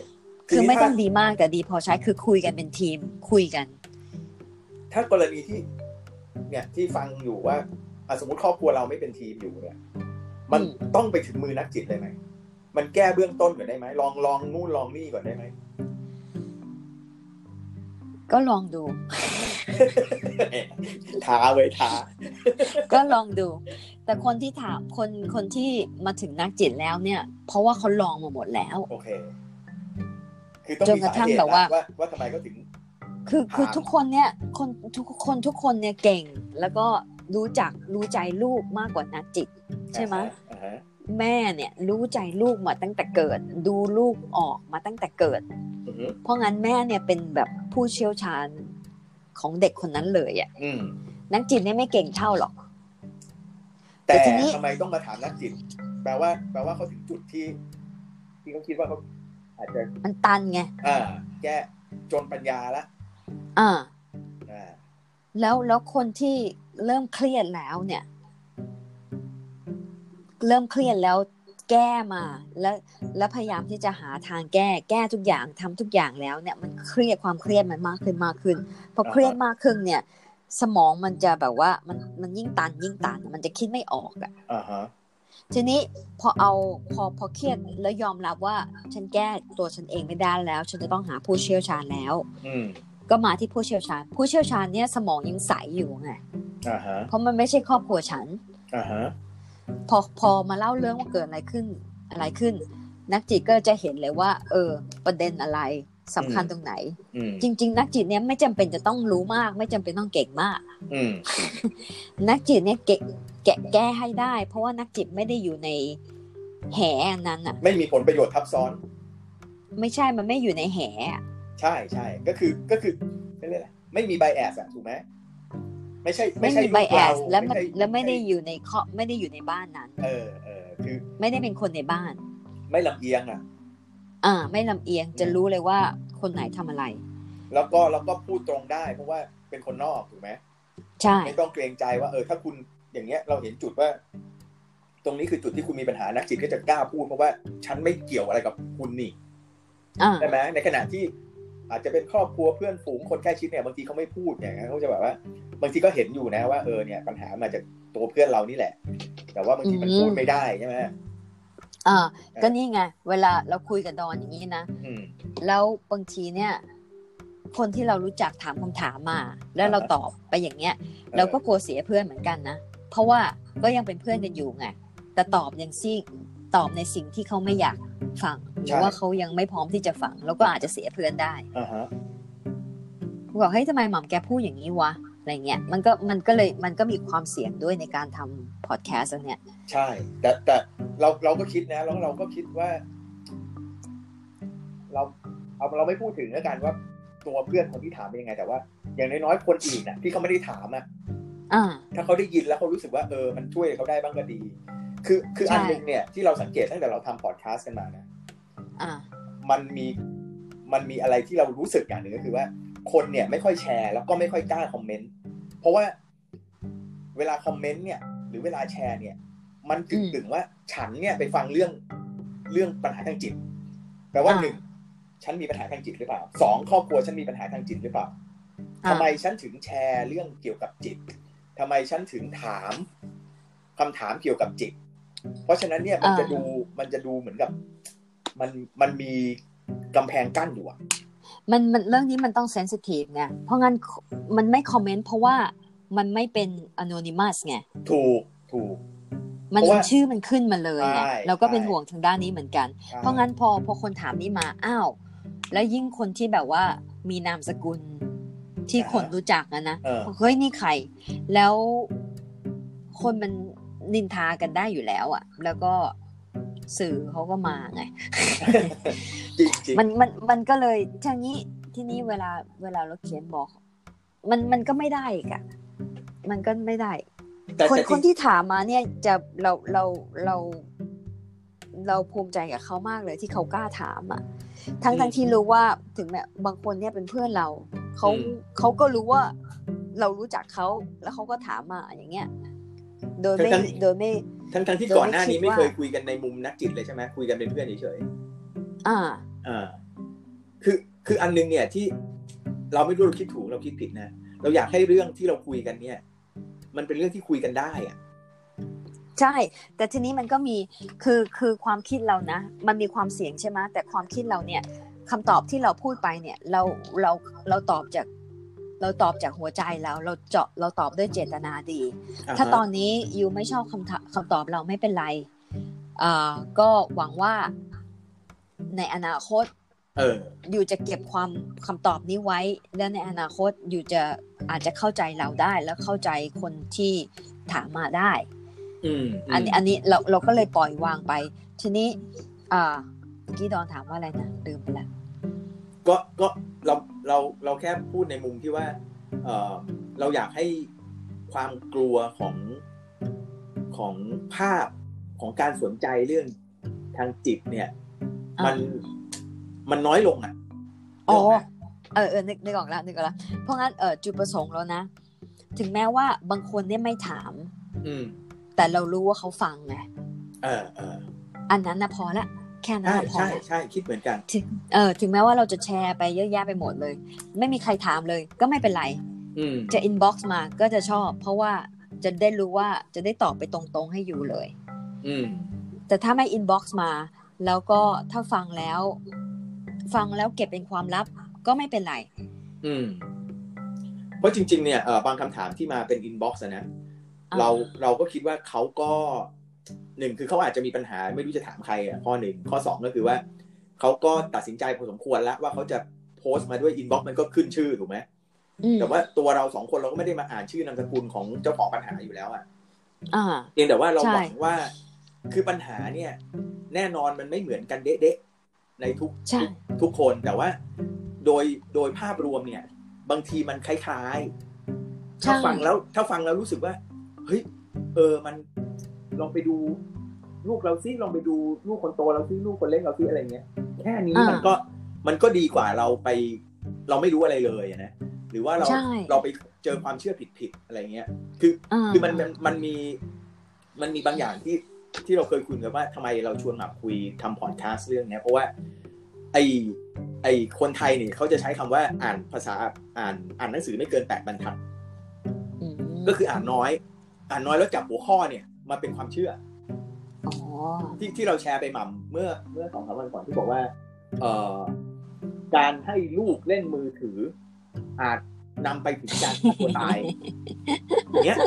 S2: คือ
S1: นี้
S2: ไม่ต้อง
S1: ถ้า
S2: ดีมากแต่ดีพอใช้คือคุยกันเป็นทีมคุยกัน
S1: ถ้ากรณีที่ เนี่ยที่ฟังอยู่ว่าอ่ะสมมติครอบครัวเราไม่เป็นทีมอยู่เนี่ย มัน
S2: อืม
S1: ต้องไปถึงมือนักจิตเลยไหมมันแก้เบื้องต้นก่อนได้ไหมลองลองนู่นลองนี่ก่อนได้ไหม
S2: ก็ลองดู
S1: ท้าเว้ยท้า
S2: ก็ลองดู แต่คนที่ถามคนคนที่มาถึงนักจิตแล้วเนี่ย เพราะว่าเขาลองมาหมดแล้ว
S1: โอเค คือต้อง
S2: จน
S1: มี
S2: กระ
S1: สา
S2: ทั่ง
S1: เหตุ
S2: แบบว่า
S1: ว่าว่าทำไมก็ถึง
S2: คือคือ
S1: ถาม
S2: ทุกคนเนี่ยคนทุกคนทุกคนเนี่ยเก่ง แล้วก็รู้จักรู้ใจลูกมากกว่านักจิต ใช่ไหมย
S1: อ่าฮะ
S2: แม่เนี่ยรู้ใจลูกมาตั้งแต่เกิด ดูลูกออกมาตั้งแต่เกิด
S1: อือฮึ
S2: เพราะงั้นแม่เนี่ยเป็นแบบผู้เชี่ยวชาญของเด็กคนนั้นเลยอะ
S1: อืม
S2: นักจิตเนี่ยไม่เก่งเท่าหรอก
S1: แต่
S2: แต่ทีนี้
S1: ทำไมต้องมาถามนักจิต แปลว่า แปลว่าเขาถึงจุดที่ที่เขาคิดว่าเขาอาจจะ
S2: มันตันไง
S1: อ่าแก้จนปัญญาละ
S2: อ่า
S1: อ่า
S2: แล้วแล้วคนที่เริ่มเครียดแล้วเนี่ย เริ่มเครียดแล้วแก้มา แล้วแล้วพยายามที่จะหาทางแก้ แก้ทุกอย่างทำทุกอย่างแล้วเนี่ยมันเครียดความเครียดมันมากขึ้นมากขึ้นพอเครียดมากขึ้นเนี่ย สมองมันจะแบบว่ามันมันยิ่งตันยิ่งตันมันจะคิดไม่ออกอะ
S1: อ่าฮะ
S2: ทีนี้พอเอาพอพอเครียดแล้วยอมรับว่า ฉันแก้ตัวฉันเองไม่ได้แล้ว ฉันจะต้องหาผู้เชี่ยวชาญแล้ว
S1: อืม
S2: ก็มาที่ผู้เชี่ยวชาญ ผู้เชี่ยวชาญเนี่ยสมองยังใสอยู่ไง
S1: อ่าฮะ
S2: เพราะมันไม่ใช่ครอบครัวฉัน
S1: อ่าฮะ
S2: พอพอมาเล่าเรื่องว่าเกิดอะไรขึ้นอะไรขึ้น นักจิตก็จะเห็นเลยว่า เออ ประเด็นอะไรสำคัญตรงไหน
S1: อืม
S2: จริง ๆ นักจิตเนี่ยไม่จำเป็นจะต้องรู้มาก ไม่จำเป็นต้องเก่งมาก
S1: อืม
S2: นักจิตเนี่ยเก่งแกะแก้ให้ได้ เพราะว่านักจิตไม่ได้อยู่ในแหอันนั้นอ่ะ
S1: ไม่มีผลประโยชน์ทับซ้อน
S2: ไม่ใช่มันไม่อยู่ในแหอะ
S1: ใช่ใช่ก็คือก็คือไม่เรียกอะไรไม่มีไบแอสอะถูกไหมไม่ใช่
S2: ไม่
S1: ใช่
S2: มี
S1: ลูก
S2: ไบแอ
S1: เรา
S2: สและมัน
S1: ใช่
S2: และไม่ได้อยู่ในครอบไม่ได้อยู่ในบ้านนั้น
S1: เออเออคือ
S2: ไม่ได้เป็นคนในบ้าน
S1: ไม่ลำเอียงอะ
S2: อ่า ไม่ลำเอียงจะรู้เลยว่าคนไหนทำอะไร
S1: แล้วก็แล้วก็พูดตรงได้ เพราะว่าเป็นคนนอกถูกไหม
S2: ใช่
S1: ไม่ต้องเกรงใจว่าเออ ถ้าคุณอย่างเงี้ยเราเห็นจุดว่า ตรงนี้คือจุดที่คุณมีปัญหานักจิตก็จะกล้าพูดเพราะว่าฉันไม่เกี่ยวอะไรกับคุณนี่
S2: อ่า
S1: ใช่ไหมในขณะที่ อาจจะเป็นครอบครัวเพื่อนฝูงคนใกล้ชิดเนี่ยบางทีเขาไม่พูดอย่างเงี้ยเขาจะแบบว่า บางทีก็เห็นอยู่นะว่าเออเนี่ย ปัญหามาจากตัวเพื่อนเรานี่แหละ แต่ว่าบางทีมัน
S2: อืม
S1: พูดไม่ได้ใช่ไหม
S2: อ่าก็นี่ไง เวลาเราคุยกับดอนอย่างนี้นะ
S1: อืม
S2: แล้วบางทีเนี่ย คนที่เรารู้จักถามคำถามมา แล้วเราตอบไปอย่างเงี้ย เราก็กลัวเสียเพื่อนเหมือนกันนะ เพราะว่าก็ยังเป็นเพื่อนกันอยู่ไง แต่ตอบอย่างซี่ตอบในสิ่งที่เขาไม่อยากฟังห
S1: ใช่
S2: รือว่าเขายังไม่พร้อมที่จะฟัง แล้วก็อาจจะเสียเพื่อนได้
S1: อ่าฮะ
S2: บอกเฮ้ยทำไมหม่อมแกพูดอย่างนี้วะ อะไรเงี้ยมันก็มันก็เลยมันก็มีความเสี่ยงด้วยในการทำพอดแคสต์เนี่ย
S1: ใช่ แต่แต่เราเราก็คิดนะแล้วเราก็คิดว่า เราเอาเราไม่พูดถึงแล้วกันว่า ตัวเพื่อนคนที่ถามเป็นยังไง แต่ว่า อย่างน้อยๆคนอื่นน่ะที่เขาไม่ได้ถามอ่ะ
S2: อ่า
S1: ถ้าเขาได้ยินแล้วเขารู้สึกว่าเออมันช่วยเขาได้บ้างก็ดี คือคือ
S2: ใช่
S1: อันหนึงเนี่ยที่เราสังเกตตั้งแต่เราทำพอดแคสต์กันมานะ
S2: อ่า
S1: มันมีมันมีอะไรที่เรารู้สึกอย่างหนึ่งก็คือว่าคนเนี่ยไม่ค่อยแชร์แล้วก็ไม่ค่อยกล้าคอมเมนต์เพราะว่าเวลาคอมเมนต์เนี่ย หรือเวลาแชร์เนี่ย มันถึง
S2: อืม
S1: ถึงว่าฉันเนี่ยไปฟังเรื่องเรื่องปัญหาทางจิตแปลว่า
S2: อ่า
S1: หนึ่งฉันมีปัญหาทางจิตหรือเปล่าสองครอบครัวฉันมีปัญหาทางจิตหรือเปล่าทำไมฉันถึงแชร์เรื่องเกี่ยวกับจิตทำไมฉันถึงถามคำถามเกี่ยวกับจิต เพราะฉะนั้นเนี่ยมันจะดูมันจะดูเหมือนกับ มันมันมีกำแพงกั้นอยู่อะ
S2: มันมันเรื่องนี้มันต้องเซนซิทีฟไงเพราะงั้นมันไม่คอมเมนต์เพราะว่ามันไม่เป็นอนอนิมัสไง
S1: ถูกถูก
S2: มัน
S1: เพราะว่า
S2: ชื่อมันขึ้นมาเลยไง
S1: ใช่
S2: เราก็เป็น
S1: ใช่
S2: ห่วงทางด้านนี้เหมือนกัน
S1: ใช่
S2: เพราะงั้นพอพอคนถามนี้มาอ้าวแล้วยิ่งคนที่แบบว่ามีนามสกุลที่คนรู้จักนะนะ
S1: เออ
S2: เฮ้ยนี่ใคร แล้วคนมันนินทากันได้อยู่แล้วอะ่ะ แล้วก็สื่อเขาก็มาไง
S1: จริงจริง
S2: มันมันมันก็เลยทีนี้ทีนี้เวลาเวลาเราเขียนบอก มันมันก็ไม่ได้อีกอะมันก็ไม่ได้
S1: แต่
S2: คน
S1: แต่จ
S2: ค
S1: ริ
S2: น
S1: ง
S2: ที่ถามมาเนี่ยจะเราเราเรา เราภูมิใจกับเขามากเลยที่เขากล้าถามอ่ะ ทั้งทั้งที่รู้ว่าถึงแม้บางคนเนี่ยเป็นเพื่อนเราเขาเขาก็รู้ว่าเรารู้จักเขาแล้วเขาก็ถามมาอย่างเงี้ย โดยไม่โดยไม่
S1: ทั้งทั้งที่
S2: เราไม่
S1: ก่อนหน้านี้ไม่
S2: คิดว่า
S1: เคยคุยกันในมุมนักจิตเลยใช่ไหมคุยกันเป็นเพื่อนเฉย
S2: อ่า
S1: ๆอ่าคือคืออันนึงเนี่ยที่เราไม่รู้เราคิดถูกเราคิดผิดนะเราอยากให้เรื่องที่เราคุยกันเนี่ย มันเป็นเรื่องที่คุยกันได้อะ
S2: ใช่ แต่ทีนี้มันก็มีคือคือความคิดเรานะ มันมีความเสี่ยงใช่ไหมแต่ความคิดเราเนี่ยคำตอบที่เราพูดไปเนี่ยเราเราเราตอบจากเราตอบจากหัวใจเราเราเจาะเราตอบด้วยเจตนาดี
S1: ฮะ
S2: ถ้าตอนนี้ยูไม่ชอบคำถามคำตอบเราไม่เป็นไรอ่าก็หวังว่าในอนาคต
S1: เออ
S2: อยู่จะเก็บความคำตอบนี้ไว้ แล้วในอนาคตอยู่จะอาจจะเข้าใจเราได้ แล้วเข้าใจคนที่ถามมาได้
S1: อืมม
S2: อันนี้อันนี้เราเราก็เลยปล่อยวางไป ทีนี้ อ่าเมื่อกี้ดอนถามว่าอะไรนะลืมไปละ
S1: ก็ก็เราเราเราแค่พูดในมุมที่ว่า เออเราอยากให้ความกลัวของของภาพของการสนใจเรื่องทางจิตเนี่ย
S2: อ่ะ
S1: มันมันน้อยลงอ่ะ
S2: อ๋อ
S1: เดี๋ยวนะ
S2: เออเออนึกนึกออกแล้วนึกออกแล้วเพราะงั้นเออจุดประสงค์แล้วนะ ถึงแม้ว่าบางคนเนี่ยไม่ถาม
S1: อืม
S2: แต่เรารู้ว่าเขาฟังไง
S1: เออเออ
S2: อันนั้นนะพอละแค่นั้น
S1: ใช่
S2: นะพอ
S1: ใช่
S2: ละ
S1: ใช่คิดเหมือนกัน
S2: เออถึงแม้ว่าเราจะแชร์ไปเยอะแยะไปหมดเลย ไม่มีใครถามเลย ก็ไม่เป็นไร
S1: อืม
S2: จะ inbox มาก็จะชอบ เพราะว่าจะได้รู้ว่าจะได้ตอบไปตรงๆให้อยู่เลย
S1: อืม
S2: แต่ถ้าไม่ inbox มา แล้วก็ถ้าฟังแล้ว ฟังแล้วเก็บเป็นความลับก็ไม่เป็นไร
S1: อืมเพราะจริง ๆ เนี่ยเอ่อบางคำถามที่มาเป็นอินบ็อกซ์นะ
S2: อ่า
S1: เราเราก็คิดว่าเขาก็หนึ่งคือเขาอาจจะมีปัญหาไม่รู้จะถามใครอ่ะข้อหนึ่งข้อสองก็คือว่า เขาก็ตัดสินใจพอสมควรแล้วว่าเขาจะโพสต์มาด้วยอินบ็อกซ์มันก็ขึ้นชื่อถูกไหม
S2: อืม
S1: แต่ว่าตัวเราสองคนเราก็ไม่ได้มาอ่านชื่อนามสกุลของเจ้าของปัญหาอยู่แล้วอ่ะ
S2: อ่า
S1: เพียงแต่ว่าเรา
S2: ใช่
S1: หวังว่าคือปัญหาเนี่ย แน่นอนมันไม่เหมือนกันเด๊ะๆในทุก
S2: ใช่
S1: ทุกทุกคนแต่ว่าโดยโดยภาพรวมเนี่ย บางทีมันคล้ายๆ ถ้า
S2: ใช่
S1: ฟังแล้วถ้าฟังแล้วรู้สึกว่า เฮ้ยเออมันลองไปดู ลูกเราซิลองไปดูลูกคนโตเราซิลูกคนเล็กเราซิอะไรเงี้ยแค่นี้มันก็มันก็ดีกว่าเราไป เราไม่รู้อะไรเลยอะนะหรือว่าเรา
S2: ใช่
S1: เราไปเจอความเชื่อผิดๆอะไรเงี้ยคือ
S2: อ่า
S1: คือมันมันมันมีมันมีบางอย่างที่ที่เราเคยคุยกันว่าทำไมเราชวนมาคุยทำพอดแคสต์เรื่องเนี้ยเพราะว่าไอไอคนไทยเนี่ยเขาจะใช้คำว่าอ่านภาษาอ่านอ่านหนังสือไม่เกินแปดบรรทัด
S2: อืม
S1: ก็คืออ่านน้อย อ่านน้อยแล้วจับหัวข้อเนี่ยมาเป็นความเชื่อ
S2: อ๋อ
S1: ที่ที่เราแชร์ไปหม่ำเมื่อเมื่อสองสามวันก่อนที่บอกว่าเอ่อการให้ลูกเล่นมือถือ อาจนำไปถึงการฆ่าตัว ตายอย่างเงี้ย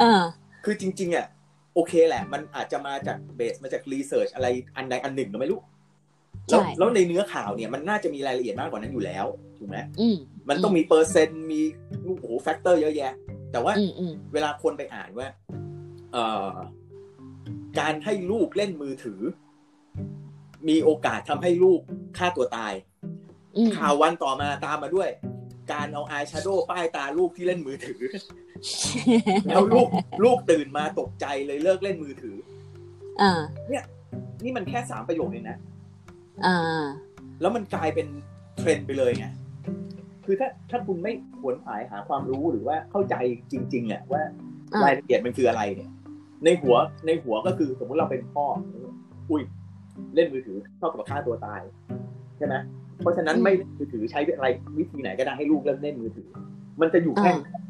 S2: อ่า
S1: คือจริงๆอ่ะโอเคแหละ มันอาจจะมาจากเบสมาจากรีเสิร์ชอะไรอันใดอันหนึ่งหรือไม่รู้ แล้ว
S2: ใช่
S1: แล้วในเนื้อข่าวเนี่ยมันน่าจะมีรายละเอียดมากกว่านั้นอยู่แล้วถูกไหม
S2: อืม
S1: มันต้องมีเปอร์เซ็นต์มีโอ้โหแฟกเตอร์เยอะแยะ แต่ว่า
S2: อืมอืม
S1: เวลาคนไปอ่านว่าเอ่อการให้ลูกเล่นมือถือ มีโอกาสทำให้ลูกฆ่าตัวตาย
S2: อืม
S1: ข่าววันต่อมาตามมาด้วย การเอาอายแชโดว์ป้ายตาลูกที่เล่นมือถือ แล้วลูกลูกตื่นมาตกใจเลยเลิกเล่นมือถือ
S2: อ่า
S1: นี่มันแค่สามประโยคเองนะ
S2: อ่า
S1: แล้วมันกลายเป็นเทรนด์ไปเลยไง คือถ้าถ้าคุณไม่ขวนขวายหาความรู้หรือว่าเข้าใจจริงๆเนี่ยว่า
S2: อ่ะ
S1: รายละเอียดมันคืออะไรเนี่ย ในหัวในหัวก็คือสมมุติเราเป็นพ่อ อุ้ยเล่นมือถือเท่ากับฆ่าตัวตายใช่ไหมเพราะฉะนั้นไม่เล่นมือถือใช้อะไรวิธีไหนก็ได้ให้ลูกเลิกเล่นมือถือ มันจะอยู่แค่
S2: อ่ะ
S1: นั้น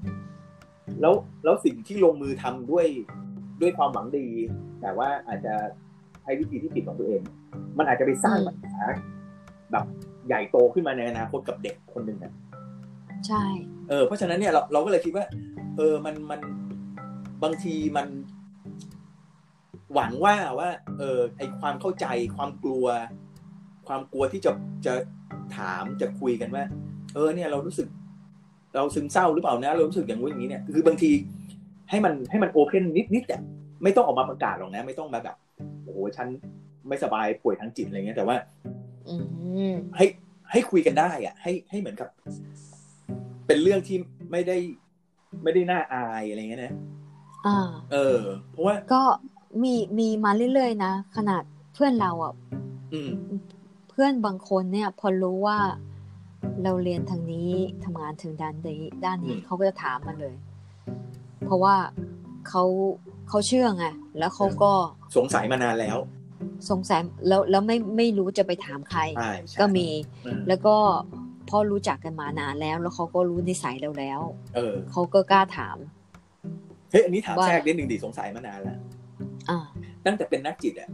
S1: แล้วแล้วสิ่งที่ลงมือทำด้วยด้วยความหวังดี แต่ว่าอาจจะใช้วิธีที่ผิดของตัวเอง มันอาจจะไปสร้างปัญหาแบบใหญ่โตขึ้นมาในอนาคตกับเด็กคนหนึ่งอะ
S2: ใช่
S1: เออเพราะฉะนั้นเนี่ยเราเราก็เลยคิดว่า เออมันมันบางทีมัน หวังว่าว่า เออไอความเข้าใจความกลัว ความกลัวที่จะจะถามจะคุยกันว่า เออเนี่ยเรารู้สึก เราซึมเศร้าหรือเปล่านะเรารู้สึกอย่างงู้นอย่างนี้เนี่ยคือบางทีให้มันให้มันโอเพนนิดนิดๆอะไม่ต้องออกมาประกาศหรอกนะ ไม่ต้องมาแบบโอ้โหฉันไม่สบายป่วยทางจิตอะไรเงี้ยแต่ว่า
S2: อืม
S1: ให้ให้คุยกันได้อะให้ให้เหมือนกับ เป็นเรื่องที่ไม่ได้ไม่ได้น่าอายอะไรเงี้ยนะ
S2: อ่า
S1: เออ เพราะว่า
S2: ก็มีมีมาเรื่อยๆนะ ขนาดเพื่อนเราอ่ะ
S1: อืม
S2: เพื่อนบางคนเนี่ยพอรู้ว่าเราเรียนทางนี้ทำงานทางด้านนี้ด้านนี้
S1: อืม
S2: เขาก็จะถามมาเลย เพราะว่าเขาเขาเชื่อไงแล้วเขา
S1: อืม
S2: ก็
S1: สงสัยมานานแล้ว
S2: สงสัยแล้วแล้วไม่ไม่รู้จะไปถามใคร
S1: ใช่ใช่
S2: ก็มี
S1: เออ
S2: แล้วก็พอรู้จักกันมานานแล้ว แล้วเขาก็รู้นิสัยเราแล้ว
S1: เออ
S2: เขาก็กล้าถาม
S1: เฮ้ยอันนี้ถาม
S2: ว่า
S1: แทรกนิดหนึ่งดิสงสัยมานานแล้ว
S2: อ่า
S1: ตั้งแต่เป็นนักจิตอะ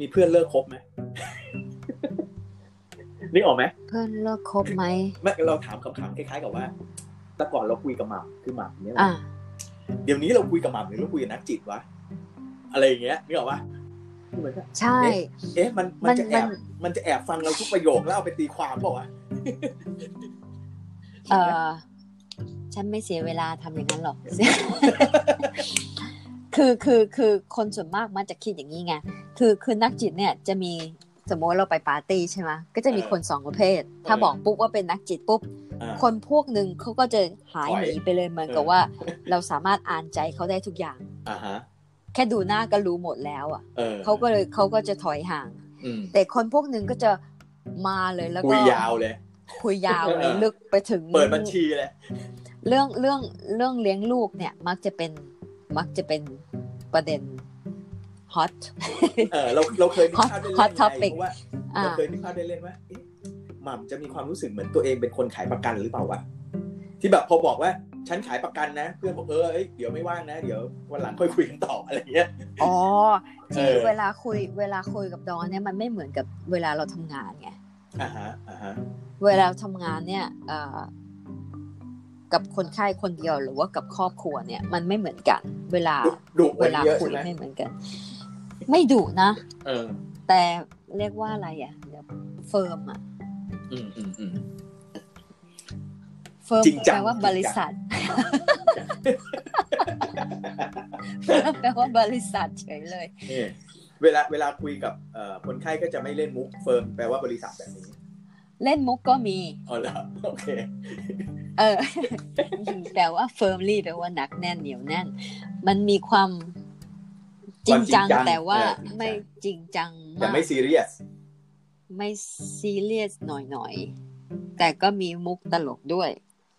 S1: มีเพื่อนเลิกคบไหม นี่ออกไหม
S2: เพื่อนเลิกคบไหม
S1: แม่เราถามคำถามคล้ายๆกับว่าแต่ก่อนเราคุยกับหม่ำคือหม่ำเนี่ย
S2: อ่า
S1: เดี๋ยวนี้เราคุยกับหม่ำหรือเราคุยกับนักจิตวะอะไรอย่างเงี้ยนึกออกปะคือเหมือนกับ
S2: ใช่
S1: เอ๊ะมัน
S2: มั
S1: มัน
S2: น
S1: จะแอบ
S2: มัน
S1: มันจะแอบฟังเราทุกประโยคแล้วเอาไปตีความเปล่าวะ
S2: เออฉันไม่เสียเวลาทำอย่างนั้นหรอก คือคือคือคนส่วนมากมันจะคิดอย่างนี้ไง คือคือนักจิตเนี่ยจะมีสมมติเราไปปาร์ตี้ใช่ไหมก็จะมีคนสองประเภท ถ้าบอกปุ๊บว่าเป็นนักจิตปุ๊บ
S1: อ่า
S2: คนพวกหนึ่งเขาก็จะหาย
S1: ถอย
S2: หนีไปเลยเหมือนกับ
S1: เออ
S2: ว่า เราสามารถอ่านใจเขาได้ทุกอย่าง
S1: อ่าฮะ
S2: แค่ดูหน้าก็รู้หมดแล้วอ่ะ
S1: เออ
S2: เขาก็เลยเขาก็จะถอยห่าง
S1: อืม
S2: แต่คนพวกหนึ่งก็จะมาเลยแล้ว
S1: คุ
S2: ก็
S1: ยยาวเลย
S2: คุยยาวเล
S1: เอย อ
S2: ลึกไปถึง
S1: เปิดบัญชีเลย
S2: เรื่องเรื่องเรื่องเลี้ยงลูกเนี่ยมักจะเป็นมักจะเป็นประเด็นฮอต
S1: เออ เราเราเคยมี
S2: Hot-
S1: ภาพได้
S2: hot
S1: เล่นไง
S2: topic
S1: เพราะว่า
S2: อ่า
S1: เราเคยมีภาพได้เล่นว่าเอ๊ะหม่ำจะมีความรู้สึกเหมือนตัวเองเป็นคนขายประกันหรือเปล่าวะที่แบบพอบอกว่า ฉันขายประกันนะ เพื่อนบอกเออเอ้ยเดี๋ยวไม่ว่างนะ เดี๋ยววันหลังค่อยคุยกันต่ออะไรเงี้ย
S2: อ๋อ
S1: เอ
S2: ที่
S1: อ
S2: เวลาคุยเวลาคุยกับดอนเนี่ยมันไม่เหมือนกับเวลาเราทำงานไง
S1: อ่าฮะอ่าฮะ
S2: เวลาเราทำงานเนี่ยเอ่อกับคนไข้คนเดียวหรือว่ากับครอบครัวเนี่ยมันไม่เหมือนกัน เวลา
S1: ดุดุ
S2: เว
S1: ไว้
S2: ลา
S1: เยอะ
S2: คุย
S1: ใช่ไหม
S2: ไม่เหมือนกัน ไม่ดุนะ
S1: เออ
S2: แต่เรียกว่าอะไรอ่ะเดี๋ยวเฟิร์มอ่ะ
S1: อืมอืมอืม
S2: เฟิร์ม
S1: จริงจัง
S2: แปลว่าบริษัท แปลว่าบริษัทเฉยเลย
S1: นี่เวลาเวลาคุยกับเอ่อคนไข้ก็จะไม่เล่นมุกเฟิร์มแปลว่าบริษัทแบบนี้
S2: เล่นมุกก็มี
S1: อ๋อเหรอโอเค
S2: เอ อ แต่ว่า firmly แปลว่าหนักแน่นเหนียวแน่น มันมีความจริงจั
S1: ความ
S2: ง
S1: จริงจัง
S2: แต่ว่า
S1: เออจริงจัง
S2: ไม่จริงจัง
S1: แต่
S2: มาก
S1: ไม่ซีเรียส
S2: ไม่ซีเรียสหน่อยหน่อยๆ แต่ก็มีมุกตลกด้วย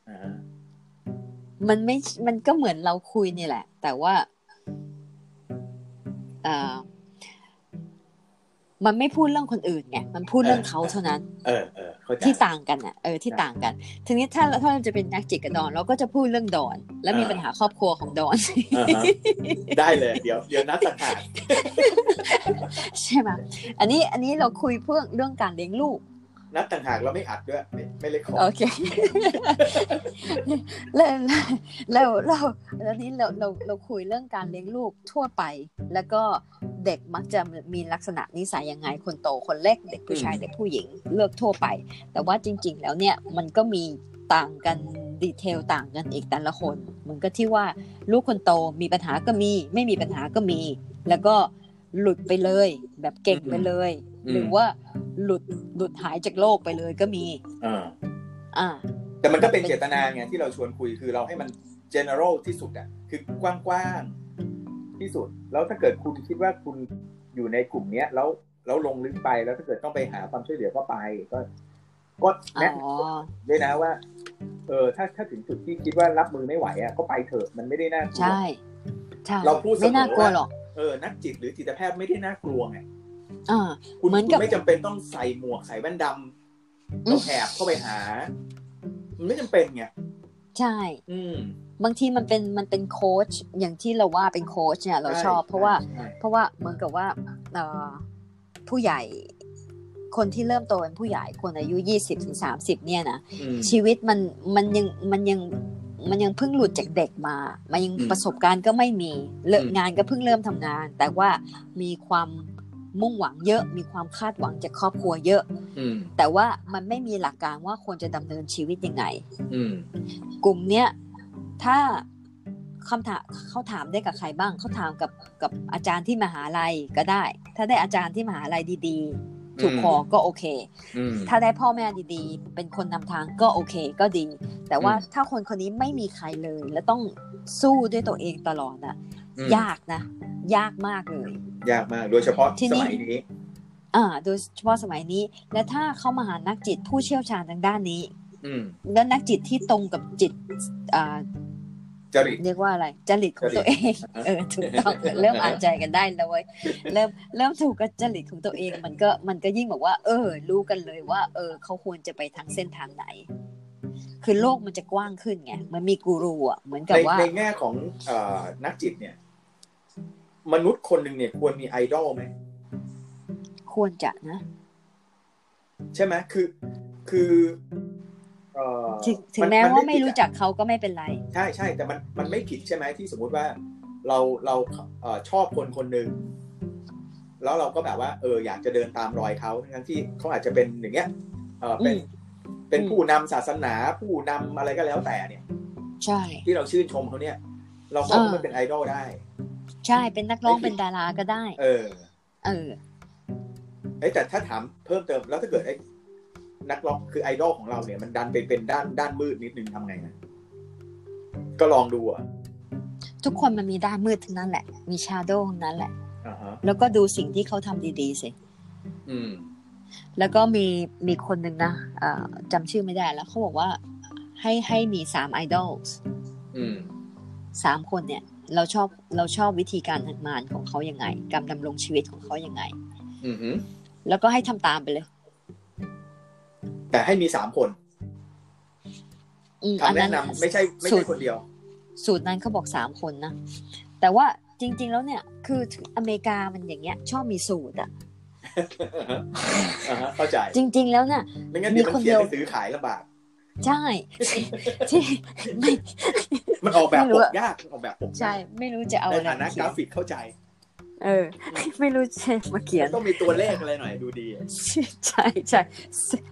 S1: อ่าฮะ
S2: มันไม่ มันก็เหมือนเราคุยนี่แหละ แต่ว่าเออมันไม่พูดเรื่องคนอื่นไง มันพูดเรื่องเขาเท่านั้น
S1: เออเออเข้าใจ
S2: ที่ต่างกันอ่ะเออที่ต่างกัน ทีนี้ถ้าถ้าเราจะเป็นนักจิตกับดอน เราก็จะพูดเรื่องดอน และมี
S1: อ่า
S2: ปัญหาครอบครัวของดอน
S1: อ่าฮะได้เลยเดี๋ยวเดี๋ยวนัดต่างหาก
S2: ใช่ไหมอันนี้อันนี้เราคุยเพื่อเรื่องการเลี้ยงลูก
S1: นัดต่างหากเราไม่อัดด้วย ไม่ไม่เลคคอ
S2: โอ
S1: ร์ด
S2: เค แล้วแล้วเราแล้วนี้เราเราเราคุยเรื่องการเลี้ยงลูกทั่วไป แล้วก็เด็กมักจะมีลักษณะนิสัยยังไงคนโตคนเล็กเด็กผู้ชายเด็กผู้หญิงเลือกทั่วไป แต่ว่าจริง ๆ แล้วเนี่ยมันก็มีต่างกันดีเทลต่างกันอีกแต่ละคนมันก็ที่ว่าลูกคนโตมีปัญหาก็มี ไม่มีปัญหาก็มี แล้วก็หลุดไปเลย แบบเก่งไปเลย หรือว่าหลุดหลุดหายจากโลกไปเลยก็มี
S1: อ่า
S2: อ่า
S1: แต่มันก็เป็นเจตนาไงที่เราชวนคุยคือเราให้มัน general ที่สุดอ่ะคือกว้างๆที่สุด แล้วถ้าเกิดคุณคิดว่าคุณอยู่ในกลุ่มเนี้ยแล้วแล้วลงลึกไปแล้วถ้าเกิดต้องไปหาความช่วยเหลือก็ไป ก็ก็
S2: อ๋
S1: แนะน
S2: อ
S1: ำด้วยนะว่า เออถ้าถ้าถึงจุดที่คิดว่ารับมือไม่ไหวอ่ะก็ไปเถอะมันไม่ได้น่ากลัว
S2: ใช่ ใช่
S1: เราพูดเสมอ
S2: ไม่น่ากลัวหรอก
S1: เออนักจิตหรือจิตแพทย์ไม่ได้น่ากลัวไง
S2: อ่า
S1: คุณ
S2: เหมือน
S1: คุ
S2: กับ
S1: ณไม่จำเป็นต้องใส่หมวกใส่แว่นดำ
S2: อืม
S1: แล้วแอบเข้าไปหามันไม่จำเป็นไง
S2: ใช่
S1: อืม
S2: บางทีมันเป็นมันเป็นโค้ชอย่างที่เราว่าเป็นโค้ชเนี่ยเราชอบ เพราะว่า
S1: ใช่
S2: เพราะว่าเหมือนกับว่าเอ่อผู้ใหญ่ คนที่เริ่มโตเป็นผู้ใหญ่คนอายุยี่สิบถึงสามสิบเนี่ยนะ
S1: อืม
S2: ชีวิตมันมันยังมันยังมันยังเพิ่งหลุดจากเด็กมา มันยัง
S1: อืม
S2: ประสบการณ์ก็ไม่มี เลิก
S1: อืม
S2: งานก็เพิ่งเริ่มทำงาน แต่ว่ามีความมุ่งหวังเยอะ มีความคาดหวังจากครอบครัวเยอะ
S1: อืม
S2: แต่ว่ามันไม่มีหลักการว่าควรจะดำเนินชีวิตยังไง
S1: อืม
S2: กลุ่มเนี้ยถ้าคำถามเขาถามได้กับใครบ้างเขาถามกับกับอาจารย์ที่มหาลัยก็ได้ ถ้าได้อาจารย์ที่มหาลัยดีๆ ถูกคอก็โอเค
S1: อืม
S2: ถ้าได้พ่อแม่ดีๆ เป็นคนนำทางก็โอเคก็ดี แต่ว่า
S1: อืม
S2: ถ้าคนคนนี้ไม่มีใครเลย และต้องสู้ด้วยตัวเองตลอดอะ
S1: อืม
S2: ยากนะ ยากมากเลย
S1: ยากมาก โดยเฉพาะ
S2: ที
S1: ส
S2: นี้
S1: มัยนี้
S2: อ่าโดยเฉพาะสมัยนี้ และถ้าเขามาหานักจิตผู้เชี่ยวชาญทางด้านนี้
S1: อืม
S2: แล้วนักจิตที่ตรงกับจิตอ่า
S1: จริต
S2: เรียกว่าอะไรจริตของ
S1: จริต
S2: ตัวเอง เออถูกต้องเริ่มอ่านใจกันได้แล้วเว้ยเริ่มเริ่มถูกกับจริตของตัวเอง มันก็มันก็ยิ่งบอกว่า เออ รู้กันเลยว่า เออ เขาควรจะไปทางเส้นทางไหน คือโลกมันจะกว้างขึ้นไงเหมันมีกูรูอ่ะเหมือนกับ
S1: ใน
S2: ว่า
S1: ในแง่ของเอ่อนักจิตเนี่ย มนุษย์คนหนึ่งเนี่ยควรมีไอดอลไหม
S2: ควรจะนะ
S1: ใช่ไหมคือ คือเอ่อ
S2: ถึงถึง
S1: น
S2: แม้
S1: น
S2: ว่าไม่
S1: ผิดอะ
S2: รู้จักเขาก็ไม่เป็นไร
S1: ใช่ใช่ แต่มันมันไม่ผิดใช่ไหมที่สมมติว่า เราเราเอ่อชอบคนคนหนึ่งแล้วเราก็แบบว่า เออ อยากจะเดินตามรอยเขาทั้งๆที่เขาอาจจะเป็นอย่างเงี้ยเออเป็น
S2: อืม
S1: เป็นผู้นำศาสนาผู้นำอะไรก็แล้วแต่เนี่ย
S2: ใช่
S1: ที่เราชื่นชมเขาเนี่ย เราก็
S2: เออ
S1: มันเป็นไอดอลได้
S2: ใช่เป็นนักร้อง
S1: ไม่ผิด
S2: เป็นดาราก็ได้
S1: เออ
S2: เออ
S1: เอ้ยแต่ถ้าถามเพิ่มเติมแล้วถ้าเกิดไอ้นักร้องคือไอดอลของเราเนี่ย มันดันไปเป็นด้านด้านมืดนิดนึงทำไงนะก็ลองดูอ่ะ
S2: ทุกคนมันมีด้านมืดทั้งนั้นแหละ มีชาโดว์ทั้งนั้นแหละ
S1: อ่าฮะ
S2: แล้วก็ดูสิ่งที่เขาทำดีๆสิ
S1: อืม
S2: แล้วก็มีมีคนหนึ่งนะเอ่อจำชื่อไม่ได้แล้วเขาบอกว่าให้ให้มีสามไอดอล
S1: อืม
S2: สามคนเนี่ย เราชอบเราชอบวิธีการทำงานของเขายังไง การดำรงชีวิตของเขายังไง
S1: อืมฮึ
S2: แล้วก็ให้ทำตามไปเลย
S1: แต่ให้มีสามคน
S2: อืม
S1: คำแนะนำไม่ใช่ไม่
S2: สู
S1: ใช่
S2: ตร
S1: คนเดียว
S2: สูตรนั้นเขาบอกสามคนนะ แต่ว่าจริง ๆ แล้วเนี่ย คืออเมริกามันอย่างเงี้ย ชอบมีสูตรอะ
S1: อ่าฮะเข้าใจ
S2: จริง ๆ แล้วเนี่ย
S1: ไม่งั้นเดี๋ยว
S2: มี
S1: มัน
S2: คน
S1: เขียน
S2: เดี
S1: ห
S2: ยว
S1: นังสือขายลำบาก
S2: ใช่ ที่ไม่
S1: มันออกแบบ
S2: ไม่
S1: ป
S2: รู้
S1: ก
S2: อะ
S1: ยากมันออกแบบปกยาก
S2: ใช่ไม่รู้จะเอา
S1: ใน
S2: อะไร
S1: ฐานะ
S2: มาก เขีย
S1: ราน ฟิกเข้าใจ
S2: เออ ไม่รู้จะมาเขียน
S1: ต้องมีตัวเลขอะไรหน่อยดูดีอะ
S2: ใช่ใช่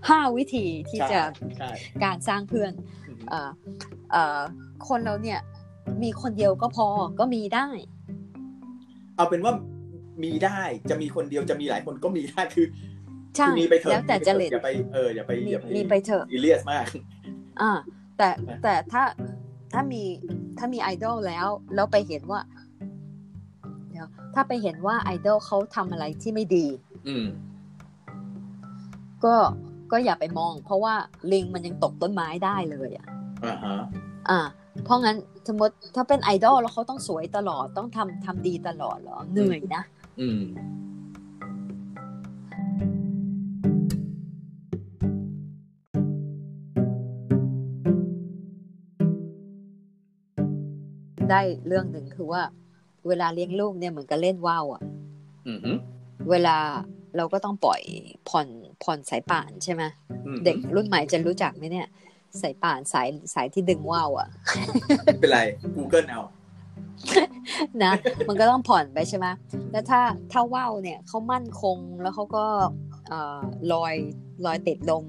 S2: ห้าวิธีที่
S1: ใช่
S2: จะ
S1: ใช่
S2: การสร้างเพื่อน
S1: อืม
S2: เอ่อเอ่อคนเราเนี่ยมีคนเดียวก็พอก็มีได้
S1: เอาเป็นว่ามีได้จะมีคนเดียวจะมีหลายคนก็มีได้คือ
S2: ใช่
S1: คือมีไปเถอะ
S2: แล้วแต่จริต
S1: อย่าไปเอออย่าไป
S2: มี
S1: อย่าไป
S2: มีไปเถอะ
S1: อีเลียสมาก
S2: อ่าแต่
S1: นะ
S2: แต่ถ้าถ้ามีถ้ามีไอดอลแล้ว แล้วไปเห็นว่าเดี๋ยวถ้าไปเห็นว่าไอดอลเขาทำอะไรที่ไม่ดี
S1: อืม
S2: ก็ก็อย่าไปมอง เพราะว่าลิงมันยังตกต้นไม้ได้เลยอ่ะ
S1: อ่าฮะ
S2: อ่า เพราะงั้นสมมติถ้าเป็นไอดอลแล้วเขาต้องสวยตลอดต้องทำทำดีตลอดเหรอเหนื่อยนะ
S1: อืม
S2: ได้เรื่องหนึ่งคือว่า เวลาเลี้ยงลูกเนี่ยเหมือนกับเล่นว่าวอะ
S1: อืมฮึ
S2: เวลา เราก็ต้องปล่อยผ่อนผ่อนสายป่านใช่ไหม
S1: อืม
S2: เด็กรุ่นใหม่จะรู้จักไหมเนี่ย สายป่านสายสายที่ดึงว่าวอะ
S1: ไม่เป็นไร Google เอา
S2: นะมันก็ต้องผ่อนไปใช่ไหมแล้วถ้าถ้าว่าวเนี่ยเขามั่นคงแล้วเขาก็เอ่อลอยลอยติดลม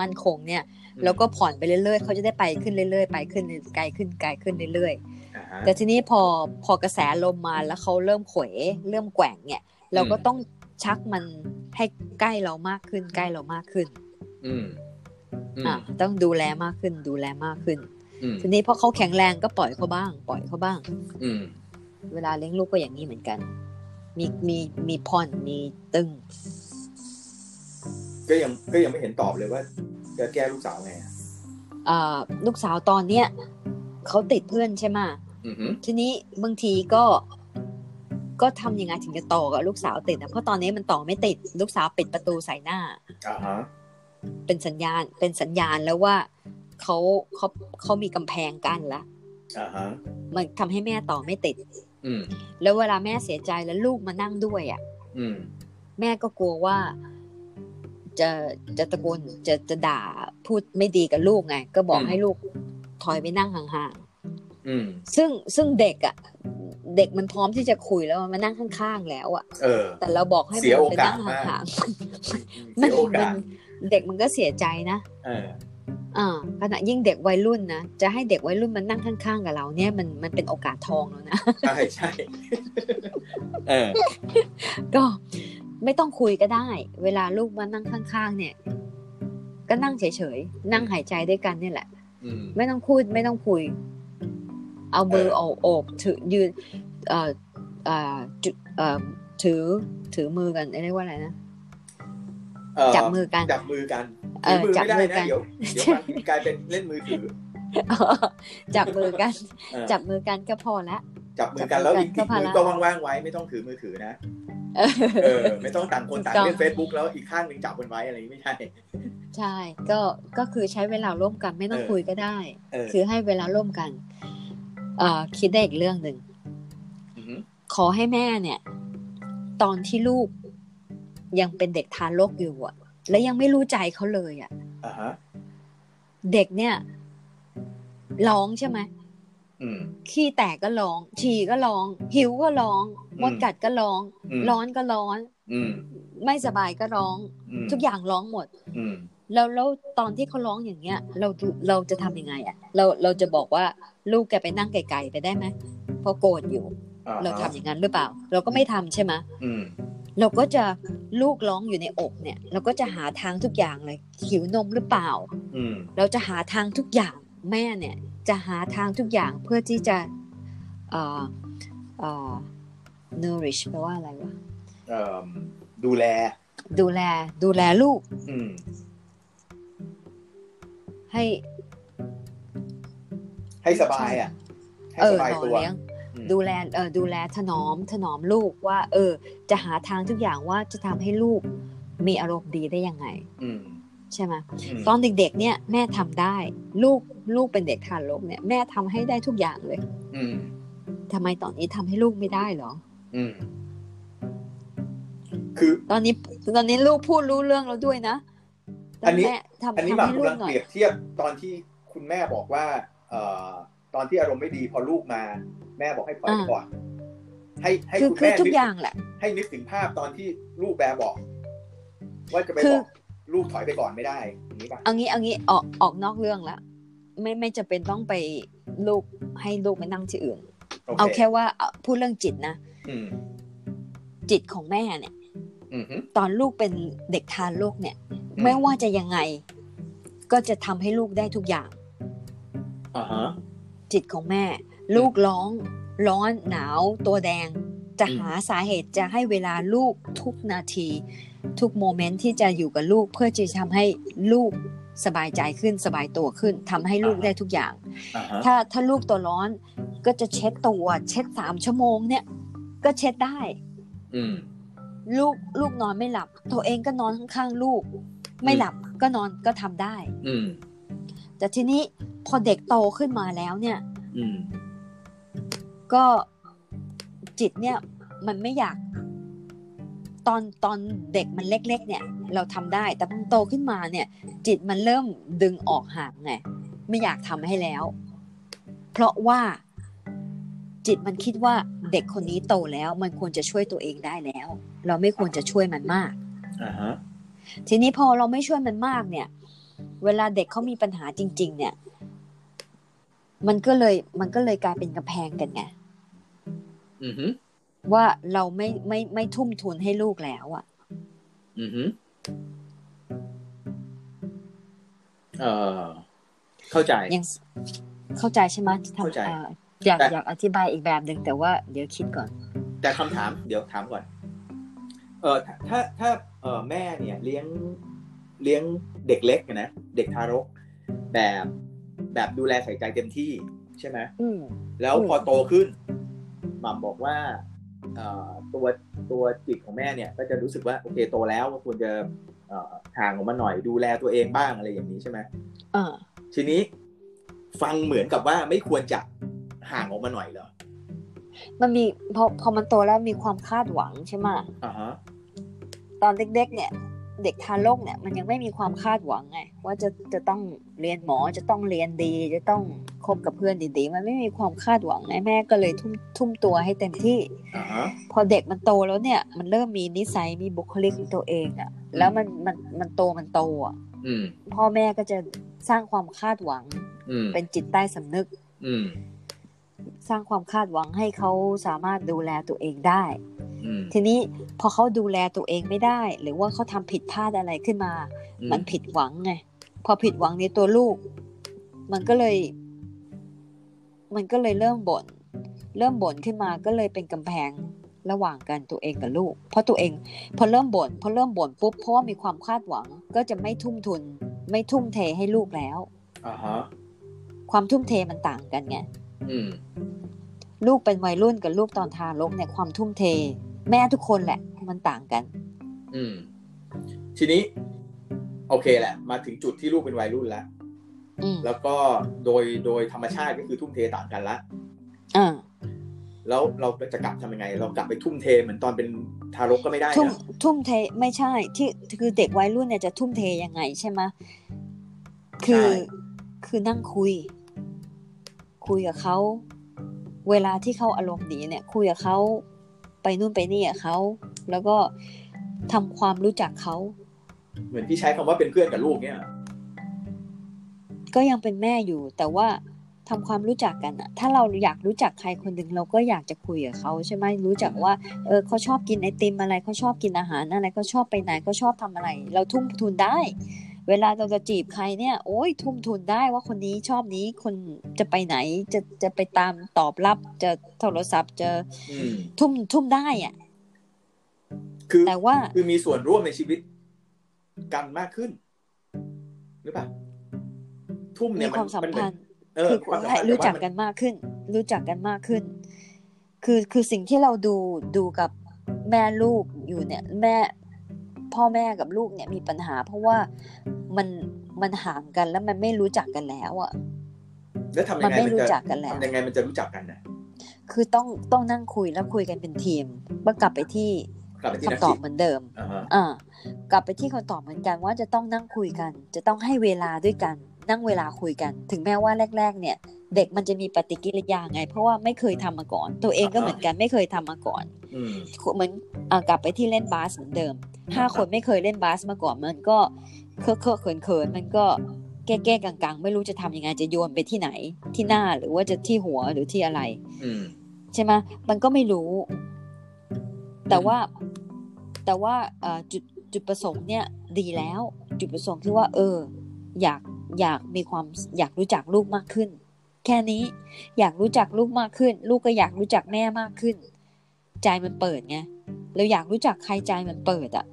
S2: มั่นคงเนี่ย
S1: อืม
S2: แล้วก็ผ่อนไปเรื่อยๆเขาจะได้ไปขึ้นเรื่อยๆไปขึ้นไกลขึ้นไกลขึ้นเรื่อย
S1: อ่าฮะ
S2: ๆแต่ทีนี้พอพอกระแสลมมาแล้วเขาเริ่มเขวเริ่มแกว่งเนี่ยเราก็
S1: อืม
S2: ต้องชักมันให้ใกล้เรามากขึ้นใกล้เรามากขึ้น
S1: อืมอื
S2: อ่ะ
S1: ม
S2: ต้องดูแลมากขึ้นดูแลมากขึ้น
S1: อืม
S2: ทีนี้พอเขาแข็งแรงก็ปล่อยเขาบ้าง ปล่อยเขาบ้าง
S1: อืม
S2: เวลาเลี้ยงลูกก็อย่างนี้เหมือนกัน มีมีมีผ่อนมีตึง
S1: ก็ยังก็ยังไม่เห็นตอบเลยว่า จะแก้ลูกสาวไงอะ
S2: อ่าลูกสาวตอนเนี้ยเขาติดเพื่อนใช่ไหมะ
S1: อือหือ
S2: ทีนี้บางทีก็ ก็ทำยังไงถึงจะต่อกับลูกสาวติดนะเพราะตอนนี้มันต่อไม่ติด ลูกสาวปิดประตูใส่หน้า
S1: อ่าฮะ
S2: เป็นสัญญาณ เป็นสัญญาณแล้วว่าเขาเขาเขามีกำแพงกั้นละ
S1: อ่าฮะ
S2: มันทำให้แม่ต่อไม่ติด
S1: อืม
S2: แล้วเวลาแม่เสียใจแล้วลูกมานั่งด้วยอ่ะ
S1: อืม
S2: แม่ก็กลัวว่า จะจะตะโกนจะจะด่าพูดไม่ดีกับลูกไง ก็บอก
S1: อืม
S2: ให้ลูกถอยไปนั่งห่าง
S1: อืม
S2: ๆซึ่งซึ่งเด็กอะ่ะ เด็กมันพร้อมที่จะคุยแล้วมันนั่งข้างๆแล้วอะ่ะ
S1: เออ
S2: แต่เราบอกให้
S1: เสีย
S2: มั
S1: โอน
S2: ไป
S1: กาส
S2: นั่ง
S1: มาก
S2: ห่างๆมั
S1: เสี
S2: น
S1: ยโอ
S2: มั
S1: กาน ส
S2: เด็กมันก็เสียใจนะ
S1: เออ
S2: อ่าขณะยิ่งเด็กวัยรุ่นนะจะให้เด็กวัยรุ่นมันนั่งข้างๆกับเราเนี่ยมันมันเป็นโอกาสทองแล้วนะ
S1: ใช่ใช่ เออ
S2: ก็ไม่ต้องคุยก็ได้ เวลาลูกมานั่งข้างๆ เนี่ย ก็นั่งเฉยๆ นั่งหายใจด้วยกันเนี่ยแหละ
S1: อืม
S2: ไม่ต้องพูดไม่ต้องคุย เอามือ
S1: เออ
S2: เอาโอบถือยืนเอ่อเอ่อจุเอ่อถือถือมือกันเรียกว่าอะไรนะ
S1: เออ
S2: จับมือกัน
S1: จับมือกัน
S2: เอ
S1: ถื
S2: อ
S1: อมือ
S2: จับ
S1: ไม่ได้
S2: มือกั
S1: นะ
S2: น
S1: เดี๋ยวเดี๋ยวมันกลายเป็นเล่นมือถือ
S2: จับมือกัน
S1: เออ
S2: จับมือกันก็พอละ
S1: จับมือ
S2: จั
S1: กับ น
S2: มือ
S1: แล้ว
S2: กัน
S1: อีก
S2: ก็
S1: อีก
S2: พอ
S1: มือ
S2: ละ
S1: ก็ว่างๆไว้ไม่ต้องถือมือถือนะ
S2: เออ
S1: เออ ไม่ต้องต่างคนต่าง
S2: ถูกต้อง
S1: เล่นเฟซบุ๊กแล้วอีกข้างหนึ่งจับมันไว้อะไรอย่างงี้ไม่ใช่
S2: ใช่ก็ก็คือใช้เวลาร่วมกันไม่ต้อง
S1: เออ
S2: คุยก็ได้
S1: เออ
S2: คือให้เวลาร่วมกันเอ่อคิดได้อีกเรื่องหนึ่ง
S1: อหือ
S2: ขอให้แม่เนี่ย ตอนที่ลูกยังเป็นเด็กทารกอยู่อะและยังไม่รู้ใจเขาเลยอะ
S1: อ่าฮะ
S2: เด็กเนี่ยร้องใช่ไหม
S1: อืม
S2: ขี้แตกก็ร้อง ฉี่ก็ร้อง หิวก็ร้อง
S1: อืม
S2: มดกัดก็ร้อง
S1: อืม
S2: ร้อนก็ร้อน
S1: อืม
S2: ไม่สบายก็ร้อง
S1: อืม
S2: ทุกอย่างร้องหมด
S1: อืม
S2: แล้วแล้วตอนที่เขาร้องอย่างเงี้ย เราดูเราจะทำยังไงอะเราเราจะบอกว่าลูกแกไปนั่งไกลๆไปได้ไหมเพราะโกรธอยู่
S1: อ่ฮะ
S2: เราทำอย่างนั้นหรือเปล่า เราก็ไม่ทำใช่ไหม
S1: อืม
S2: เราก็จะลูกร้องอยู่ในอกเนี่ย เราก็จะหาทางทุกอย่างเลยหิวนมหรือเปล่า
S1: อืม
S2: เราจะหาทางทุกอย่างแม่เนี่ย จะหาทางทุกอย่างเพื่อที่จะเอ่อเอ่อ nourish แปลว่าอะไรวะ
S1: เอ่อดูแล
S2: ดูแลดูแลลูก
S1: อืม
S2: ให้
S1: ให้สบายอ่ะ ให้
S2: เออบ
S1: สาย
S2: หล่อ
S1: ตัว
S2: เลี้ยง
S1: อืม
S2: ดูแลเออดูแลถนอมถนอมลูกว่า เออ จะหาทางทุกอย่างว่าจะทำให้ลูกมีอารมณ์ดีได้ยังไง
S1: อืม
S2: ใช่ไหม
S1: ม
S2: ตอนเด็กๆ เนี่ยแม่ทำได้ ลูกลูกเป็นเด็กทารกเนี่ยแม่ทำให้ได้ทุกอย่างเลย
S1: อืม
S2: ทำไมตอนนี้ทำให้ลูกไม่ได้เหรอ
S1: อืม คือ
S2: ตอนนี้ตอนนี้ลูกพูดรู้เรื่องแล้วด้วยนะแต่
S1: อันนี้
S2: แม่ทำ
S1: อันนี้ห
S2: ทำ
S1: มาก
S2: ให้ลู
S1: กำ
S2: ก
S1: ลัง
S2: หน่
S1: เป
S2: อ
S1: รี
S2: ย
S1: ยบเทียบตอนที่คุณแม่บอกว่า เอ่อ ตอนที่อารมณ์ไม่ดีพอลูกมา แม่บอกให้ปล่อยไปก่อนให้ให้
S2: คือ
S1: คุณ
S2: คือ
S1: แม่
S2: ทุก
S1: นึก
S2: อย่างแหละ
S1: ให้นึกถึงภาพตอนที่ลูกแบร์บอก ว่าจะไป
S2: คื
S1: บ
S2: อ
S1: อกลูกถอยไปก่อนไม่ได้อย่างนี้ป่ะ
S2: เอางี้เอางี้ออกออกนอกเรื่องละไม่ไม่จะเป็นต้องไปลูกให้ลูกไปนั่งที่อื่น
S1: โอ
S2: เอา
S1: เค
S2: แค่ว่าเอาพูดเรื่องจิตนะ
S1: อืม
S2: จิตของแม่เนี่ย
S1: อืมฮึ
S2: ตอนลูกเป็นเด็กทารกเนี่ย ไม่ว่าจะยังไง ก็จะทำให้ลูกได้ทุกอย่าง
S1: อ่าฮะ
S2: จิตของแม่ ลูกร้อง ร้อนหนาวตัวแดง จะหาสาเหตุจะให้เวลาลูกทุกนาที ทุกโมเมนต์ที่จะอยู่กับลูกเพื่อจะทำให้ลูกสบายใจขึ้นสบายตัวขึ้นทำให้ลูก
S1: อ่าฮะ
S2: ได้ทุกอย่าง
S1: อ่าฮะ
S2: ถ้าถ้าลูกตัวร้อนก็จะเช็ดตัว เช็ดสามชั่วโมงเนี่ย ก็เช็ดได้
S1: อืม
S2: ลูกลูกนอนไม่หลับ ตัวเองก็นอนข้างๆลูก ไม่หลับก็นอนก็ทำได้
S1: อืม
S2: แต่ทีนี้พอเด็กโตขึ้นมาแล้วเนี่ย
S1: อืม
S2: ก็จิตเนี่ยมันไม่อยาก ตอนตอนเด็กมันเล็ก ๆ เนี่ย เราทำได้แต่พอโตขึ้นมาเนี่ย จิตมันเริ่มดึงออกห่างไงไม่อยากทำให้แล้ว เพราะว่าจิตมันคิดว่าเด็กคนนี้โตแล้ว มันควรจะช่วยตัวเองได้แล้ว เราไม่ควรจะช่วยมันมาก
S1: อ่าฮะ
S2: ทีนี้พอเราไม่ช่วยมันมากเนี่ย เวลาเด็กเขามีปัญหาจริง ๆ เนี่ย มันก็เลยมันก็เลยกลายเป็นกำแพงกันไง
S1: อือฮึ
S2: ว่าเราไม่ไม่ไม่ทุ่มทุนให้ลูกแล้วอะ
S1: อือฮึเอ่อเข้าใจ
S2: ยังเข้าใจใช่ไหมที่ทำ
S1: เข้าใจ
S2: อ่ออยาก
S1: แต่
S2: อยากอธิบายอีกแบบหนึ่งแต่ว่าเดี๋ยวคิดก่อน
S1: แต่คำถามเดี๋ยวถามก่อน เออถ้าถ้าถ้าเออแม่เนี่ย เลี้ยงเลี้ยงเด็กเล็กอะนะเด็กทารก แบบแบบดูแลใส่ใจเต็มที่ใช่ไหม
S2: อืม
S1: แล้ว
S2: อืม
S1: พอโตขึ้นหมัมบอกว่าเอ่อตัวตัวจิตของแม่เนี่ย ก็จะรู้สึกว่าโอเคโตแล้วก็ควรจะเอ่อห่างออกมาหน่อยดูแลตัวเองบ้างอะไรอย่างนี้ใช่ไหม
S2: เออ
S1: ทีนี้ฟังเหมือนกับว่าไม่ควรจะห่างออกมาหน่อยเหรอ
S2: มันมีพอพอมันโตแล้วมีความคาดหวังใช่ไหม
S1: อ่าฮะ
S2: ตอนเด็กๆเนี่ย เด็กทารกเนี่ย มันยังไม่มีความคาดหวังไงว่าจะจะต้องเรียนหมอจะต้องเรียนดี จะต้องคบกับเพื่อนดีๆ มันไม่มีความคาดหวังไงแม่ก็เลยทุ่มทุ่มตัวให้เต็มที่
S1: อ่าฮะ
S2: พอเด็กมันโตแล้วเนี่ย มันเริ่มมีนิสัยมีบุคลิกของตัวเองอะแล้วมันมันมันโตมันโตอะ
S1: อืม
S2: พ่อแม่ก็จะสร้างความคาดหวัง
S1: อืม
S2: เป็นจิตใต้สำนึก
S1: อืม
S2: สร้างความคาดหวังให้เขาสามารถดูแลตัวเองได้
S1: อืม
S2: ทีนี้พอเขาดูแลตัวเองไม่ได้ หรือว่าเขาทำผิดพลาดอะไรขึ้นมา
S1: อื
S2: มันผิดหวังไงพอผิดหวังในตัวลูก มันก็เลย มันก็เลยเริ่มบ่นเริ่มบ่นขึ้นมาก็เลยเป็นกำแพงระหว่างกันตัวเองกับลูก เพราะตัวเอง พอเริ่มบ่นพอเริ่มบ่นปุ๊บเพราะว่ามีความคาดหวัง ก็จะไม่ทุ่มทุน ไม่ทุ่มเทให้ลูกแล้ว
S1: อ่าฮะ
S2: ความทุ่มเทมันต่างกันไง
S1: อืม
S2: ลูกเป็นวัยรุ่นกับลูกตอนทารกเนี่ยความทุ่มเท แม่ทุกคนแหละ มันต่างกัน
S1: อืม ทีนี้ โอเคแหละ มาถึงจุดที่ลูกเป็นวัยรุ่นแล้ว
S2: อืม
S1: แล้วก็โดยโดยธรรมชาติก็คือทุ่มเทต่างกันละ
S2: อ่า
S1: แล้วเราจะกลับทำยังไง เรากลับไปทุ่มเทเหมือนตอนเป็นทารกก็ไม่ได้
S2: ทุ่ม
S1: นะ
S2: ทุ่มเทไม่ใช่ ที่คือเด็กวัยรุ่นเนี่ยจะทุ่มเทยังไงใช่ไหมคือคือนั่งคุย คุยกับเขาเวลาที่เขาอารมณ์ดีเนี่ย คุยกับเขาไปนู่นไปนี่กับเขาแล้วก็ทำความรู้จักเขา
S1: เหมือนที่ใช้คำว่าเป็นเพื่อนกับลูกเนี่ย
S2: ก็ยังเป็นแม่อยู่ แต่ว่าทำความรู้จักกันอะถ้าเราอยากรู้จักใครคนหนึ่งเราก็อยากจะคุยกับเขาใช่ไหมรู้จักว่าเออเขาชอบกินไอติมอะไรเขาชอบกินอาหารอะไรเขาชอบไปไหนเขาชอบทำอะไร เราทุ่มทุนได้ เวลาเราจะจีบใครเนี่ย โอ้ยทุ่มทุนได้ว่าคนนี้ชอบนี้คนจะไปไหนจะจะไปตามตอบรับจะโทรศัพท์จะ
S1: อืม
S2: ทุ่มทุ่มได้อะ
S1: คือ
S2: แต่ว่า
S1: คือมีส่วนร่วมในชีวิตกันมากขึ้น หรือเปล่า ทุ่ม
S2: มี
S1: เนี่ย
S2: ความสัม
S1: เหอ
S2: พั
S1: น
S2: นธ์
S1: เออ
S2: คือ
S1: ความสัมพันธ์
S2: รู้จัก
S1: แต่ว่ามั
S2: กันมากขึ้น รู้จักกันมากขึ้น คือคือสิ่งที่เราดูดูกับแม่ลูกอยู่เนี่ยแม่พ่อแม่กับลูกเนี่ยมีปัญหา เพราะว่ามันมันห่างกันแล้วมันไม่รู้จักกันแล้วอ่ะ
S1: แล้วทำ
S2: มั
S1: ยั
S2: น
S1: งไง
S2: ไม่
S1: มัน
S2: รู้
S1: จะ
S2: จักกันแล้ว
S1: ทำยังไงมันจะรู้จักกันนะ
S2: คือต้องต้องนั่งคุยแล้วคุยกันเป็นทีมเมื่อกลับไปที่
S1: กลับไปที่
S2: คำ
S1: นัก
S2: ตอ
S1: จิ
S2: บ
S1: ต
S2: เหมือนเดิม
S1: อ่าฮะ
S2: อ่ากลับไปที่คำตอบเหมือนกันว่าจะต้องนั่งคุยกัน จะต้องให้เวลาด้วยกัน นั่งเวลาคุยกัน ถึงแม้ว่าแรก ๆ เนี่ย เด็กมันจะมีปฏิกิริยาไง เพราะว่าไม่เคยทำมาก่อน ตัวเองก็
S1: อ่าฮะ
S2: เหมือนกันไม่เคยทำมาก่อน
S1: อืม
S2: เหมือนอ่ากลับไปที่เล่นบาสเหมือนเดิมห้าคนไม่เคยเล่นบาสมาก่อนมันก็เคอะเคอะเขินเขินๆมันก็แก้แก้ๆกังๆ ไม่รู้จะทำยังไงจะโยนไปที่ไหนที่หน้าหรือว่าจะที่หัวหรือที่อะไร
S1: อืม
S2: ใช่ไหมมันก็ไม่รู้ แต่ว่าแต่ว่าเอ่อจุดจุดประสงค์เนี่ยดีแล้ว จุดประสงค์คือว่า เออ อยากอยากมีความอยากรู้จักลูกมากขึ้น แค่นี้อยากรู้จักลูกมากขึ้น ลูกก็อยากรู้จักแม่มากขึ้น ใจมันเปิดไงเราอยากรู้จักใครใจมันเปิดอ่ะ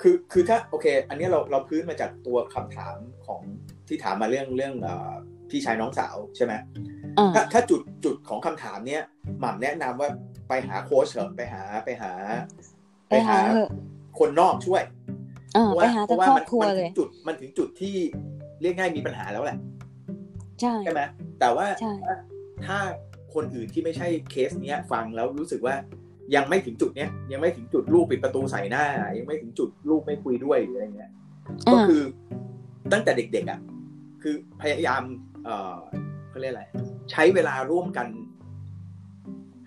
S1: คือคือถ้าโอเค อันนี้เราเราพื้นมาจากตัวคำถามของที่ถามมาเรื่องเรื่องเอ่อพี่ชายน้องสาวใช่ไหม
S2: เออ
S1: ถ้าถ้าจุดจุดของคำถามเนี้ยหม่ำแนะนำว่าไปหาโค้ชเถอะไปหาไปหา
S2: ไปหาเถอะ
S1: คนนอกช่วย
S2: เออ
S1: เพระ
S2: ไป
S1: ว่
S2: หา
S1: เพ
S2: ทั้
S1: ระ
S2: ง
S1: ว่
S2: ครอ
S1: มั
S2: บครัวเลย
S1: มันถึงจุดมันถึงจุดที่เรียกง่ายมีปัญหาแล้วแหละ
S2: ใช่
S1: ใช่ไหมแต่ว่า
S2: ใช่
S1: ถ้าคนอื่นที่ไม่ใช่เคสเนี้ยฟังแล้วรู้สึกว่า ยังไม่ถึงจุดเนี้ยยังไม่ถึงจุดลูกปิดประตูใส่หน้า ยังไม่ถึงจุดลูกไม่คุยด้วยหรืออะไรเงี้ย ก็
S2: อ่า
S1: คือตั้งแต่เด็กๆอ่ะคือพยายาม เอ่อเขาเรียกอะไร ใช้เวลาร่วมกัน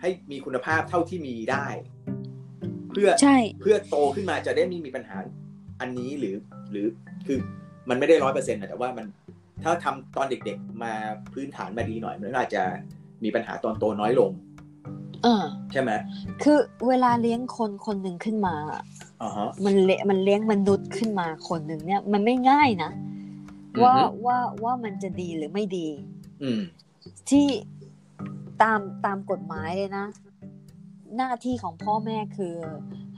S1: ให้มีคุณภาพเท่าที่มีได้ เพื่อ
S2: ใช่
S1: เพื่อโตขึ้นมาจะได้ไม่มีปัญหาอันนี้หรือหรือคือมันไม่ได้ร้อยเปอร์เซ็นต์นะแต่ว่ามันถ้าทำตอนเด็กๆ มาพื้นฐานมาดีหน่อยมันก็อาจจะมีปัญหาตอนโตน้อยลง
S2: เออ
S1: ใช่ไหม
S2: คือเวลาเลี้ยงคนคนหนึ่งขึ้นมาอะ
S1: อ๋อฮะ
S2: มันเละมันเลี้ยงมนุษย์ขึ้นมาคนหนึ่งเนี่ย มันไม่ง่ายนะ
S1: อือฮึ
S2: ว่าว่าว่ามันจะดีหรือไม่ดี
S1: อืม
S2: ที่ตามตามกฎหมายเลยนะ หน้าที่ของพ่อแม่คือ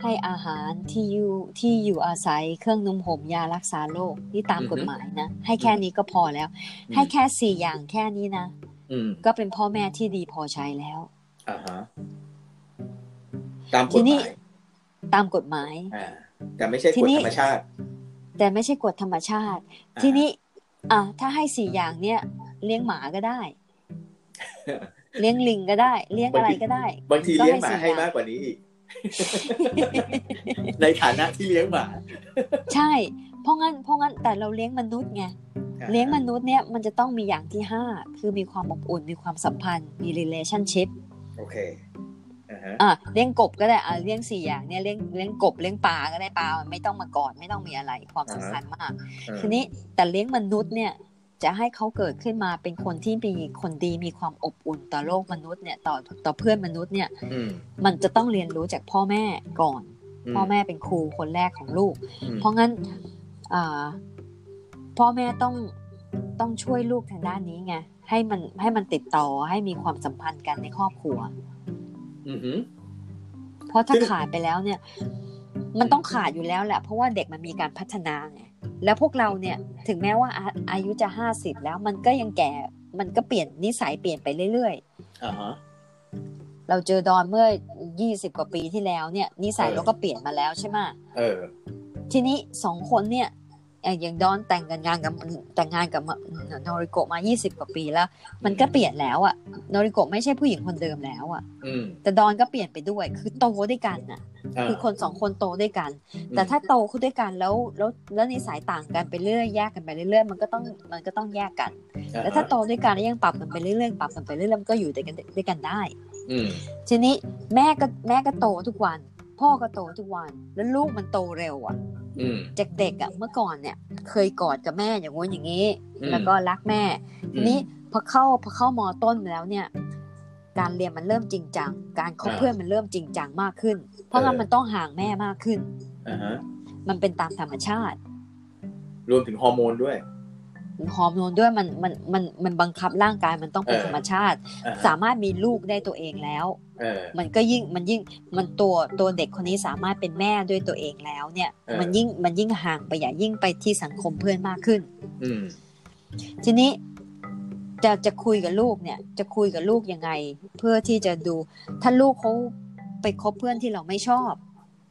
S2: ให้อาหารที่อยู่ที่อยู่อาศัยเครื่องนุ่มห่มยารักษาโรคที่ตาม
S1: อือฮึ
S2: กฎหมายนะ ให้แค่นี้ก็พอแล้ว ให้แค่สี่อย่างแค่นี้นะ
S1: อืม
S2: ก็เป็นพ่อแม่ที่ดีพอใช้แล้ว
S1: อ่าฮะตามก
S2: ที
S1: ฎห
S2: นี้
S1: มาย
S2: ตามกฎหมาย
S1: อ่า แต่ไม่ใช่
S2: ที
S1: กฎ
S2: นี้
S1: ธรรมชาติ
S2: แต่ไม่ใช่กฎธรรมชาติ
S1: อ่า
S2: ทีนี้ อ่ะถ้าให้สี่อย่างเนี่ยเลี้ยงหมาก็ได้ เลี้ยงลิงก็ได้ เลี้ยงอะไรก็ได้
S1: บางที
S2: ก็
S1: เลี้ยงห
S2: ให้
S1: มา
S2: สี่
S1: ให้
S2: อย่าง
S1: มากกว่านี้อีก ในฐานะที่เลี้ยงหมา
S2: ใช่ เพราะงั้นเพราะงั้นแต่เราเลี้ยงมนุษย์ไง เลี้ยงมนุษย์เนี่ยมันจะต้องมีอย่างที่ห้าคือมีความอบอุ่น มีความสัมพันธ์ มี relationship
S1: โอเคอ่าฮะ
S2: อ่ะเลี้ยงกบก็ได้อ่ะเลี้ยงสี่อย่างเนี่ยเลี้ยงเลี้ยงกบเลี้ยงปลาก็ได้ปลาไม่ต้องมากอดไม่ต้องมีอะไรความสำคัญมาก ทีนี้แต่เลี้ยงมนุษย์เนี่ยจะให้เขาเกิดขึ้นมาเป็นคนที่มีคนดีมีความอบอุ่นต่อโลกมนุษย์เนี่ยต่อต่อเพื่อนมนุษย์เนี่ย
S1: อืม
S2: มันจะต้องเรียนรู้จากพ่อแม่ก่อน พ่อแม่เป็นครูคนแรกของลูก
S1: อืม
S2: เพราะงั้นอ่าพ่อแม่ต้องต้องช่วยลูกทางด้านนี้ไงให้มันให้มันติดต่อให้มีความสัมพันธ์กันในครอบครัว
S1: อือหือ
S2: เพราะถ้า
S1: ซึ่ง
S2: ขาดไปแล้วเนี่ย มันต้องขาดอยู่แล้วแหละ เพราะว่าเด็กมันมีการพัฒนาไงแล้วพวกเราเนี่ย ถึงแม้ว่าอาอายุจะห้าสิบแล้วมันก็ยังแก่ มันก็เปลี่ยนนิสัยเปลี่ยนไปเรื่อย
S1: อ่าฮะ
S2: ๆ เราเจอดอนเมื่อยี่สิบกว่าปีที่แล้วเนี่ย นิสัย
S1: เออ
S2: เราก็เปลี่ยนมาแล้วใช่ไหมะ
S1: เออ
S2: ทีนี้สองคนเนี่ยเอ่ออย่างดอนแต่งกันงานกับแต่งงานกับโนริโกะมา 20 กว่าปีแล้ว มันก็เปลี่ยนแล้วอะโนริโกะไม่ใช่ผู้หญิงคนเดิมแล้วอะ
S1: อืม
S2: แต่ดอนก็เปลี่ยนไปด้วย คือโตด้วยกันน่ะ
S1: อ่า
S2: คือคนสองคนโตด้วยกัน แต่ถ้าโตขึ้นด้วยกันแล้วแล้วแล้วนิสัยต่างกันไปเรื่อยแยกกันไปเรื่อยมันก็ต้องมันก็ต้องแยกกัน
S1: อ่ฮะ
S2: แล้วถ้าโตด้วยกันแล้วยังปรับกันไปเรื่อยๆปรับกันไปเรื่อยๆมันก็อยู่ด้วยกันด้วยกันได้
S1: อืม
S2: ทีนี้แม่ก็แม่ก็โตทุกวัน พ่อก็โตทุกวัน แล้วลูกมันโตเร็วอะ
S1: อืม
S2: จากเด็กอะเมื่อก่อนเนี่ยเคยกอดกับแม่อย่างงู้นอย่างนี้
S1: อืม
S2: แล้วก็รักแม่ทีนี้พอเข้าพอเข้ามอต้นแล้วเนี่ย การเรียนมันเริ่มจริงจังการคบเพื่อนมันเริ่มจริงจังมากขึ้น เพราะงั้นมันต้องห่างแม่มากขึ้น
S1: อ่าฮะ
S2: มันเป็นตามธรรมชาติ
S1: รวมถึงฮอร์โมนด้วย
S2: ฮอร์โมนด้วยมันมันมันมันบังคับร่างกายมันต้องเป็น
S1: เออ
S2: ธรรมชาติ
S1: อ่ฮะ
S2: สามารถมีลูกได้ตัวเองแล้ว
S1: เออ
S2: มันก็ยิ่งมันยิ่งมันตัวตัวเด็กคนนี้สามารถเป็นแม่ด้วยตัวเองแล้วเนี่ย
S1: เออ
S2: มันยิ่งมันยิ่งห่างไปอย่ายิ่งไปที่สังคมเพื่อนมากขึ้น
S1: อืม
S2: ทีนี้จะจะคุยกับลูกเนี่ย จะคุยกับลูกยังไง เพื่อที่จะดู ถ้าลูกเขาไปคบเพื่อนที่เราไม่ชอบ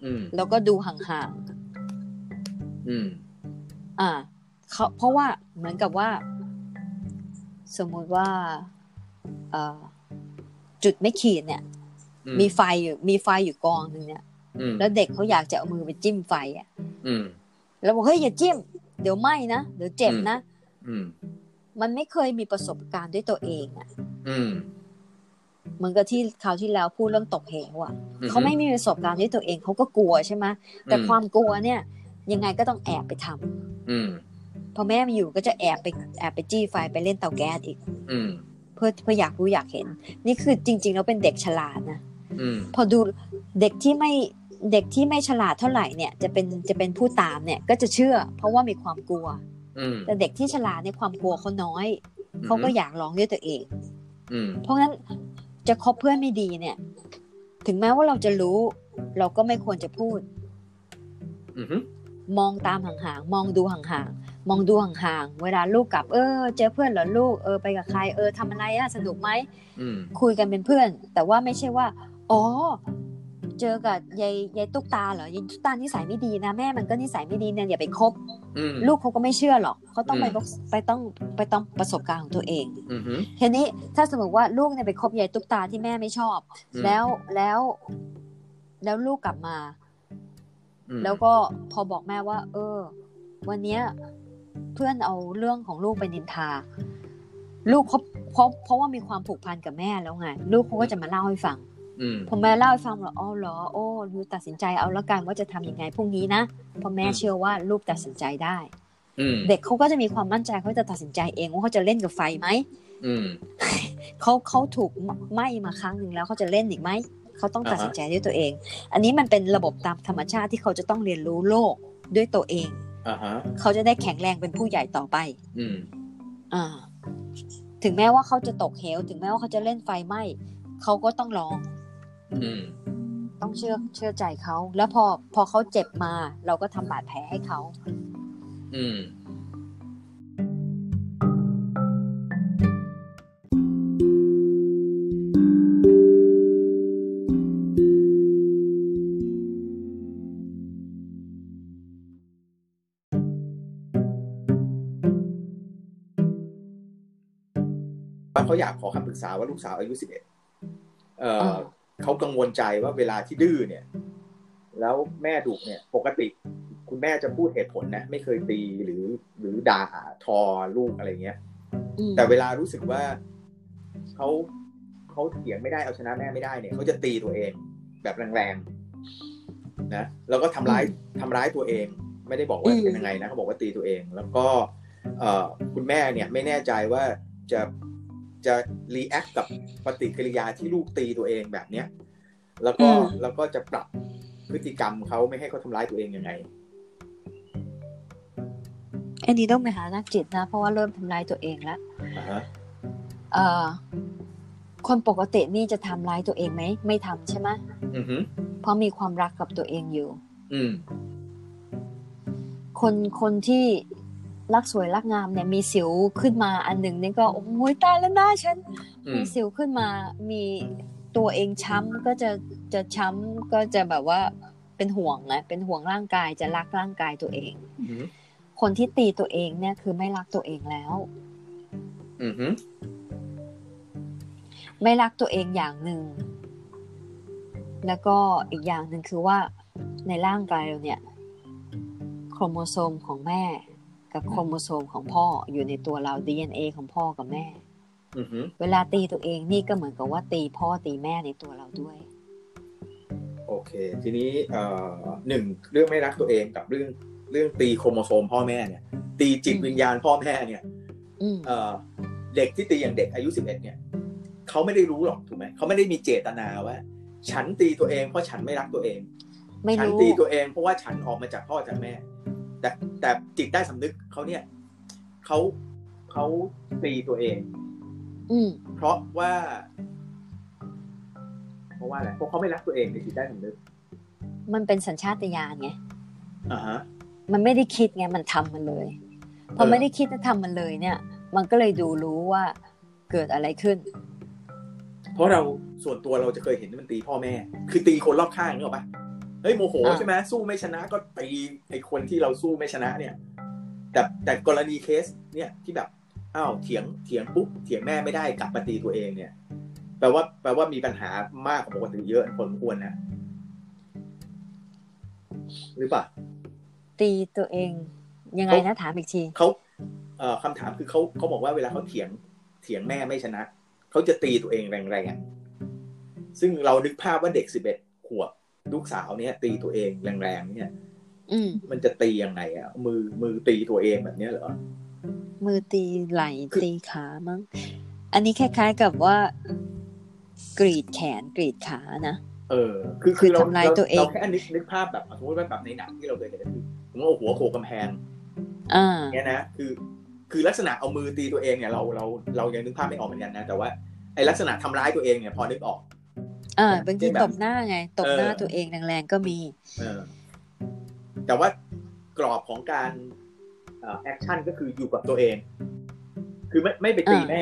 S1: อืม
S2: เราก็ดูห่าง
S1: อืม
S2: ๆอ่าเขาเพราะว่าเหมือนกับว่า สมมุติว่าเอ่อจุดไม่ขีดเนี่ย
S1: อื
S2: มีไฟอยู่มีไฟอยู่กองหนึ่งเนี่ย
S1: อืม
S2: แล้วเด็กเขาอยากจะเอามือไปจิ้มไฟอ่ะ
S1: อืม
S2: แล้วบอกเฮ้ยอย่าจิ้ม เดี๋ยวไหม้นะเดี๋ยวเจ็บนะ
S1: อืม
S2: มันไม่เคยมีประสบการณ์ด้วยตัวเองอ่ะ
S1: อืม
S2: เหมือนกับที่คราวที่แล้วพูดเรื่องตกเหวอ่ะ
S1: อื
S2: เขาไม่มีประสบการณ์ด้วยตัวเองเขาก็กลัวใช่ไหมแต่ความกลัวเนี่ย ยังไงก็ต้องแอบไปทำ
S1: อืม
S2: พอแม่ไมาอยู่ก็จะแอบไปแอบไปจี้ไฟไปเล่นเตาแก๊สอีก
S1: อืม
S2: เพื่อเพื่ออยากรู้อยากเห็น นี่คือจริง ๆ แล้วเป็นเด็กฉลาดนะ
S1: อืม
S2: พอดูเด็กที่ไม่เด็กที่ไม่ฉลาดเท่าไหร่เนี่ยจะเป็นจะเป็นผู้ตามเนี่ยก็จะเชื่อ เพราะว่ามีความกลัว
S1: อืม
S2: แต่เด็กที่ฉลาดในยความกลัวเขาน้อยเขาก็อยากลองด้วยตัวเอง
S1: อืม
S2: เพราะงั้นจะคบเพื่อนไม่ดีเนี่ย ถึงแม้ว่าเราจะรู้ เราก็ไม่ควรจะพูด
S1: อืม
S2: มองตามห่างๆ มองดูห่างๆ มองดูห่างๆ เวลาลูกกลับ เออ เจอเพื่อนเหรอลูก เออ ไปกับใคร เออทำอะไรอะสนุกไหม
S1: อืม
S2: คุยกันเป็นเพื่อน แต่ว่าไม่ใช่ว่า อ๋อ เจอกับยายยายตุ๊กตาเหรอยายตุ๊กตานิสัยไม่ดีนะ แม่มันก็นิสัยไม่ดีเนี่ยอย่าไปคบ
S1: อืม
S2: ลูกเขาก็ไม่เชื่อหรอก เขาต้องไป
S1: อืม
S2: พบไปต้องไปต้องประสบการณ์ของตัวเอง
S1: อืม
S2: ทีนี้ถ้าสมมติว่าลูกเนี่ยไปคบยายตุ๊กตาที่แม่ไม่ชอบ
S1: อืม
S2: แล้วแล้ว แล้วลูกกลับมา
S1: อืม
S2: แล้วก็พอบอกแม่ว่า เออ วันเนี้ยเพื่อนเอาเรื่องของลูกไปนินทา ลูกเขาเพราะเพราะว่ามีความผูกพันกับแม่แล้วไง ลูกเขาก็จะมาเล่าให้ฟัง
S1: อืม
S2: พอแม่เล่าให้ฟังบอกอ๋อเหรอโอ้ลูกตัดสินใจเอาละกันว่าจะทำยังไงพรุ่งนี้นะเพราะแม่
S1: อืม
S2: เชื่อว่าลูกตัดสินใจได้
S1: อืม
S2: เด็กเขาก็จะมีความมั่นใจเขาจะตัดสินใจเองว่าเขาจะเล่นกับไฟไหม
S1: อืม
S2: เขาเขาถูกไหม้มาครั้งหนึ่งแล้วเขาจะเล่นอีกไหมเขาต้องตัด
S1: อ่าฮะ
S2: สินใจด้วยตัวเอง อันนี้มันเป็นระบบตามธรรมชาติที่เขาจะต้องเรียนรู้โลกด้วยตัวเอง
S1: อ่าฮะ
S2: เขาจะได้แข็งแรงเป็นผู้ใหญ่ต่อไป
S1: อืม
S2: อ่า ถึงแม้ว่าเขาจะตกเหว ถึงแม้ว่าเขาจะเล่นไฟไหม้เขาก็ต้องลอง
S1: อืม
S2: ต้องเชื่อเชื่อใจเขา แล้วพอพอเขาเจ็บมา เราก็ทำบาดแผลให้เขา
S1: อืม ว่าเขาอยากขอคำปรึกษาว่าลูกสาวอายุสิบเอ็ด
S2: อ่า
S1: เขากังวลใจว่าเวลาที่ดื้อเนี่ย แล้วแม่ดุเนี่ย ปกติ คุณแม่จะพูดเหตุผลนะ ไม่เคยตีหรือ หรือด่าทอลูกอะไรเงี้ย
S2: อืม
S1: แต่เวลารู้สึกว่าเขาเขาเถียงไม่ได้เอาชนะแม่ไม่ได้เนี่ยเขาจะตีตัวเองแบบแรงๆนะแล้วก็ทำร้ายทำร้ายตัวเอง ไม่ได้บอกว่าเป็นยังไงนะเขาบอกว่าตีตัวเอง แล้วก็ เอ่อคุณแม่เนี่ยไม่แน่ใจว่าจะจะรีแอคกับปฏิกิริยาที่ลูกตีตัวเองแบบเนี้ยแล้วก็
S2: อืม
S1: แล้วก็จะปรับพฤติกรรมเขาไม่ให้เขาทำร้ายตัวเองยังไง
S2: อันนี้ต้องไปหานักจิตนะ เพราะว่าเริ่มทำร้ายตัวเองแล้ว
S1: อ่าฮะ
S2: เอ่อคนปกตินี่จะทำร้ายตัวเองไหม ไม่ทำใช่ไหม
S1: อือฮึ
S2: เพราะมีความรักกับตัวเองอยู่
S1: อืม
S2: คนคนที่รักสวยรักงามเนี่ยมีสิวขึ้นมาอันหนึ่งนี่ก็โอ้ยตายแล้วหน้าฉัน
S1: อื
S2: มี
S1: ม
S2: สิวขึ้นมา มีตัวเองช้ำก็จะจะช้ำก็จะแบบว่าเป็นห่วงนะ เป็นห่วงร่างกายจะรักร่างกายตัวเอง
S1: อือฮึ
S2: คนที่ตีตัวเองเนี่ยคือไม่รักตัวเองแล้ว
S1: อือฮึ
S2: ไม่รักตัวเองอย่างหนึ่ง แล้วก็อีกอย่างหนึ่งคือว่าในร่างกายเราเนี่ย โครโมโซมของแม่ กับโครโมโซมของพ่ออยู่ในตัวเรา DNA ของพ่อกับแม่
S1: อือฮึ
S2: เวลาตีตัวเองนี่ก็เหมือนกับว่าตีพ่อตีแม่ในตัวเราด้วย
S1: โอเค ทีนี้เอ่อหนึ่งเรื่องไม่รักตัวเองกับเรื่องเรื่องตีโครโมโซมพ่อแม่เนี่ย ตีจิต
S2: อืม
S1: วิญญาณพ่อแม่เนี่ย
S2: อืม
S1: เอ่อเด็กที่ตีอย่างเด็กอายุ 11 เนี่ยเขาไม่ได้รู้หรอกถูกไหมเขาไม่ได้มีเจตนาว่า ฉันตีตัวเองเพราะฉันไม่รักตัวเอง
S2: ไม่
S1: ฉัน
S2: รู้
S1: ตีตัวเองเพราะว่าฉันออกมาจากพ่อจากแม่ แต่แต่จิตใต้สำนึกเขาเนี่ยเขาเขาตีตัวเอง
S2: อืม
S1: เพราะว่า เพราะว่าอะไรเพราะเขาไม่รักตัวเองในจิตใต้สำนึก
S2: มันเป็นสัญชาตญาณไง
S1: อ่าฮะ
S2: มันไม่ได้คิดไง มันทำมันเลย พอ
S1: เออ
S2: ไม่ได้คิดและทำมันเลยเนี่ย มันก็เลยดูรู้ว่าเกิดอะไรขึ้น
S1: เพราะเราส่วนตัวเราจะเคยเห็นมันตีพ่อแม่ คือตีคนรอบข้างนึกออกปะเฮ้ยโมโห
S2: อ่า
S1: ใช่ไหมสู้ไม่ชนะก็ตีไอ้คนที่เราสู้ไม่ชนะเนี่ย แต่แต่กรณีเคสเนี่ยที่แบบอ้าวเถียงเถียงปุ๊บเถียงแม่ไม่ได้กลับมาตีตัวเองเนี่ย แปลว่าแปลว่ามีปัญหามากกว่าปกติเยอะคนควรนะหรือเปล่า
S2: ตีตัวเอง ยังไงนะ ถามอีกที
S1: เขาเอ่อคำถามคือเขาเขาบอกว่าเวลาเขาเถียงเถียงแม่ไม่ชนะ เขาจะตีตัวเองแรงๆซึ่งเรานึกภาพว่าเด็กสิบเอ็ดขวบลูกสาวเนี่ย ตีตัวเองแรงๆเนี่ย
S2: อืม
S1: มันจะตียังไงอะมือมือตีตัวเองแบบเนี้ยเหรอ
S2: มือตีไหล่
S1: คือ
S2: ตีขามั้ง อันนี้คล้ายๆกับว่า กรีดแขนกรีดขานะ
S1: เออ คือ
S2: คือ
S1: เรา
S2: ทำลายตัวเอง
S1: เราแค่นึกนึกภาพแบบสมมติว่าแบบในหนังที่เราเคยเห็นก็คือผมว่าเอาหัวโขกกำแพง
S2: อ่า
S1: เนี่ยนะคือ คือลักษณะเอามือตีตัวเองเนี่ยเราเราเรายังนึกภาพไม่ออกเหมือนกันนะแต่ว่าไอลักษณะทำร้ายตัวเองเนี่ยพอนึกออก
S2: อ่า
S1: แบบ
S2: บางที
S1: แบบ
S2: ตบหน้าไง ตบหน้า
S1: เออ
S2: ตัวเองแรงๆก็มี
S1: เออแต่ว่ากรอบของการแอคชั่นก็คืออยู่กับตัวเอง คือไม่ไม่ไปตี
S2: อ่า
S1: แม่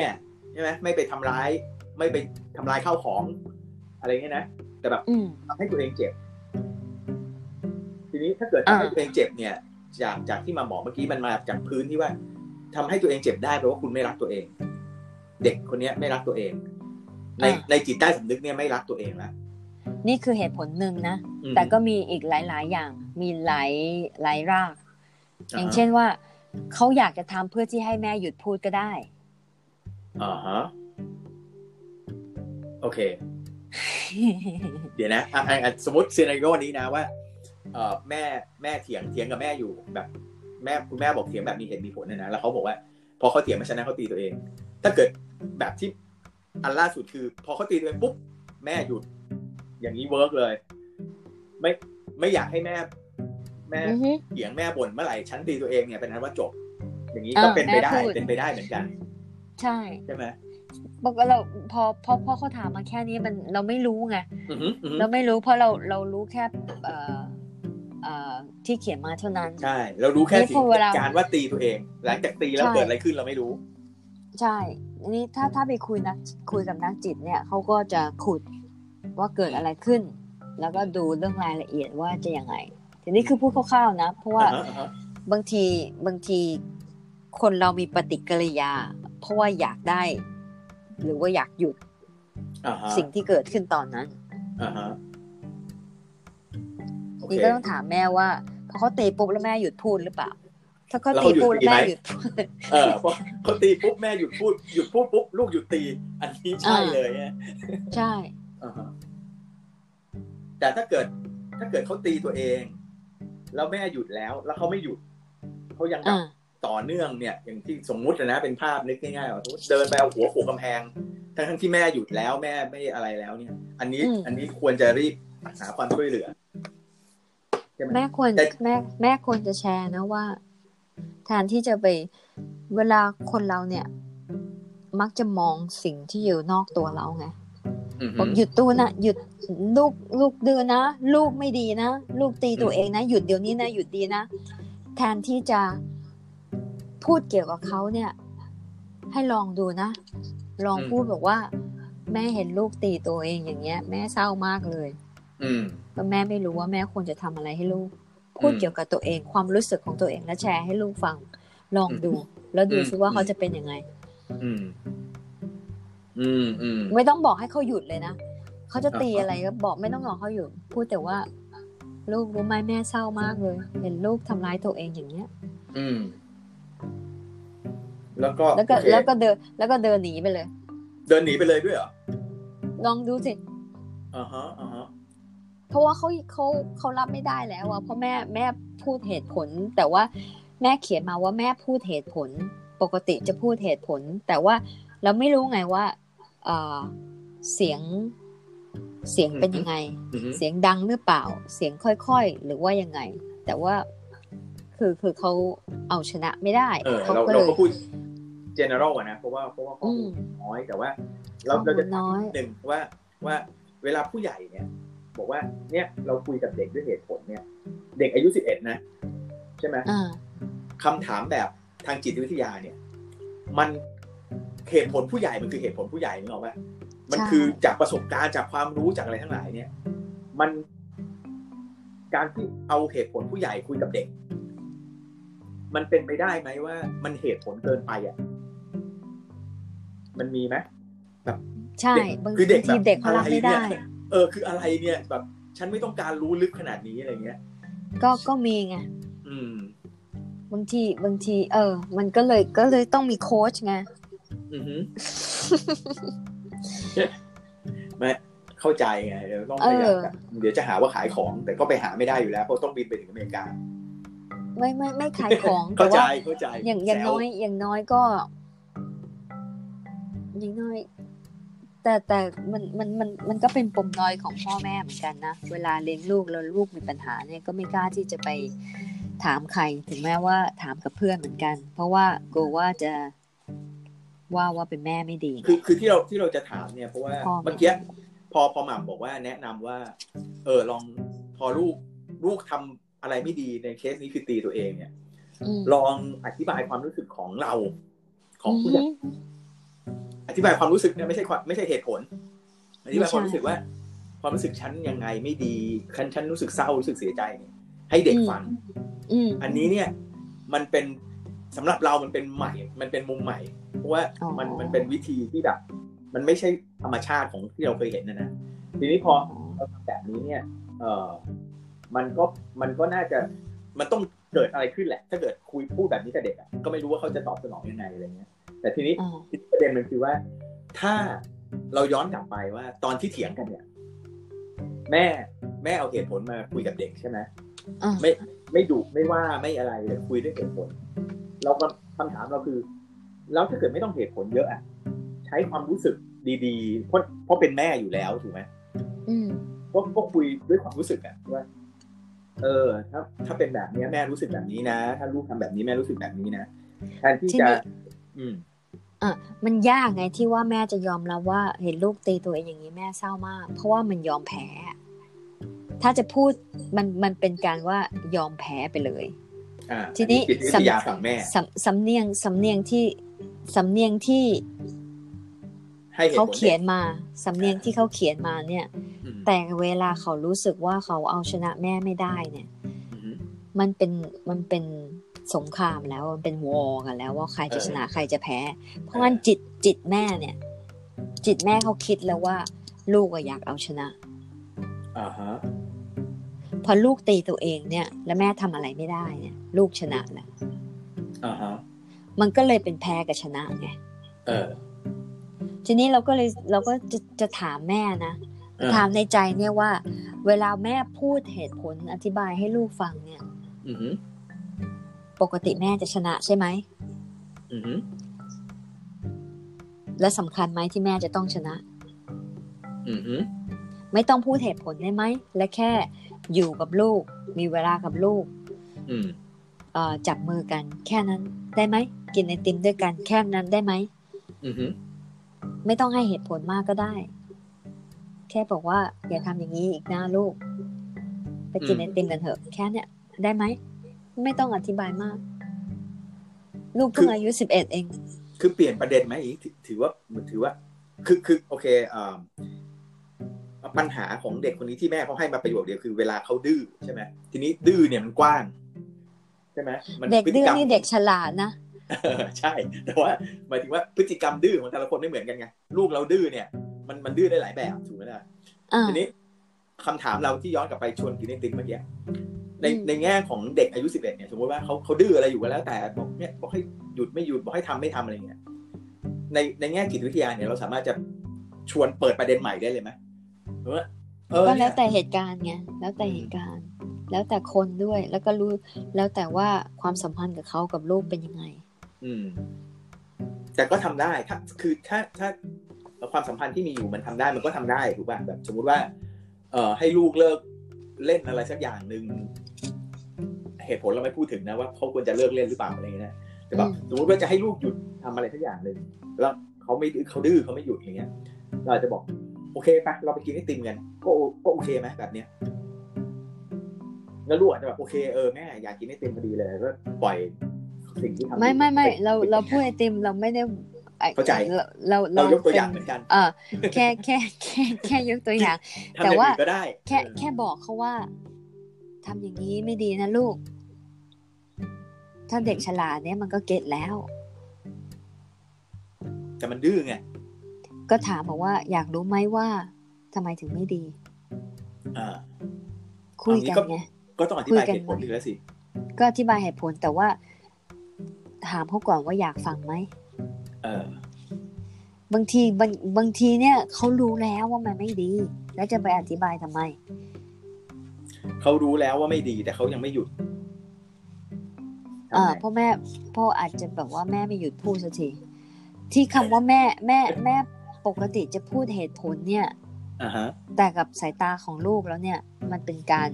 S1: ใช่ไหมไม่ไปทำร้าย ไม่ไปทำร้ายข้าวของ อะไรเงี้ยนะแต่แบบ
S2: อืม
S1: ทำให้ตัวเองเจ็บ ทีนี้ถ้าเกิดทำให้
S2: อ่า
S1: ตัวเองเจ็บเนี่ย จากจากที่มาหมอเมื่อกี้มันมาจากพื้นที่ว่าทำให้ตัวเองเจ็บได้แปลว่าคุณไม่รักตัวเอง เด็กคนเนี้ยไม่รักตัวเอง ในในจิตใต้สำนึกเนี่ยไม่รักตัวเองละ
S2: นี่คือเหตุผลหนึ่งนะ
S1: อืม
S2: แต่ก็มีอีกหลาย ๆ อย่าง มีหลายหลายราก
S1: อ่าฮะ
S2: อย่างเช่นว่า เขาอยากจะทำเพื่อที่ให้แม่หยุดพูดก็ได้
S1: อ่าฮะโอเค เดี๋ยวนะอ่ะอ่ะอ่ะสมมติซีนาริโอนี้นะว่าเอ่อแม่แม่เถียงเถียงกับแม่อยู่แบบแม่คุณแม่บอกเถียงแบบมีเหตุมีผลเนี่ยนะแล้วเขาบอกว่าพอเขาเถียงไม่ชนะเขาตีตัวเอง ถ้าเกิดแบบที่อันล่าสุดคือ พอเขาตีตัวเองปุ๊บแม่หยุด อย่างนี้เวิร์กเลย ไม่ไม่อยากให้แม่ แม่
S2: อือฮึ
S1: เถียงแม่บ่นเมื่อไหร่ฉันตีตัวเองเนี่ยเป็นนั้นว่าจบ อย่างนี้
S2: อ่า
S1: ก็เป็นไปได้
S2: แม่พูด
S1: เป็นไปได้เหมือนกัน
S2: ใช่
S1: ใช่ไหม
S2: ปกติเราพอพอพอเขาถามมาแค่นี้มันเราไม่รู้ไง
S1: อือหืออือหือ
S2: เราไม่รู้เพราะเราเรารู้แค่เอ่อเอ่อที่เขียนมาเท่านั้น
S1: ใช่ เรารู้แค่
S2: นี่
S1: สิ่
S2: พ
S1: ง
S2: อเวลา
S1: การว่าตีตัวเอง หลังจากตีแล้ว
S2: ใช่
S1: เกิดอะไรขึ้นเราไม่รู้
S2: ใช่อันนี้ถ้าถ้าไปคุยนักคุยกับนักจิตเนี่ยเขาก็จะขุดว่าเกิดอะไรขึ้น แล้วก็ดูเรื่องรายละเอียดว่าจะยังไง ทีนี้คือพูดคร่าวๆนะ เพราะว่า
S1: อ่าฮะอ่าฮะ
S2: บางทีบางทีคนเรามีปฏิกิริยา เพราะว่าอยากได้ หรือว่าอยากหยุด
S1: อ่าฮะ
S2: สิ่งที่เกิดขึ้นตอนนั้น
S1: อ่าฮะโอเค
S2: นี่ก็ต้องถามแม่ว่าพอเขาตีปุ๊บแล้วแม่หยุดพูดหรือเปล่า ถ้าเขา
S1: แล้ว
S2: ตี
S1: เขาหยุด
S2: ปุ๊บแล้
S1: ดีไหม
S2: วแม่หยุด พูด
S1: เออพอเขาตีปุ๊บแม่หยุดพูดหยุดพูดปุ๊บลูกหยุดตี อันนี้ใช่
S2: อ่า
S1: เลยอะ
S2: ใช่
S1: อ่าฮะแต่ถ้าเกิด ถ้าเกิดเขาตีตัวเอง แล้วแม่หยุดแล้ว แล้วเขาไม่หยุดเขายังแบบ
S2: อ่า
S1: ต่อเนื่องเนี่ย อย่างที่สมมุตินะเป็นภาพนึกง่ายๆว่าสมมุติเดินไปเอาหัวโขกกำแพงทั้งทั้งๆที่แม่หยุดแล้วแม่ไม่อะไรแล้วเนี่ย อันนี้
S2: อืม
S1: อันนี้ควรจะรีบหาความช่วยเหลือ ใช่ไหม
S2: แม่ควร
S1: แต่
S2: แม่แม่ควรจะแชร์นะว่า แทนที่จะไปเวลาคนเราเนี่ย มักจะมองสิ่งที่อยู่นอกตัวเราไง
S1: อือฮึ
S2: บอกหยุดตู้นะหยุดลูกลูกดื้อนะลูกไม่ดีนะลูกตีตัวเองนะหยุดเดี๋ยวนี้นะหยุดดีนะแทนที่จะพูดเกี่ยวกับเขาเนี่ย ให้ลองดูนะ ลองพูดบอกว่า แม่เห็นลูกตีตัวเองอย่างเงี้ย แม่เศร้ามากเลย
S1: อืม
S2: ว่าแม่ไม่รู้ว่าแม่ควรจะทำอะไรให้ลูก พูด
S1: อืม
S2: เกี่ยวกับตัวเองความรู้สึกของตัวเองและแชร์ให้ลูกฟัง ลองดู แล้วดู
S1: อืม
S2: ซิว่า
S1: อืม
S2: เขาจะเป็นยังไง
S1: อืม อืมอืม
S2: ไม่ต้องบอกให้เขาหยุดเลยนะเขาจะตี
S1: อ่าฮะ
S2: อะไรก็บอกไม่ต้องบอกเขาหยุดพูดแต่ว่า ลูกรู้ไหมแม่เศร้ามากเลย เห็นลูกทำร้ายตัวเองอย่างเงี้ย
S1: อืม แล้วก็
S2: แล้วก็
S1: โอเค
S2: แล้วก็เดินแล้วก็เดินหนีไปเลย
S1: เดินหนีไปเลยด้วยเหรอ
S2: ลองดูสิ
S1: อ่าฮะอ่าฮะ
S2: เพราะว่าเขาเขาเขารับไม่ได้แล้วอะเพราะแม่แม่พูดเหตุผล แต่ว่าแม่เขียนมาว่าแม่พูดเหตุผล ปกติจะพูดเหตุผล แต่ว่าเราไม่รู้ไงว่าเอ่อเสียงเสียงเป็นยังไง
S1: อือฮึ
S2: เสียงดังหรือเปล่า เสียงค่อยๆ หรือว่ายังไง แต่ว่าคือคือเขาเอาชนะไม่ได้
S1: เออ
S2: เขา
S1: เรา
S2: ก็
S1: เรา
S2: เลย
S1: ก็พูด general อะนะเพราะว่าเพราะว่าข้อ
S2: อื
S1: มู
S2: ม
S1: ลน้อยแต่ว่า
S2: ข้
S1: เรา
S2: อ
S1: เรา
S2: มู
S1: จะ
S2: ลน้อย
S1: หนึ่งว่าว่าเวลาผู้ใหญ่เนี่ย บอกว่า เนี่ยเราคุยกับเด็กด้วยเหตุผลเนี่ย เด็กอายุสิบเอ็ดนะ ใช่ไหม
S2: อ่า
S1: คำถามแบบทางจิตวิทยาเนี่ย มันเหตุผลผู้ใหญ่มันคือเหตุผลผู้ใหญ่นึกออกปะมัน
S2: ใช่
S1: คือจากประสบการณ์จากความรู้จากอะไรทั้งหลายเนี่ย มันการที่เอาเหตุผลผู้ใหญ่คุยกับเด็ก มันเป็นไปได้ไหมว่า มันเหตุผลเกินไปอ่ะมันมีไหม
S2: ใช่
S1: เด็ก
S2: บาง
S1: คือเด็กแบบ
S2: ทีเด็กเขารับ
S1: อะไร
S2: ไม่
S1: เนี่
S2: ได้
S1: ย เออคืออะไรเนี่ย แบบ ฉันไม่ต้องการรู้ลึกขนาดนี้อะไรเงี้ย
S2: ก็ก็มีไง
S1: อืม
S2: บางทีบางที เออ มันก็เลยก็เลยต้องมีโค้ชไง
S1: อือฮึ ไม่เข้าใจไงเดี๋ยวต้องพยายาม
S2: เออ
S1: แบบเดี๋ยวจะหาว่าขายของ แต่ก็ไปหาไม่ได้อยู่แล้วเพราะต้องบินไปถึงอเมริกา
S2: ไม่ไม่ไม่ขายของ แต่
S1: เข้าใจ
S2: ว่า
S1: เข้าใจ
S2: อย่างอย่าง
S1: แซว
S2: น้อยอย่างน้อยก็ อย่างน้อย แต่แต่มันมันมันมันก็เป็นปมน้อยของพ่อแม่เหมือนกันนะ เวลาเลี้ยงลูกแล้วลูกมีปัญหาเนี่ยก็ไม่กล้าที่จะไปถามใคร ถึงแม้ว่าถามกับเพื่อนเหมือนกัน เพราะว่ากลัวว่าจะว่าว่าเป็นแม่ไม่ดี
S1: คือคือที่เราที่เราจะถามเนี่ยเพราะว่า
S2: พ่อ
S1: เมื่อกี้พอพอหม่ำบอกว่าแนะนำว่า เออลองพอลูกลูกทำอะไรไม่ดีในเคสนี้คือตีตัวเองเนี่ย
S2: อืม
S1: ลองอธิบายความรู้สึกของเรา ของผู้ใหญ่
S2: อืม
S1: อธิบายความรู้สึกเนี่ยไม่ใช่ความไม่ใช่เหตุผล อธิบาย
S2: ไม่ใช่
S1: ความรู้สึกว่า ความรู้สึกฉันยังไงไม่ดีฉันฉันรู้สึกเศร้ารู้สึกเสียใจเนี่ยให้เด็กฟัง
S2: อืม
S1: อันนี้เนี่ยมันเป็นสำหรับเรามันเป็นใหม่ มันเป็นมุมใหม่ เพราะว่า
S2: อ๋อ
S1: มันมันเป็นวิธีที่แบบ มันไม่ใช่ธรรมชาติของที่เราเคยเห็นนะนะทีนี้พอพ เราทำแบบนี้เนี่ย เออมันก็มันก็น่าจะมันต้องเกิดอะไรขึ้นแหละ ถ้าเกิดคุยพูดแบบนี้กับเด็กอะก็ไม่รู้ว่าเขาจะตอบสนองยังไงอะไรเงี้ย แต่ทีนี้
S2: อืม
S1: ประเด็นมันคือว่า ถ้าเราย้อนกลับไปว่า ตอนที่เถียงกันเนี่ย แม่แม่เอาเหตุผลมาคุยกับเด็กใช่ไหม
S2: อืม
S1: ไม่ไม่ดุไม่ว่าไม่อะไรเลยคุยด้วยเหตุผล เราก็คำถามเราคือ แล้วถ้าเกิดไม่ต้องเหตุผลเยอะอะใช้ความรู้สึกดีๆเพราะเพราะเป็นแม่อยู่แล้วถูกไหม
S2: อืม
S1: ก็ก็คุยด้วยความรู้สึกอะว่า เออ ถ้า ถ้าเป็นแบบเนี้ยแม่รู้สึกแบบนี้นะถ้าลูกทำแบบนี้แม่รู้สึกแบบนี้นะแทนที่จะ อืม
S2: มันยากไงที่ว่าแม่จะยอมรับว่าเห็นลูกตีตัวเองอย่างนี้แม่เศร้ามาก เพราะว่ามันยอมแพ้ ถ้าจะพูดมันมันเป็นการว่ายอมแพ้ไปเลย
S1: อ่า
S2: ทีนี้
S1: จิตวิทยาฝั่งแม่
S2: สำสำเนียงสำเนียงที่สำเนียงที่
S1: ให้เหตุผ
S2: เขา
S1: ล
S2: เขียนมาสำเนียงที่เขาเขียนมาเนี่ย
S1: อืม
S2: แต่เวลาเขารู้สึกว่าเขาเอาชนะแม่ไม่ได้เนี่ย
S1: อืม
S2: มันเป็นมันเป็นสงครามแล้วมันเป็นวอร์กันแล้วว่าใครจะ
S1: เออ
S2: ชนะใครจะแพ้ เพราะ
S1: เออ
S2: งั้นจิตจิตแม่เนี่ย จิตแม่เขาคิดแล้วว่า ลูกอะอยากเอาชนะ
S1: อ่าฮะ
S2: พอลูกตีตัวเองเนี่ย แล้วแม่ทำอะไรไม่ได้เนี่ย ลูกชนะแล้ว
S1: อ่าฮะ
S2: มันก็เลยเป็นแพ้กับชนะไง
S1: เออ
S2: ทีนี้เราก็เลยเราก็จะจะถามแม่นะ
S1: เออ
S2: ถามในใจเนี่ยว่า เวลาแม่พูดเหตุผลอธิบายให้ลูกฟังเนี่ย
S1: อืมอืม
S2: ปกติแม่จะชนะใช่ไหม
S1: อืม
S2: และสำคัญไหมที่แม่จะต้องชนะ
S1: อืมอืม
S2: ไม่ต้องพูดเหตุผลได้ไหม และแค่อยู่กับลูก มีเวลากับลูก
S1: อืม
S2: เอ่อจับมือกัน แค่นั้นได้ไหม กินไอติมด้วยกันแค่นั้นได้ไหม
S1: อืมอืม
S2: ไม่ต้องให้เหตุผลมากก็ได้ แค่บอกว่าอย่าทำอย่างนี้อีกนะลูก ไปกินไอติมกันเถอะ แค่เนี้ยได้ไหม ไม่ต้องอธิบายมาก ลูกเพิ่งอายุสิบเอ็ดเอง
S1: คือเปลี่ยนประเด็นไหมอีกถือถือว่าถือว่า คือคือโอเคเอิ่มปัญหาของเด็กคนนี้ที่แม่เขาให้มาประโยชน์เดียวคือเวลาเขาดื้อใช่ไหมทีนี้ดื้อเนี่ยมันกว้าง ใช่ไหมมั
S2: เด็ก
S1: พฤติ
S2: ดื้อ
S1: ร
S2: ก
S1: รม
S2: นี่ เด็กฉลาดนะ
S1: เออใช่ แต่ว่าหมายถึงว่าพฤติกรรมดื้อของแต่ละคนไม่เหมือนกันไงลูกเราดื้อเนี่ยมันมันดื้อได้หลายแบบถูกไหมล่ะ
S2: อ่า
S1: ทีนี้คำถามเราที่ย้อนกลับไปชวนกินไอติมเมื่อกี้ใน
S2: อืม
S1: ในแง่ของเด็กอายุสิบเอ็ดเนี่ยสมมติว่าเขาเขาดื้ออะไรอยู่ก็แล้ว แต่บอกเนี่ยบอกให้หยุดไม่หยุดบอกให้ทำไม่ทำอะไรเงี้ยในในแง่จิตวิทยาเนี่ยเราสามารถจะชวนเปิดประเด็นใหม่ได้เลยไหมหรือว่าเออ
S2: ก็แล้
S1: เนี่
S2: วย แต่เหตุการณ์ไง แล้วแต่เหตุการณ์ แล้วแต่คนด้วย แล้วก็รู้ แล้วแต่ว่าความสัมพันธ์กับเขากับลูกเป็นยังไง
S1: อืม แต่ก็ทำได้ถ้าคือถ้าถ้าความสัมพันธ์ที่มีอยู่มันทำได้มันก็ทำได้ถูกป่ะแบบสมมติว่า เอ่อ ให้ลูกเลิกเล่นอะไรสักอย่างหนึ่งเหตุผลเราไม่พูดถึงนะว่าเขาควรจะเลิกเล่นหรือเปล่าอะไรอย่างเงี้ยนะแต่แบบ
S2: อืม
S1: สมมติว่าจะให้ลูกหยุดทำอะไรสักอย่างหนึ่งแล้วเขาไม่ดื้อเขาดื้อเขาไม่หยุดอย่างเงี้ย เราอาจจะบอก โอเคปะเราไปกินไอติมกันก็โอก็โอเคไหมแบบเนี้ยแล้วลูกอาจจะแบบโอเคเออแม่อยากกินไอติมพอดีเลยก็ปล่อยสิ่งที่ทำ
S2: ไม่ไม่ไม่เราเราพูดไอติมเราไม่ได้อ่ะ
S1: เข้าใจ
S2: เราเรา
S1: เรายกตัวอย่างเห
S2: ป็
S1: มือนกัน
S2: เออแค่แค่แค่แค่ยกตัวอย่าง
S1: ทำอ
S2: แต่
S1: ย่าง
S2: ว่า
S1: อื่นก็ได้
S2: แค่
S1: เออ
S2: แค่บอกเขาว่าทำอย่างนี้ไม่ดีนะลูก ถ้าเด็กฉลาดเนี่ยมันก็เก็ตแล้ว
S1: แต่มันดื้อไง
S2: ก็ถามบอกว่า อยากรู้ไหมว่าทำไมถึงไม่ดี
S1: อ่า
S2: คุยกัน
S1: เอางี้
S2: ไง
S1: ก็ต้องอธิบาย
S2: คุยกัน
S1: เหตุผลอีกแล้วสิ
S2: ก็อธิบายเหตุผลแต่ว่า ถามเขาก่อนว่าอยากฟังไหม
S1: เออบ
S2: างทีบางบางทีเนี่ยเขารู้แล้วว่ามันไม่ดี แล้วจะไปอธิบายทำไม
S1: เขารู้แล้วว่าไม่ดี แต่เขายังไม่หยุด
S2: เออ
S1: ทำไง
S2: พ่อแม่พ่ออาจจะแบบว่าแม่ไม่หยุดพูดสักทีที่คำว่าแม่แม่แม่ปกติจะพูดเหตุผลเนี่ย
S1: อ่าฮะ
S2: แต่กับสายตาของลูกแล้วเนี่ย มันเป็นการ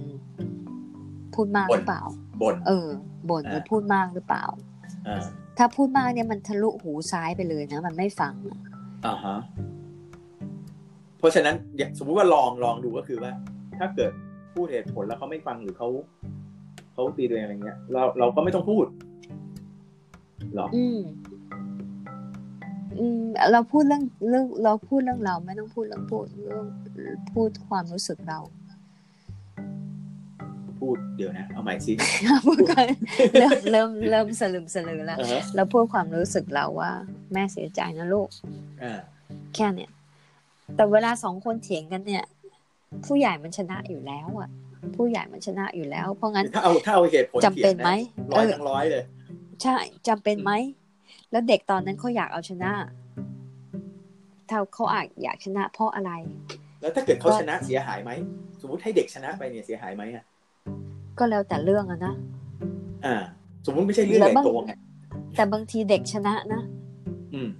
S2: พูดมากหรือเปล่า
S1: บน
S2: เออบ่น
S1: อ่ามั
S2: มันพูดมากหรือเปล่า
S1: อ่า
S2: ถ้าพูดมากเนี่ยมันทะลุหูซ้ายไปเลยนะมันไม่ฟังอะ
S1: อ่าฮะ เพราะฉะนั้นอย่างสมมุติว่าลองลองดูก็คือว่า ถ้าเกิดพูดเหตุผลแล้วเขาไม่ฟังหรือเขาเขาตีตัวเองอะไรเงี้ย เราเราก็ไม่ต้องพูดหรอ
S2: อืม อืม เราพูดเรื่องเรื่องเราพูดเรื่องเราไม่ต้องพูดเรื่องพูดเรื่องพูดความรู้สึกเรา
S1: พูดเดี๋ยวนะ เอาใหม่สิ
S2: พูดกันเริ่มเริ่มเริ่มสลืมสลือแล้ว
S1: อ่าฮะ
S2: เราพูดความรู้สึกเราว่า แม่เสียใจนะลูก
S1: อ่า
S2: แค่เนี่ย แต่เวลาสองคนเถียงกันเนี่ย ผู้ใหญ่มันชนะอยู่แล้วอ่ะ ผู้ใหญ่มันชนะอยู่แล้ว เพราะงั้น
S1: ถ้าเอาถ้าเอาเหตุผล
S2: จำเป็นไหม
S1: ขียนะร้อย
S2: เออ
S1: ทั้งร้อยเลย
S2: ใช่จำเป็นไหม แล้วเด็กตอนนั้นเขาอยากเอาชนะถ้าเขาอาจอยากชนะเพราะอะไร
S1: แล้วถ้าเกิดเขา
S2: ก็
S1: ชนะเสียหายไหมสมมติให้เด็กชนะไปเนี่ยเสียหายไหมอ่ะ
S2: ก็แล้วแต่เรื่องอะนะ
S1: อ่า สมมติไม่ใช่เรื่องใหญ่โตไง
S2: แต่บางทีเด็กชนะนะ
S1: อืม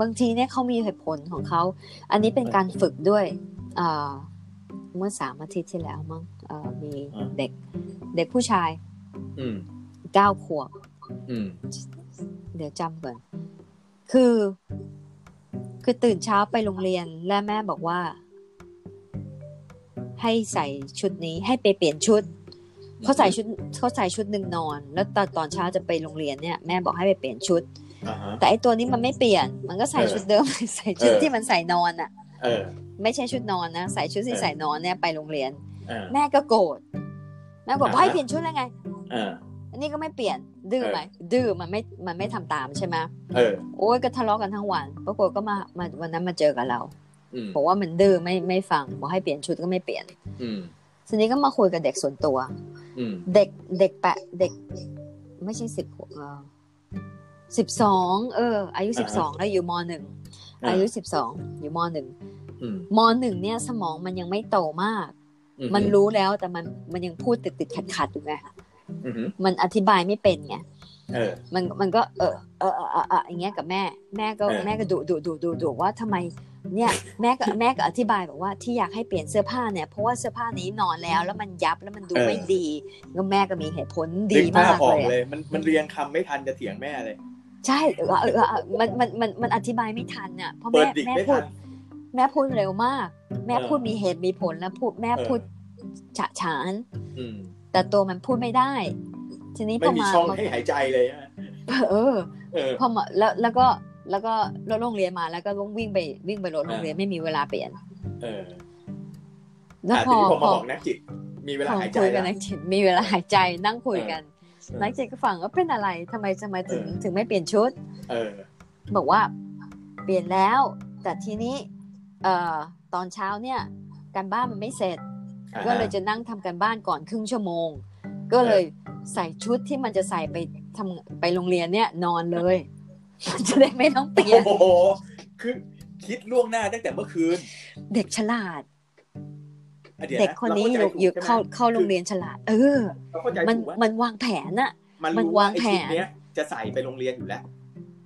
S2: บางทีเนี่ยเขามีเหตุผลของเขา อันนี้เป็นการฝึกด้วยอ่าเมื่อสามอาทิตย์ที่แล้วมั้งอ่ามี
S1: อ่า
S2: เด็ก เด็กผู้ชาย
S1: อืม
S2: เก้าขวบ
S1: อืม
S2: เดี๋ยวจำก่อน คือ คือตื่นเช้าไปโรงเรียนและแม่บอกว่า ให้ใส่ชุดนี้ให้ไปเปลี่ยนชุด
S1: ม
S2: เขาใส่ชุดเขาใส่ชุดหนึ่งนอน แล้วตอนตอนเช้าจะไปโรงเรียนเนี่ยแม่บอกให้ไปเปลี่ยนชุด
S1: อ่าฮะ
S2: แต่ไอตัวนี้มันไม่เปลี่ยน มันก็ใส่
S1: เออ
S2: ชุดเดิม ใส่ชุด
S1: เออ
S2: ที่มันใส่นอนอะ
S1: เออ
S2: ไม่ใช่ชุดนอนนะใส่ชุดที่
S1: เออ
S2: ใส่นอนเนี่ยไปโรงเรียน
S1: อ่า
S2: แม่ก็โกรธแม่บอก
S1: อ่าฮะ
S2: ว่าให้เปลี่ยนชุดแล้วไง
S1: อ่า
S2: อันนี้ก็ไม่เปลี่ยนดื้อ
S1: เออ
S2: ไหมดื้อมันไม่มันไม่ทำตามใช่ไหม
S1: เออ
S2: โอ้ยก็ทะเลาะกันทั้งวันปรากฏก็มามาวันนั้นมาเจอกับเรา
S1: อืม
S2: บอกว่ามันดื้อไม่ไม่ฟังบอกให้เปลี่ยนชุดก็ไม่เปลี่ยน
S1: อืม
S2: ทีนี้ก็มาคุยกับเด็กส่วนตัว
S1: อืม
S2: เด็กเด็กแปะเด็ก ไม่ใช่สิบสิบสองเออ อายุ
S1: อ่าฮะ
S2: สิบสองแล้วอยู่มหนึ่ง
S1: อ่า
S2: อายุสิบสองอยู่มหนึ่ง
S1: อืม
S2: มหนึ่งเนี่ยสมองมันยังไม่โตมาก
S1: อื
S2: มันรู้แล้วแต่มันมันยังพูดติดติดขัดขัดๆอยู่ไง
S1: อืม
S2: มันอธิบายไม่เป็นไง
S1: เออ
S2: มันมันก็เออเออเออเออเอออย่างเงี้ยกับแม่ แม่ก็
S1: เออ
S2: แม่ก็ดุดุดุดุดุว่าทำไมเนี่ยแม่ก็แม่ก็อธิบายบอกว่าที่อยากให้เปลี่ยนเสื้อผ้าเนี่ยเพราะว่าเสื้อผ้านี้นอนแล้วแล้วมันยับแล้วมันดูไม่ดีก็แม่ก็มีเหตุผล
S1: นึกภาม
S2: ดีาก
S1: พออก
S2: เลย
S1: เล
S2: อะ
S1: ย มันมันเรียงคำไม่ทันจะเถียงแม่เลย
S2: ใช่เออเออเออเออมันมันมันมันอธิบายไม่ทันอ่ะเพราะ
S1: เปิ
S2: แม่
S1: ดดิก
S2: แม่
S1: ไม่
S2: พู
S1: ทั
S2: ด
S1: น
S2: แม่พูดเร็วมาก แม่
S1: เออ
S2: พูดมีเหตุมีผลแล้วพูดแม่
S1: เออ
S2: พูดฉะฉาน
S1: อืม
S2: แต่ตัวมันพูดไม่ได้ ทีนี้พ
S1: ไม่
S2: อ
S1: มี
S2: มา
S1: ช่องให้หายใจเลยใช่ไหม
S2: เออ
S1: เออ
S2: พอมาแล้วแล้วก็แล้วก็รถโรงเรียนมาแล้วก็ต้องวิ่งไปวิ่งไปรถโรงเรียนไม่มีเวลาเปลี่ยน
S1: เออ
S2: แล้ว
S1: ะ
S2: พ
S1: ที
S2: อ
S1: นี้พอ
S2: พ
S1: มา
S2: อ
S1: บอกนักจิต มีเวลา
S2: พอ
S1: หายใจ
S2: คุยกั
S1: แล้ว
S2: นนักจิตมีเวลาหายใจนั่งคุยกัน
S1: ออ
S2: นักจิตก็ฟังว่าเป็นอะไรทำไมทำไมถึง
S1: เออ
S2: ถึงไม่เปลี่ยนชุด
S1: เออ
S2: บอกว่าเปลี่ยนแล้ว แต่ทีนี้เอ่อตอนเช้าเนี่ยการบ้านมันไม่เสร็จ
S1: อ่า
S2: ก็เลยจะนั่งทำการบ้านก่อนครึ่งชั่วโมง ก็เลยใส่ชุดที่มันจะใส่ไปทำไปโรงเรียนเนี่ยนอนเลย มันจะได้ไม่ต้องเปลี่ยน
S1: โอ้โห คือคิดล่วงหน้าตั้งแต่เมื่อคืน
S2: เด็กฉลาด
S1: อ่ะดี๋ยวะ
S2: เด็กคนนี้
S1: รา
S2: อ
S1: ข้า
S2: ยู่
S1: ใจถูก
S2: อ
S1: ใช่ไห
S2: ยู่
S1: ม
S2: เข้าเข้าโรงเรียนฉลาด เออ
S1: เราเข้าใจ
S2: มัน
S1: ถูกว่า
S2: มันวางแผนอะ
S1: มัน
S2: มัน
S1: รู้ว่าว
S2: าง
S1: ไอ้
S2: แผ
S1: ชุด
S2: น
S1: เนี้ยจะใส่ไปโรงเรียนอยู่แล้ว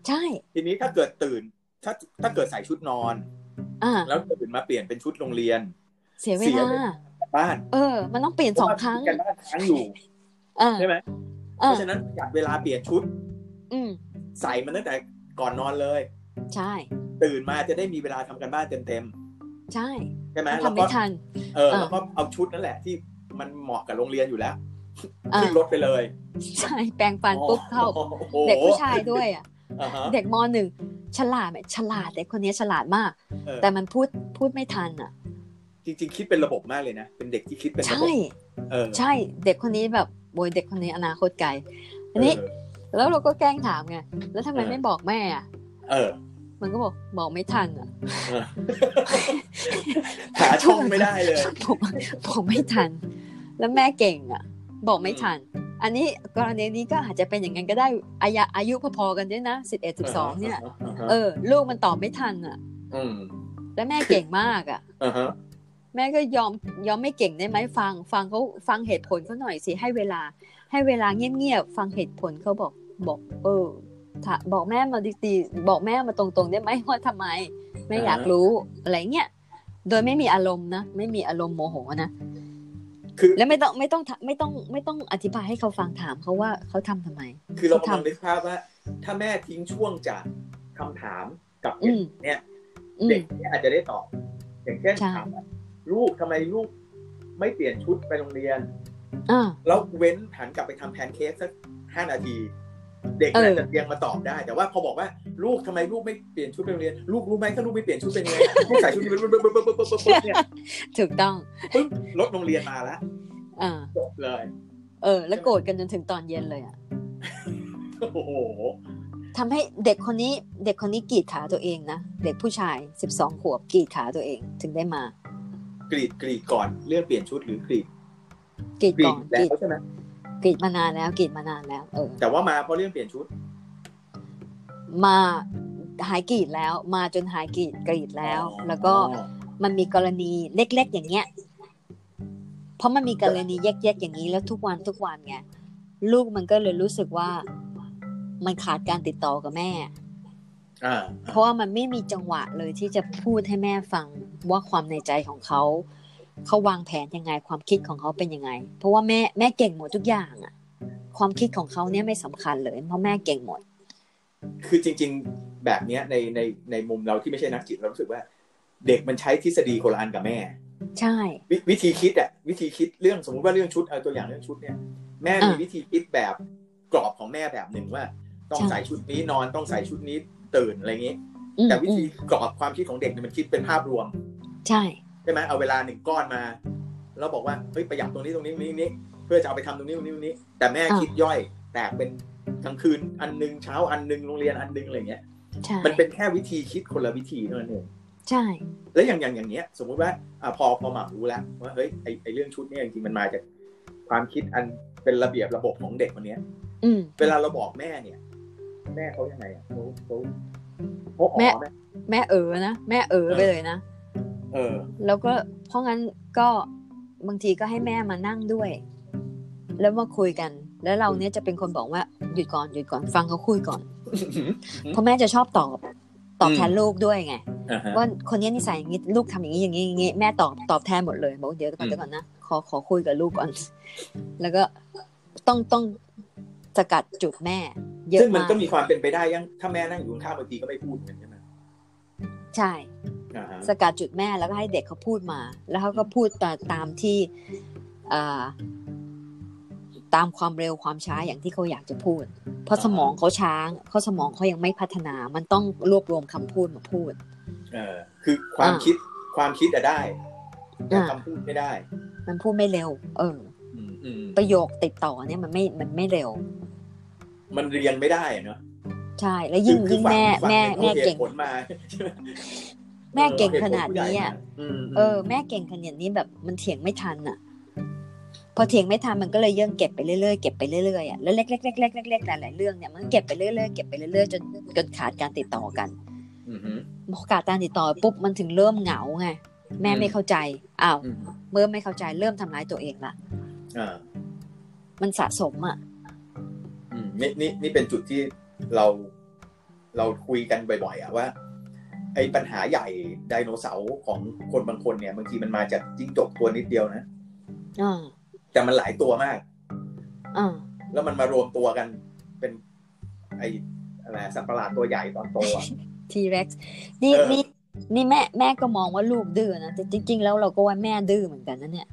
S2: ใช่
S1: ทีนี้ถ้าเกิดตื่น ถ้าถ้าเกิดใส่ชุดนอน
S2: อ่า
S1: แล้วตื่นมาเปลี่ยนเป็นชุดโรงเรียน
S2: เสียเว
S1: เสีย
S2: ลา
S1: เวลา บ้าน
S2: เออ มันต้องเปลี่ยนสองครั้ง
S1: เพาะว่ามีกันบ้านค้างอยู่
S2: เอ่า
S1: ใช่ไหมเพ
S2: อ่า
S1: ราะฉะนั้นอยากเวลาเปลี่ยนชุด
S2: อืม
S1: ใส่มันตั้งแต่ก่อนนอนเลย
S2: ใช่
S1: ตื่นมาจะได้มีเวลาทำกันบ้านเต็ม
S2: ใช่
S1: ๆใช่ไหม
S2: มัน
S1: แล้ว
S2: ทำ
S1: ก็
S2: ไม่ทัน
S1: เออ
S2: เออ
S1: แล้วก็เอาชุดนั่นแหละที่มันเหมาะกับโรงเรียนอยู่แล้ว
S2: อ่า
S1: ขึ้นรถไปเลย
S2: ใช่แปรงฟันปุ๊บเข้า
S1: โอ้โห
S2: เด็กผู้ชายด้วยอ่ะ
S1: อ่าฮะ
S2: เด็กมหนึ่งฉลาดไหมฉลาดเด็กคนนี้ฉลาดมาก
S1: เออ
S2: แต่มันพูดพูดไม่ทันอ่ะ
S1: จริงๆ คิดเป็นระบบมากเลยนะ เป็นเด็กที่คิดเป็นระบ
S2: ใช่
S1: บเออ
S2: ใช่เด็กคนนี้แบบโวยเด็กคนนี้อนาคตไกลอันนี้
S1: เออ
S2: แล้วเราก็แกล้งถามไงแล้วทำไมไม่บอกแม่อ่ะ
S1: เออ
S2: มันก็บอกบอกไม่ทันอ่ะ
S1: หาช่องไม่ได้เลย
S2: ผมผมไม่ทัน แล้วแม่เก่งอ่ะ บอกไม่ทัน อันนี้กรณีนี้ก็อาจจะเป็นอย่างนั้นก็ได้อายุอายุพอๆกันด้วยนะสิบเอ็ดสิบสองเนี่ย เออ ลูกมันตอบไม่ทันอ่ะ
S1: อืม
S2: แล้วแม่เก่งมากอ่ะ
S1: อ่าฮะ
S2: แม่ก็ยอมยอมไม่เก่งได้ไหมฟัง ฟังเขาฟังเหตุผลเขาหน่อยสิให้เวลา ให้เวลาเงียบๆฟังเหตุผลเขาบอกบอก เออถ้าบอกแม่มาดีๆบอกแม่มาตรงๆได้ไหม ว่าทำไม ไม่อยากรู้อะไรเงี้ยโดยไม่มีอารมณ์นะไม่มีอารมณ์โมโหนะ
S1: คือ
S2: แล้วไม่ต้องไม่ต้องถาไม่ต้องไม่ต้องอธิบายให้เขาฟังถามเขาว่าเขาทำทำไม
S1: คือเรากำลัง
S2: ทำ
S1: นึกภาพว่า ถ้าแม่ทิ้งช่วงจากคำถามกับ
S2: อื
S1: เด็ก
S2: ม
S1: เนี่ย
S2: อื
S1: เด็
S2: ม
S1: กเนี่ยอาจจะได้ตอบ อย่างเช่น
S2: ใช่
S1: ถามว่าลูกทำไมลูกไม่เปลี่ยนชุดไปโรงเรียน
S2: อ่า
S1: แล้วเว้นหันกลับไปทำแพนเค้กสักห้านาที เด็ก
S2: เอออ
S1: อาจจะยังมาตอบได้ แต่ว่าพอบอกว่าลูกทำไมลูกไม่เปลี่ยนชุดไปโรงเรียน ลูกรู้ไหมถ้าลูกไม่เปลี่ยนชุดเป็นยังไงลูกใส่ชุดนี้ไปปุ๊บปุ๊บปุ๊บปุ๊บปุ๊บปุ๊บเนี่ย
S2: ถูกต้อง
S1: ปึ๊บรถโรงเรียนมาแล้ว
S2: อ่า
S1: จบเลย
S2: เออ แล้วโกรธกันจนถึงตอนเย็นเลยอ่ะ
S1: โอ้โห
S2: ทำให้เด็กคนนี้เด็กคนนี้กรีดขาตัวเองนะเด็กผู้ชายสิบสองขวบกรีดขาตัวเองถึงได้มา
S1: กรีดกรีดก่อนเลือกเปลี่ยนชุดหรือกรีด
S2: กรีด
S1: กรี
S2: ก่อ
S1: ด
S2: น
S1: แล้
S2: กรีด
S1: วใช่ไหม
S2: กรีดมานานแล้วกรีดมานานแล้ว เออ
S1: แต่ว่ามาเพราะเรื่องเปลี่ยนชุด
S2: มาหายกรีดแล้ว มาจนหายกรีดกรีดแล้ว
S1: อ๋อ
S2: แล้วก็มันมีกรณีเล็ก ๆ อย่างเงี้ย เพราะมันมีกรณีแยกๆอย่างนี้แล้วทุกวันทุกวันไงลูกมันก็เลยรู้สึกว่า มันขาดการติดต่อกับแม่
S1: อ่า
S2: เพราะว่ามันไม่มีจังหวะเลยที่จะพูดให้แม่ฟังว่าความในใจของเขาเขาวางแผนยังไงความคิดของเขาเป็นยังไง เพราะว่าแม่แม่เก่งหมดทุกอย่างอะความคิดของเขาเนี่ยไม่สำคัญเลยเพราะแม่เก่งหมด
S1: คือจริง ๆ แบบเนี้ยในในในมุมเราที่ไม่ใช่นักจิตเรารู้สึกว่า เด็กมันใช้ทฤษฎีโคนละอันกับแม่
S2: ใช่
S1: ววิธีคิดอะวิธีคิดเรื่องสมมุติว่าเรื่องชุดเอาตัวอย่างเรื่องชุดเนี่ย แม่มี
S2: อ่ะ
S1: วิธีคิดแบบกรอบของแม่แบบหนึ่งว่า ต้อง
S2: ใช่
S1: ใส่ชุดนี้นอนต้องใส่ชุดนี้ตื่นอะไรอย่างงี้
S2: อืม
S1: แต่วิ
S2: อื
S1: ธี
S2: ม
S1: กรอบความคิดของเด็กเนี่ยมันคิดเป็นภาพรวม
S2: ใช่
S1: ใช่ไหมเอาเวลาหนึ่งก้อนมา แล้วบอกว่าเฮ้ยประหยัดตรงนี้ตรงนี้ตรงนี้ตรงนี้เพื่อจะเอาไปทำตรงนี้ตรงนี้ตรงนี้ แต่แม่
S2: อ่ะ
S1: คิดย่อยแตกเป็นกลางคืนอันหนึงเช้าอันหนึงโรงเรียนอันหนึงอะไรอย่างเงี้ย
S2: ใช่
S1: มันเป็นแค่วิธีคิดคนละวิธีเท่านั้นเอง
S2: ใช่
S1: แล้วอย่างอย่างอย่างเนี้ย สมมุติว่าอะพอพอหมารู้แล้วว่าเฮ้ยไอไอเรื่องชุดเนี่ยจริงๆมันมาจากความคิดอันเป็นระเบียบระบบของเด็กคนเนี้ย
S2: อืม
S1: เวลาเราบอกแม่เนี่ย แม่เขายังไงอ่ะเขาเขาเขาอ๋อ
S2: แม่
S1: ไหม
S2: แม่เอ๋อนะแม่เอ๋อไปเลยนะ
S1: เออ
S2: แล้วก็เพราะงั้นก็บางทีก็ให้แม่มานั่งด้วย แล้วมาคุยกัน แล้วเราเนี่ยจะเป็นคนบอกว่าหยุดก่อนหยุดก่อนฟังเขาคุย ก่อน เพราะแม่จะชอบตอบตอบแทนลูกด้วยไง
S1: อ่าฮะ
S2: ว่าคนนี้นิสัยอย่างนี้ลูกทำอย่างนี้อย่างนี้อย่างนี้แม่ตอบตอบแทนหมดเลยบอกเดี๋ยวก่อนเดี๋ยวก่อนนะขอขอคุยกับลูกก่อน แล้วก็ต้องต้องสกัดจุดแม่เยอะ
S1: ซึ่งมัน
S2: มาก
S1: ก็มีความเป็นไปได้ยังถ้าแม่นั่งอยู่ข้างๆบางทีก็ไม่พูดเหมือนกันใช่ไหม
S2: ใช่
S1: อ่าฮะ
S2: สกัดจุดแม่แล้วก็ให้เด็กเขาพูดมา แล้วเขาก็พูดตาตามที่เอ่อตามความเร็วความช้าอย่างที่เขาอยากจะพูด เพราะสมองเขาช้างเขาสมองเขายังไม่พัฒนา มันต้องรวบรวมคำพูดมาพูด
S1: เออ คือความ
S2: อ่า
S1: คิดความคิดอะได้แต่
S2: อ่า
S1: คำพูดไม่ได้
S2: มันพูดไม่เร็ว เออ
S1: อืมอืม
S2: ประโยคติดต่อเนี่ยมันไม่มันไม่เร็ว
S1: มันเรียนไม่ได้อะเนาะ
S2: ใช่ แล้วยิ่ง
S1: คือ
S2: ยิ่งแม่
S1: ฝั่
S2: แม่
S1: ฝั่
S2: แม่
S1: หนึ่
S2: เก่ง
S1: อาหตุผลมาใช่ไหม
S2: แม่เก่ง
S1: ออ
S2: ข
S1: อหตุผล
S2: นาด
S1: ผู้ใหญ่
S2: นี้อ่ะ
S1: มาอืมม
S2: เออแม่เก่งขนาดนี้แบบมันเถียงไม่ทันอ่ะ พอเถียงไม่ทันมันก็เลยเยื่องเก็บไปเรื่อยๆเก็บไปเรื่อยๆอ่ะแล้วเล็กๆเล็กๆเล็กๆหลายๆเรื่องเนี่ยมันก็เก็บไปเรื่อยๆเก็บไปเรื่อยๆจนจนขาดการติดต่อกัน
S1: อือฮึ
S2: พอขาดการติดต่อปุ๊บมันถึงเริ่มเหงาไงแม่
S1: อืม
S2: ไม่เข้าใจอ้าว
S1: อืม
S2: เมื่อไม่เข้าใจเริ่มทำร้ายตัวเองละ
S1: อ่า
S2: มันสะสมอ่ะ
S1: อืมนี่นี่นี่เป็นจุดที่เราเราคุยกันบ่อยๆอะว่า ไอ้ปัญหาใหญ่ไดโนเสาร์ของคนบางคนเนี่ยบางทีมันมาจากจิ้งจกตัวนิดเดียวนะ
S2: อ่า
S1: แต่มันหลายตัวมาก
S2: อ่า
S1: แล้วมันมารวมตัวกันเป็น ไอ้อะไรสัตว์ประหลาดตัวใหญ่ตอนโตอะ
S2: ทีเร็กซ์นี่
S1: เออ
S2: นี่นี่แม่แม่ก็มองว่าลูกดื้อนะแต่จริง ๆ แล้วเราก็ว่าแม่ดื้อเหมือนกันนะ เนี่ย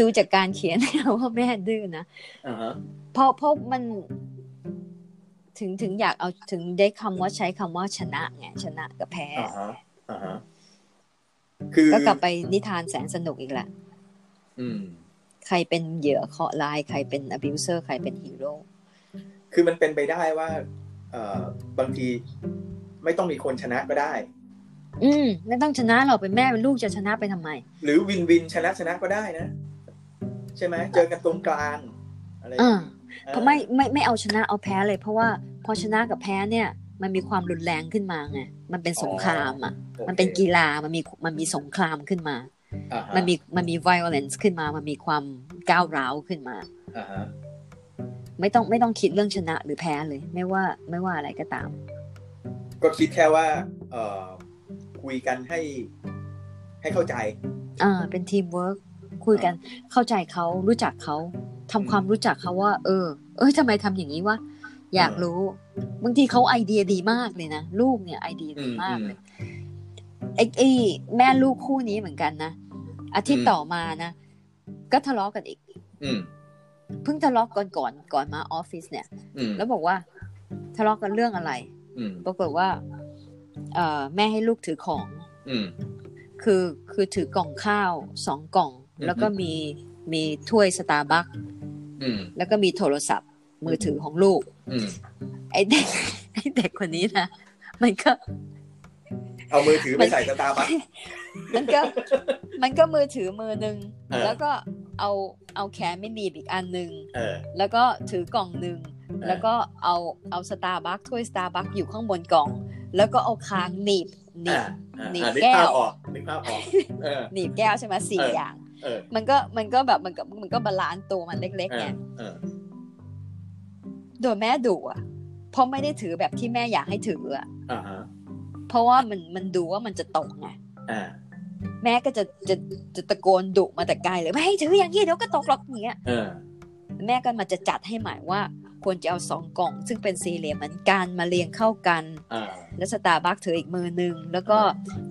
S2: ดูจากการเขียน เนี่ยว่าแม่ดื้อนะ
S1: อ่าฮะ
S2: เพราะเพราะมันถึงถึงอยากเอาถึงได้คำว่าใช้คำว่าชนะไงชนะกับแพ้
S1: อ่าฮะอ่าฮะคือ
S2: ก็กลับไปนิทานแสนสนุกอีกแหละ
S1: อืม
S2: ใครเป็นเหยื่อเคราะห์ร้ายใครเป็น abuser ใครเป็นฮีโร่
S1: คือมันเป็นไปได้ว่า เอ่อบางทีไม่ต้องมีคนชนะก็ได้
S2: อืมไม่ต้องชนะหรอกเป็นแม่เป็นลูกจะชนะไปทำไม
S1: หรือวินวินชนะชนะก็ได้นะ ใช่ไหมเจอกันตรงกลาง อะไรอย่าง
S2: อ่า
S1: เงี้ย
S2: เพราะไม่ไม่ไม่เอาชนะเอาแพ้เลย เพราะว่าพอชนะกับแพ้เนี่ย มันมีความรุนแรงขึ้นมาไงมันเป็นสงครามอ่ะ
S1: โอเค
S2: มันเป็นกีฬามันมีมันมีสงครามขึ้นมา
S1: อ่าฮะ
S2: มันมีมันมี violence ขึ้นมา มันมีความก้าวร้าวขึ้นมา
S1: อ่าฮะ
S2: ไม่ต้องไม่ต้องคิดเรื่องชนะหรือแพ้เลย ไม่ว่าไม่ว่าอะไรก็ตาม
S1: ก็คิดแค่ว่า เอ่อคุยกันให้ ให้เข้าใจ
S2: อ่า เป็นทีมเวิร์กคุยกันเข้าใจเขารู้จักเขาทำความรู้จักเขาว่า เออ เอ้ยทำไมทำอย่างนี้วะอยากรู้ บางทีเขาไอเดียดีมากเลยนะ ลูกเนี่ยไอเดียดีมากเลยไอ้ไอ้แม่ลูกคู่นี้เหมือนกันนะอาทิต
S1: อื
S2: ย์
S1: ม
S2: ต่อมานะ ก็ทะเลาะกันอีก
S1: อืม
S2: เพิ่งทะเลาะก่อนก่อนก่อนมาออฟฟิศเนี่ย
S1: อืม
S2: แล้วบอกว่า ทะเลาะกันเรื่องอะไร
S1: อืม
S2: ปรากฏว่า เอ่อแม่ให้ลูกถือของ
S1: อืม
S2: คือคือถือกล่องข้าวสองกล่อง
S1: อืม
S2: แล้วก็มีมีถ้วยสตาร์บัค
S1: อืม
S2: แล้วก็มีโทรศัพท์ มือถือของลูก
S1: อืม
S2: ไอเด็ก ไอเด็กคนนี้นะมันก็
S3: เอามือถือไปใส่สตาร์บัค
S2: มันก็มันก็มือถือมือหนึ่ง
S3: เออ
S2: แล้วก็เอาเอาแขนไม่หนีบอีกอันหนึ่ง
S3: เออ
S2: แล้วก็ถือกล่องหนึ่ง
S3: อ
S2: แล้วก็เอาเอาสตาร์บัคถ้วยสตาร์บัคอยู่ข้างบนกล่อง แล้วก็เอาคางหนีบหนี
S3: อ่า
S2: บ
S3: อ่า
S2: หนีบ
S3: อ่านึก
S2: แก้ว
S3: ภาพออกนึกภาพออกเออ
S2: หนีบแก้วใช่ไหมสี่
S3: เอออ
S2: อย่าง
S3: เออ
S2: มันก็มันก็แบบมันก็มันก็บาลานซ์ตัวมันเล็ก
S3: เอ
S2: ๆไง
S3: อเออ
S2: โดยแม่ดุอ่ะเพราะไม่ได้ถือแบบที่แม่อยากให้ถืออ่ะ
S3: อ่าฮะ
S2: เพราะว่ามันมันดูว่ามันจะตกไง
S3: อ่า
S2: แม่ก็จะจะจะตะโกนดุมาแต่ไกลเลยไม่ให้ถืออย่างนี้เดี๋ยวก็ตกหรอกอย่างเงี้ย
S3: เออ
S2: แม่ก็มาจะจัดให้ใหมายว่า ควรจะเอาสองกล่อง ซึ่งเป็นสี่เหลี่ยมเหมือนกันมาเรียงเข้ากัน
S3: อ่า
S2: แล้วสตาร์บัคถืออีกมือหนึ่งแล้วก็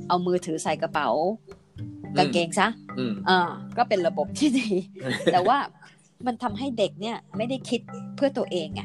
S2: เอามือถือใส่กระเป๋า
S3: อืม
S2: กางเกงซะ
S3: อืม
S2: อ่าก็เป็นระบบที่ดี แต่ว่ามันทำให้เด็กเนี่ยไม่ได้คิดเพื่อตัวเองไง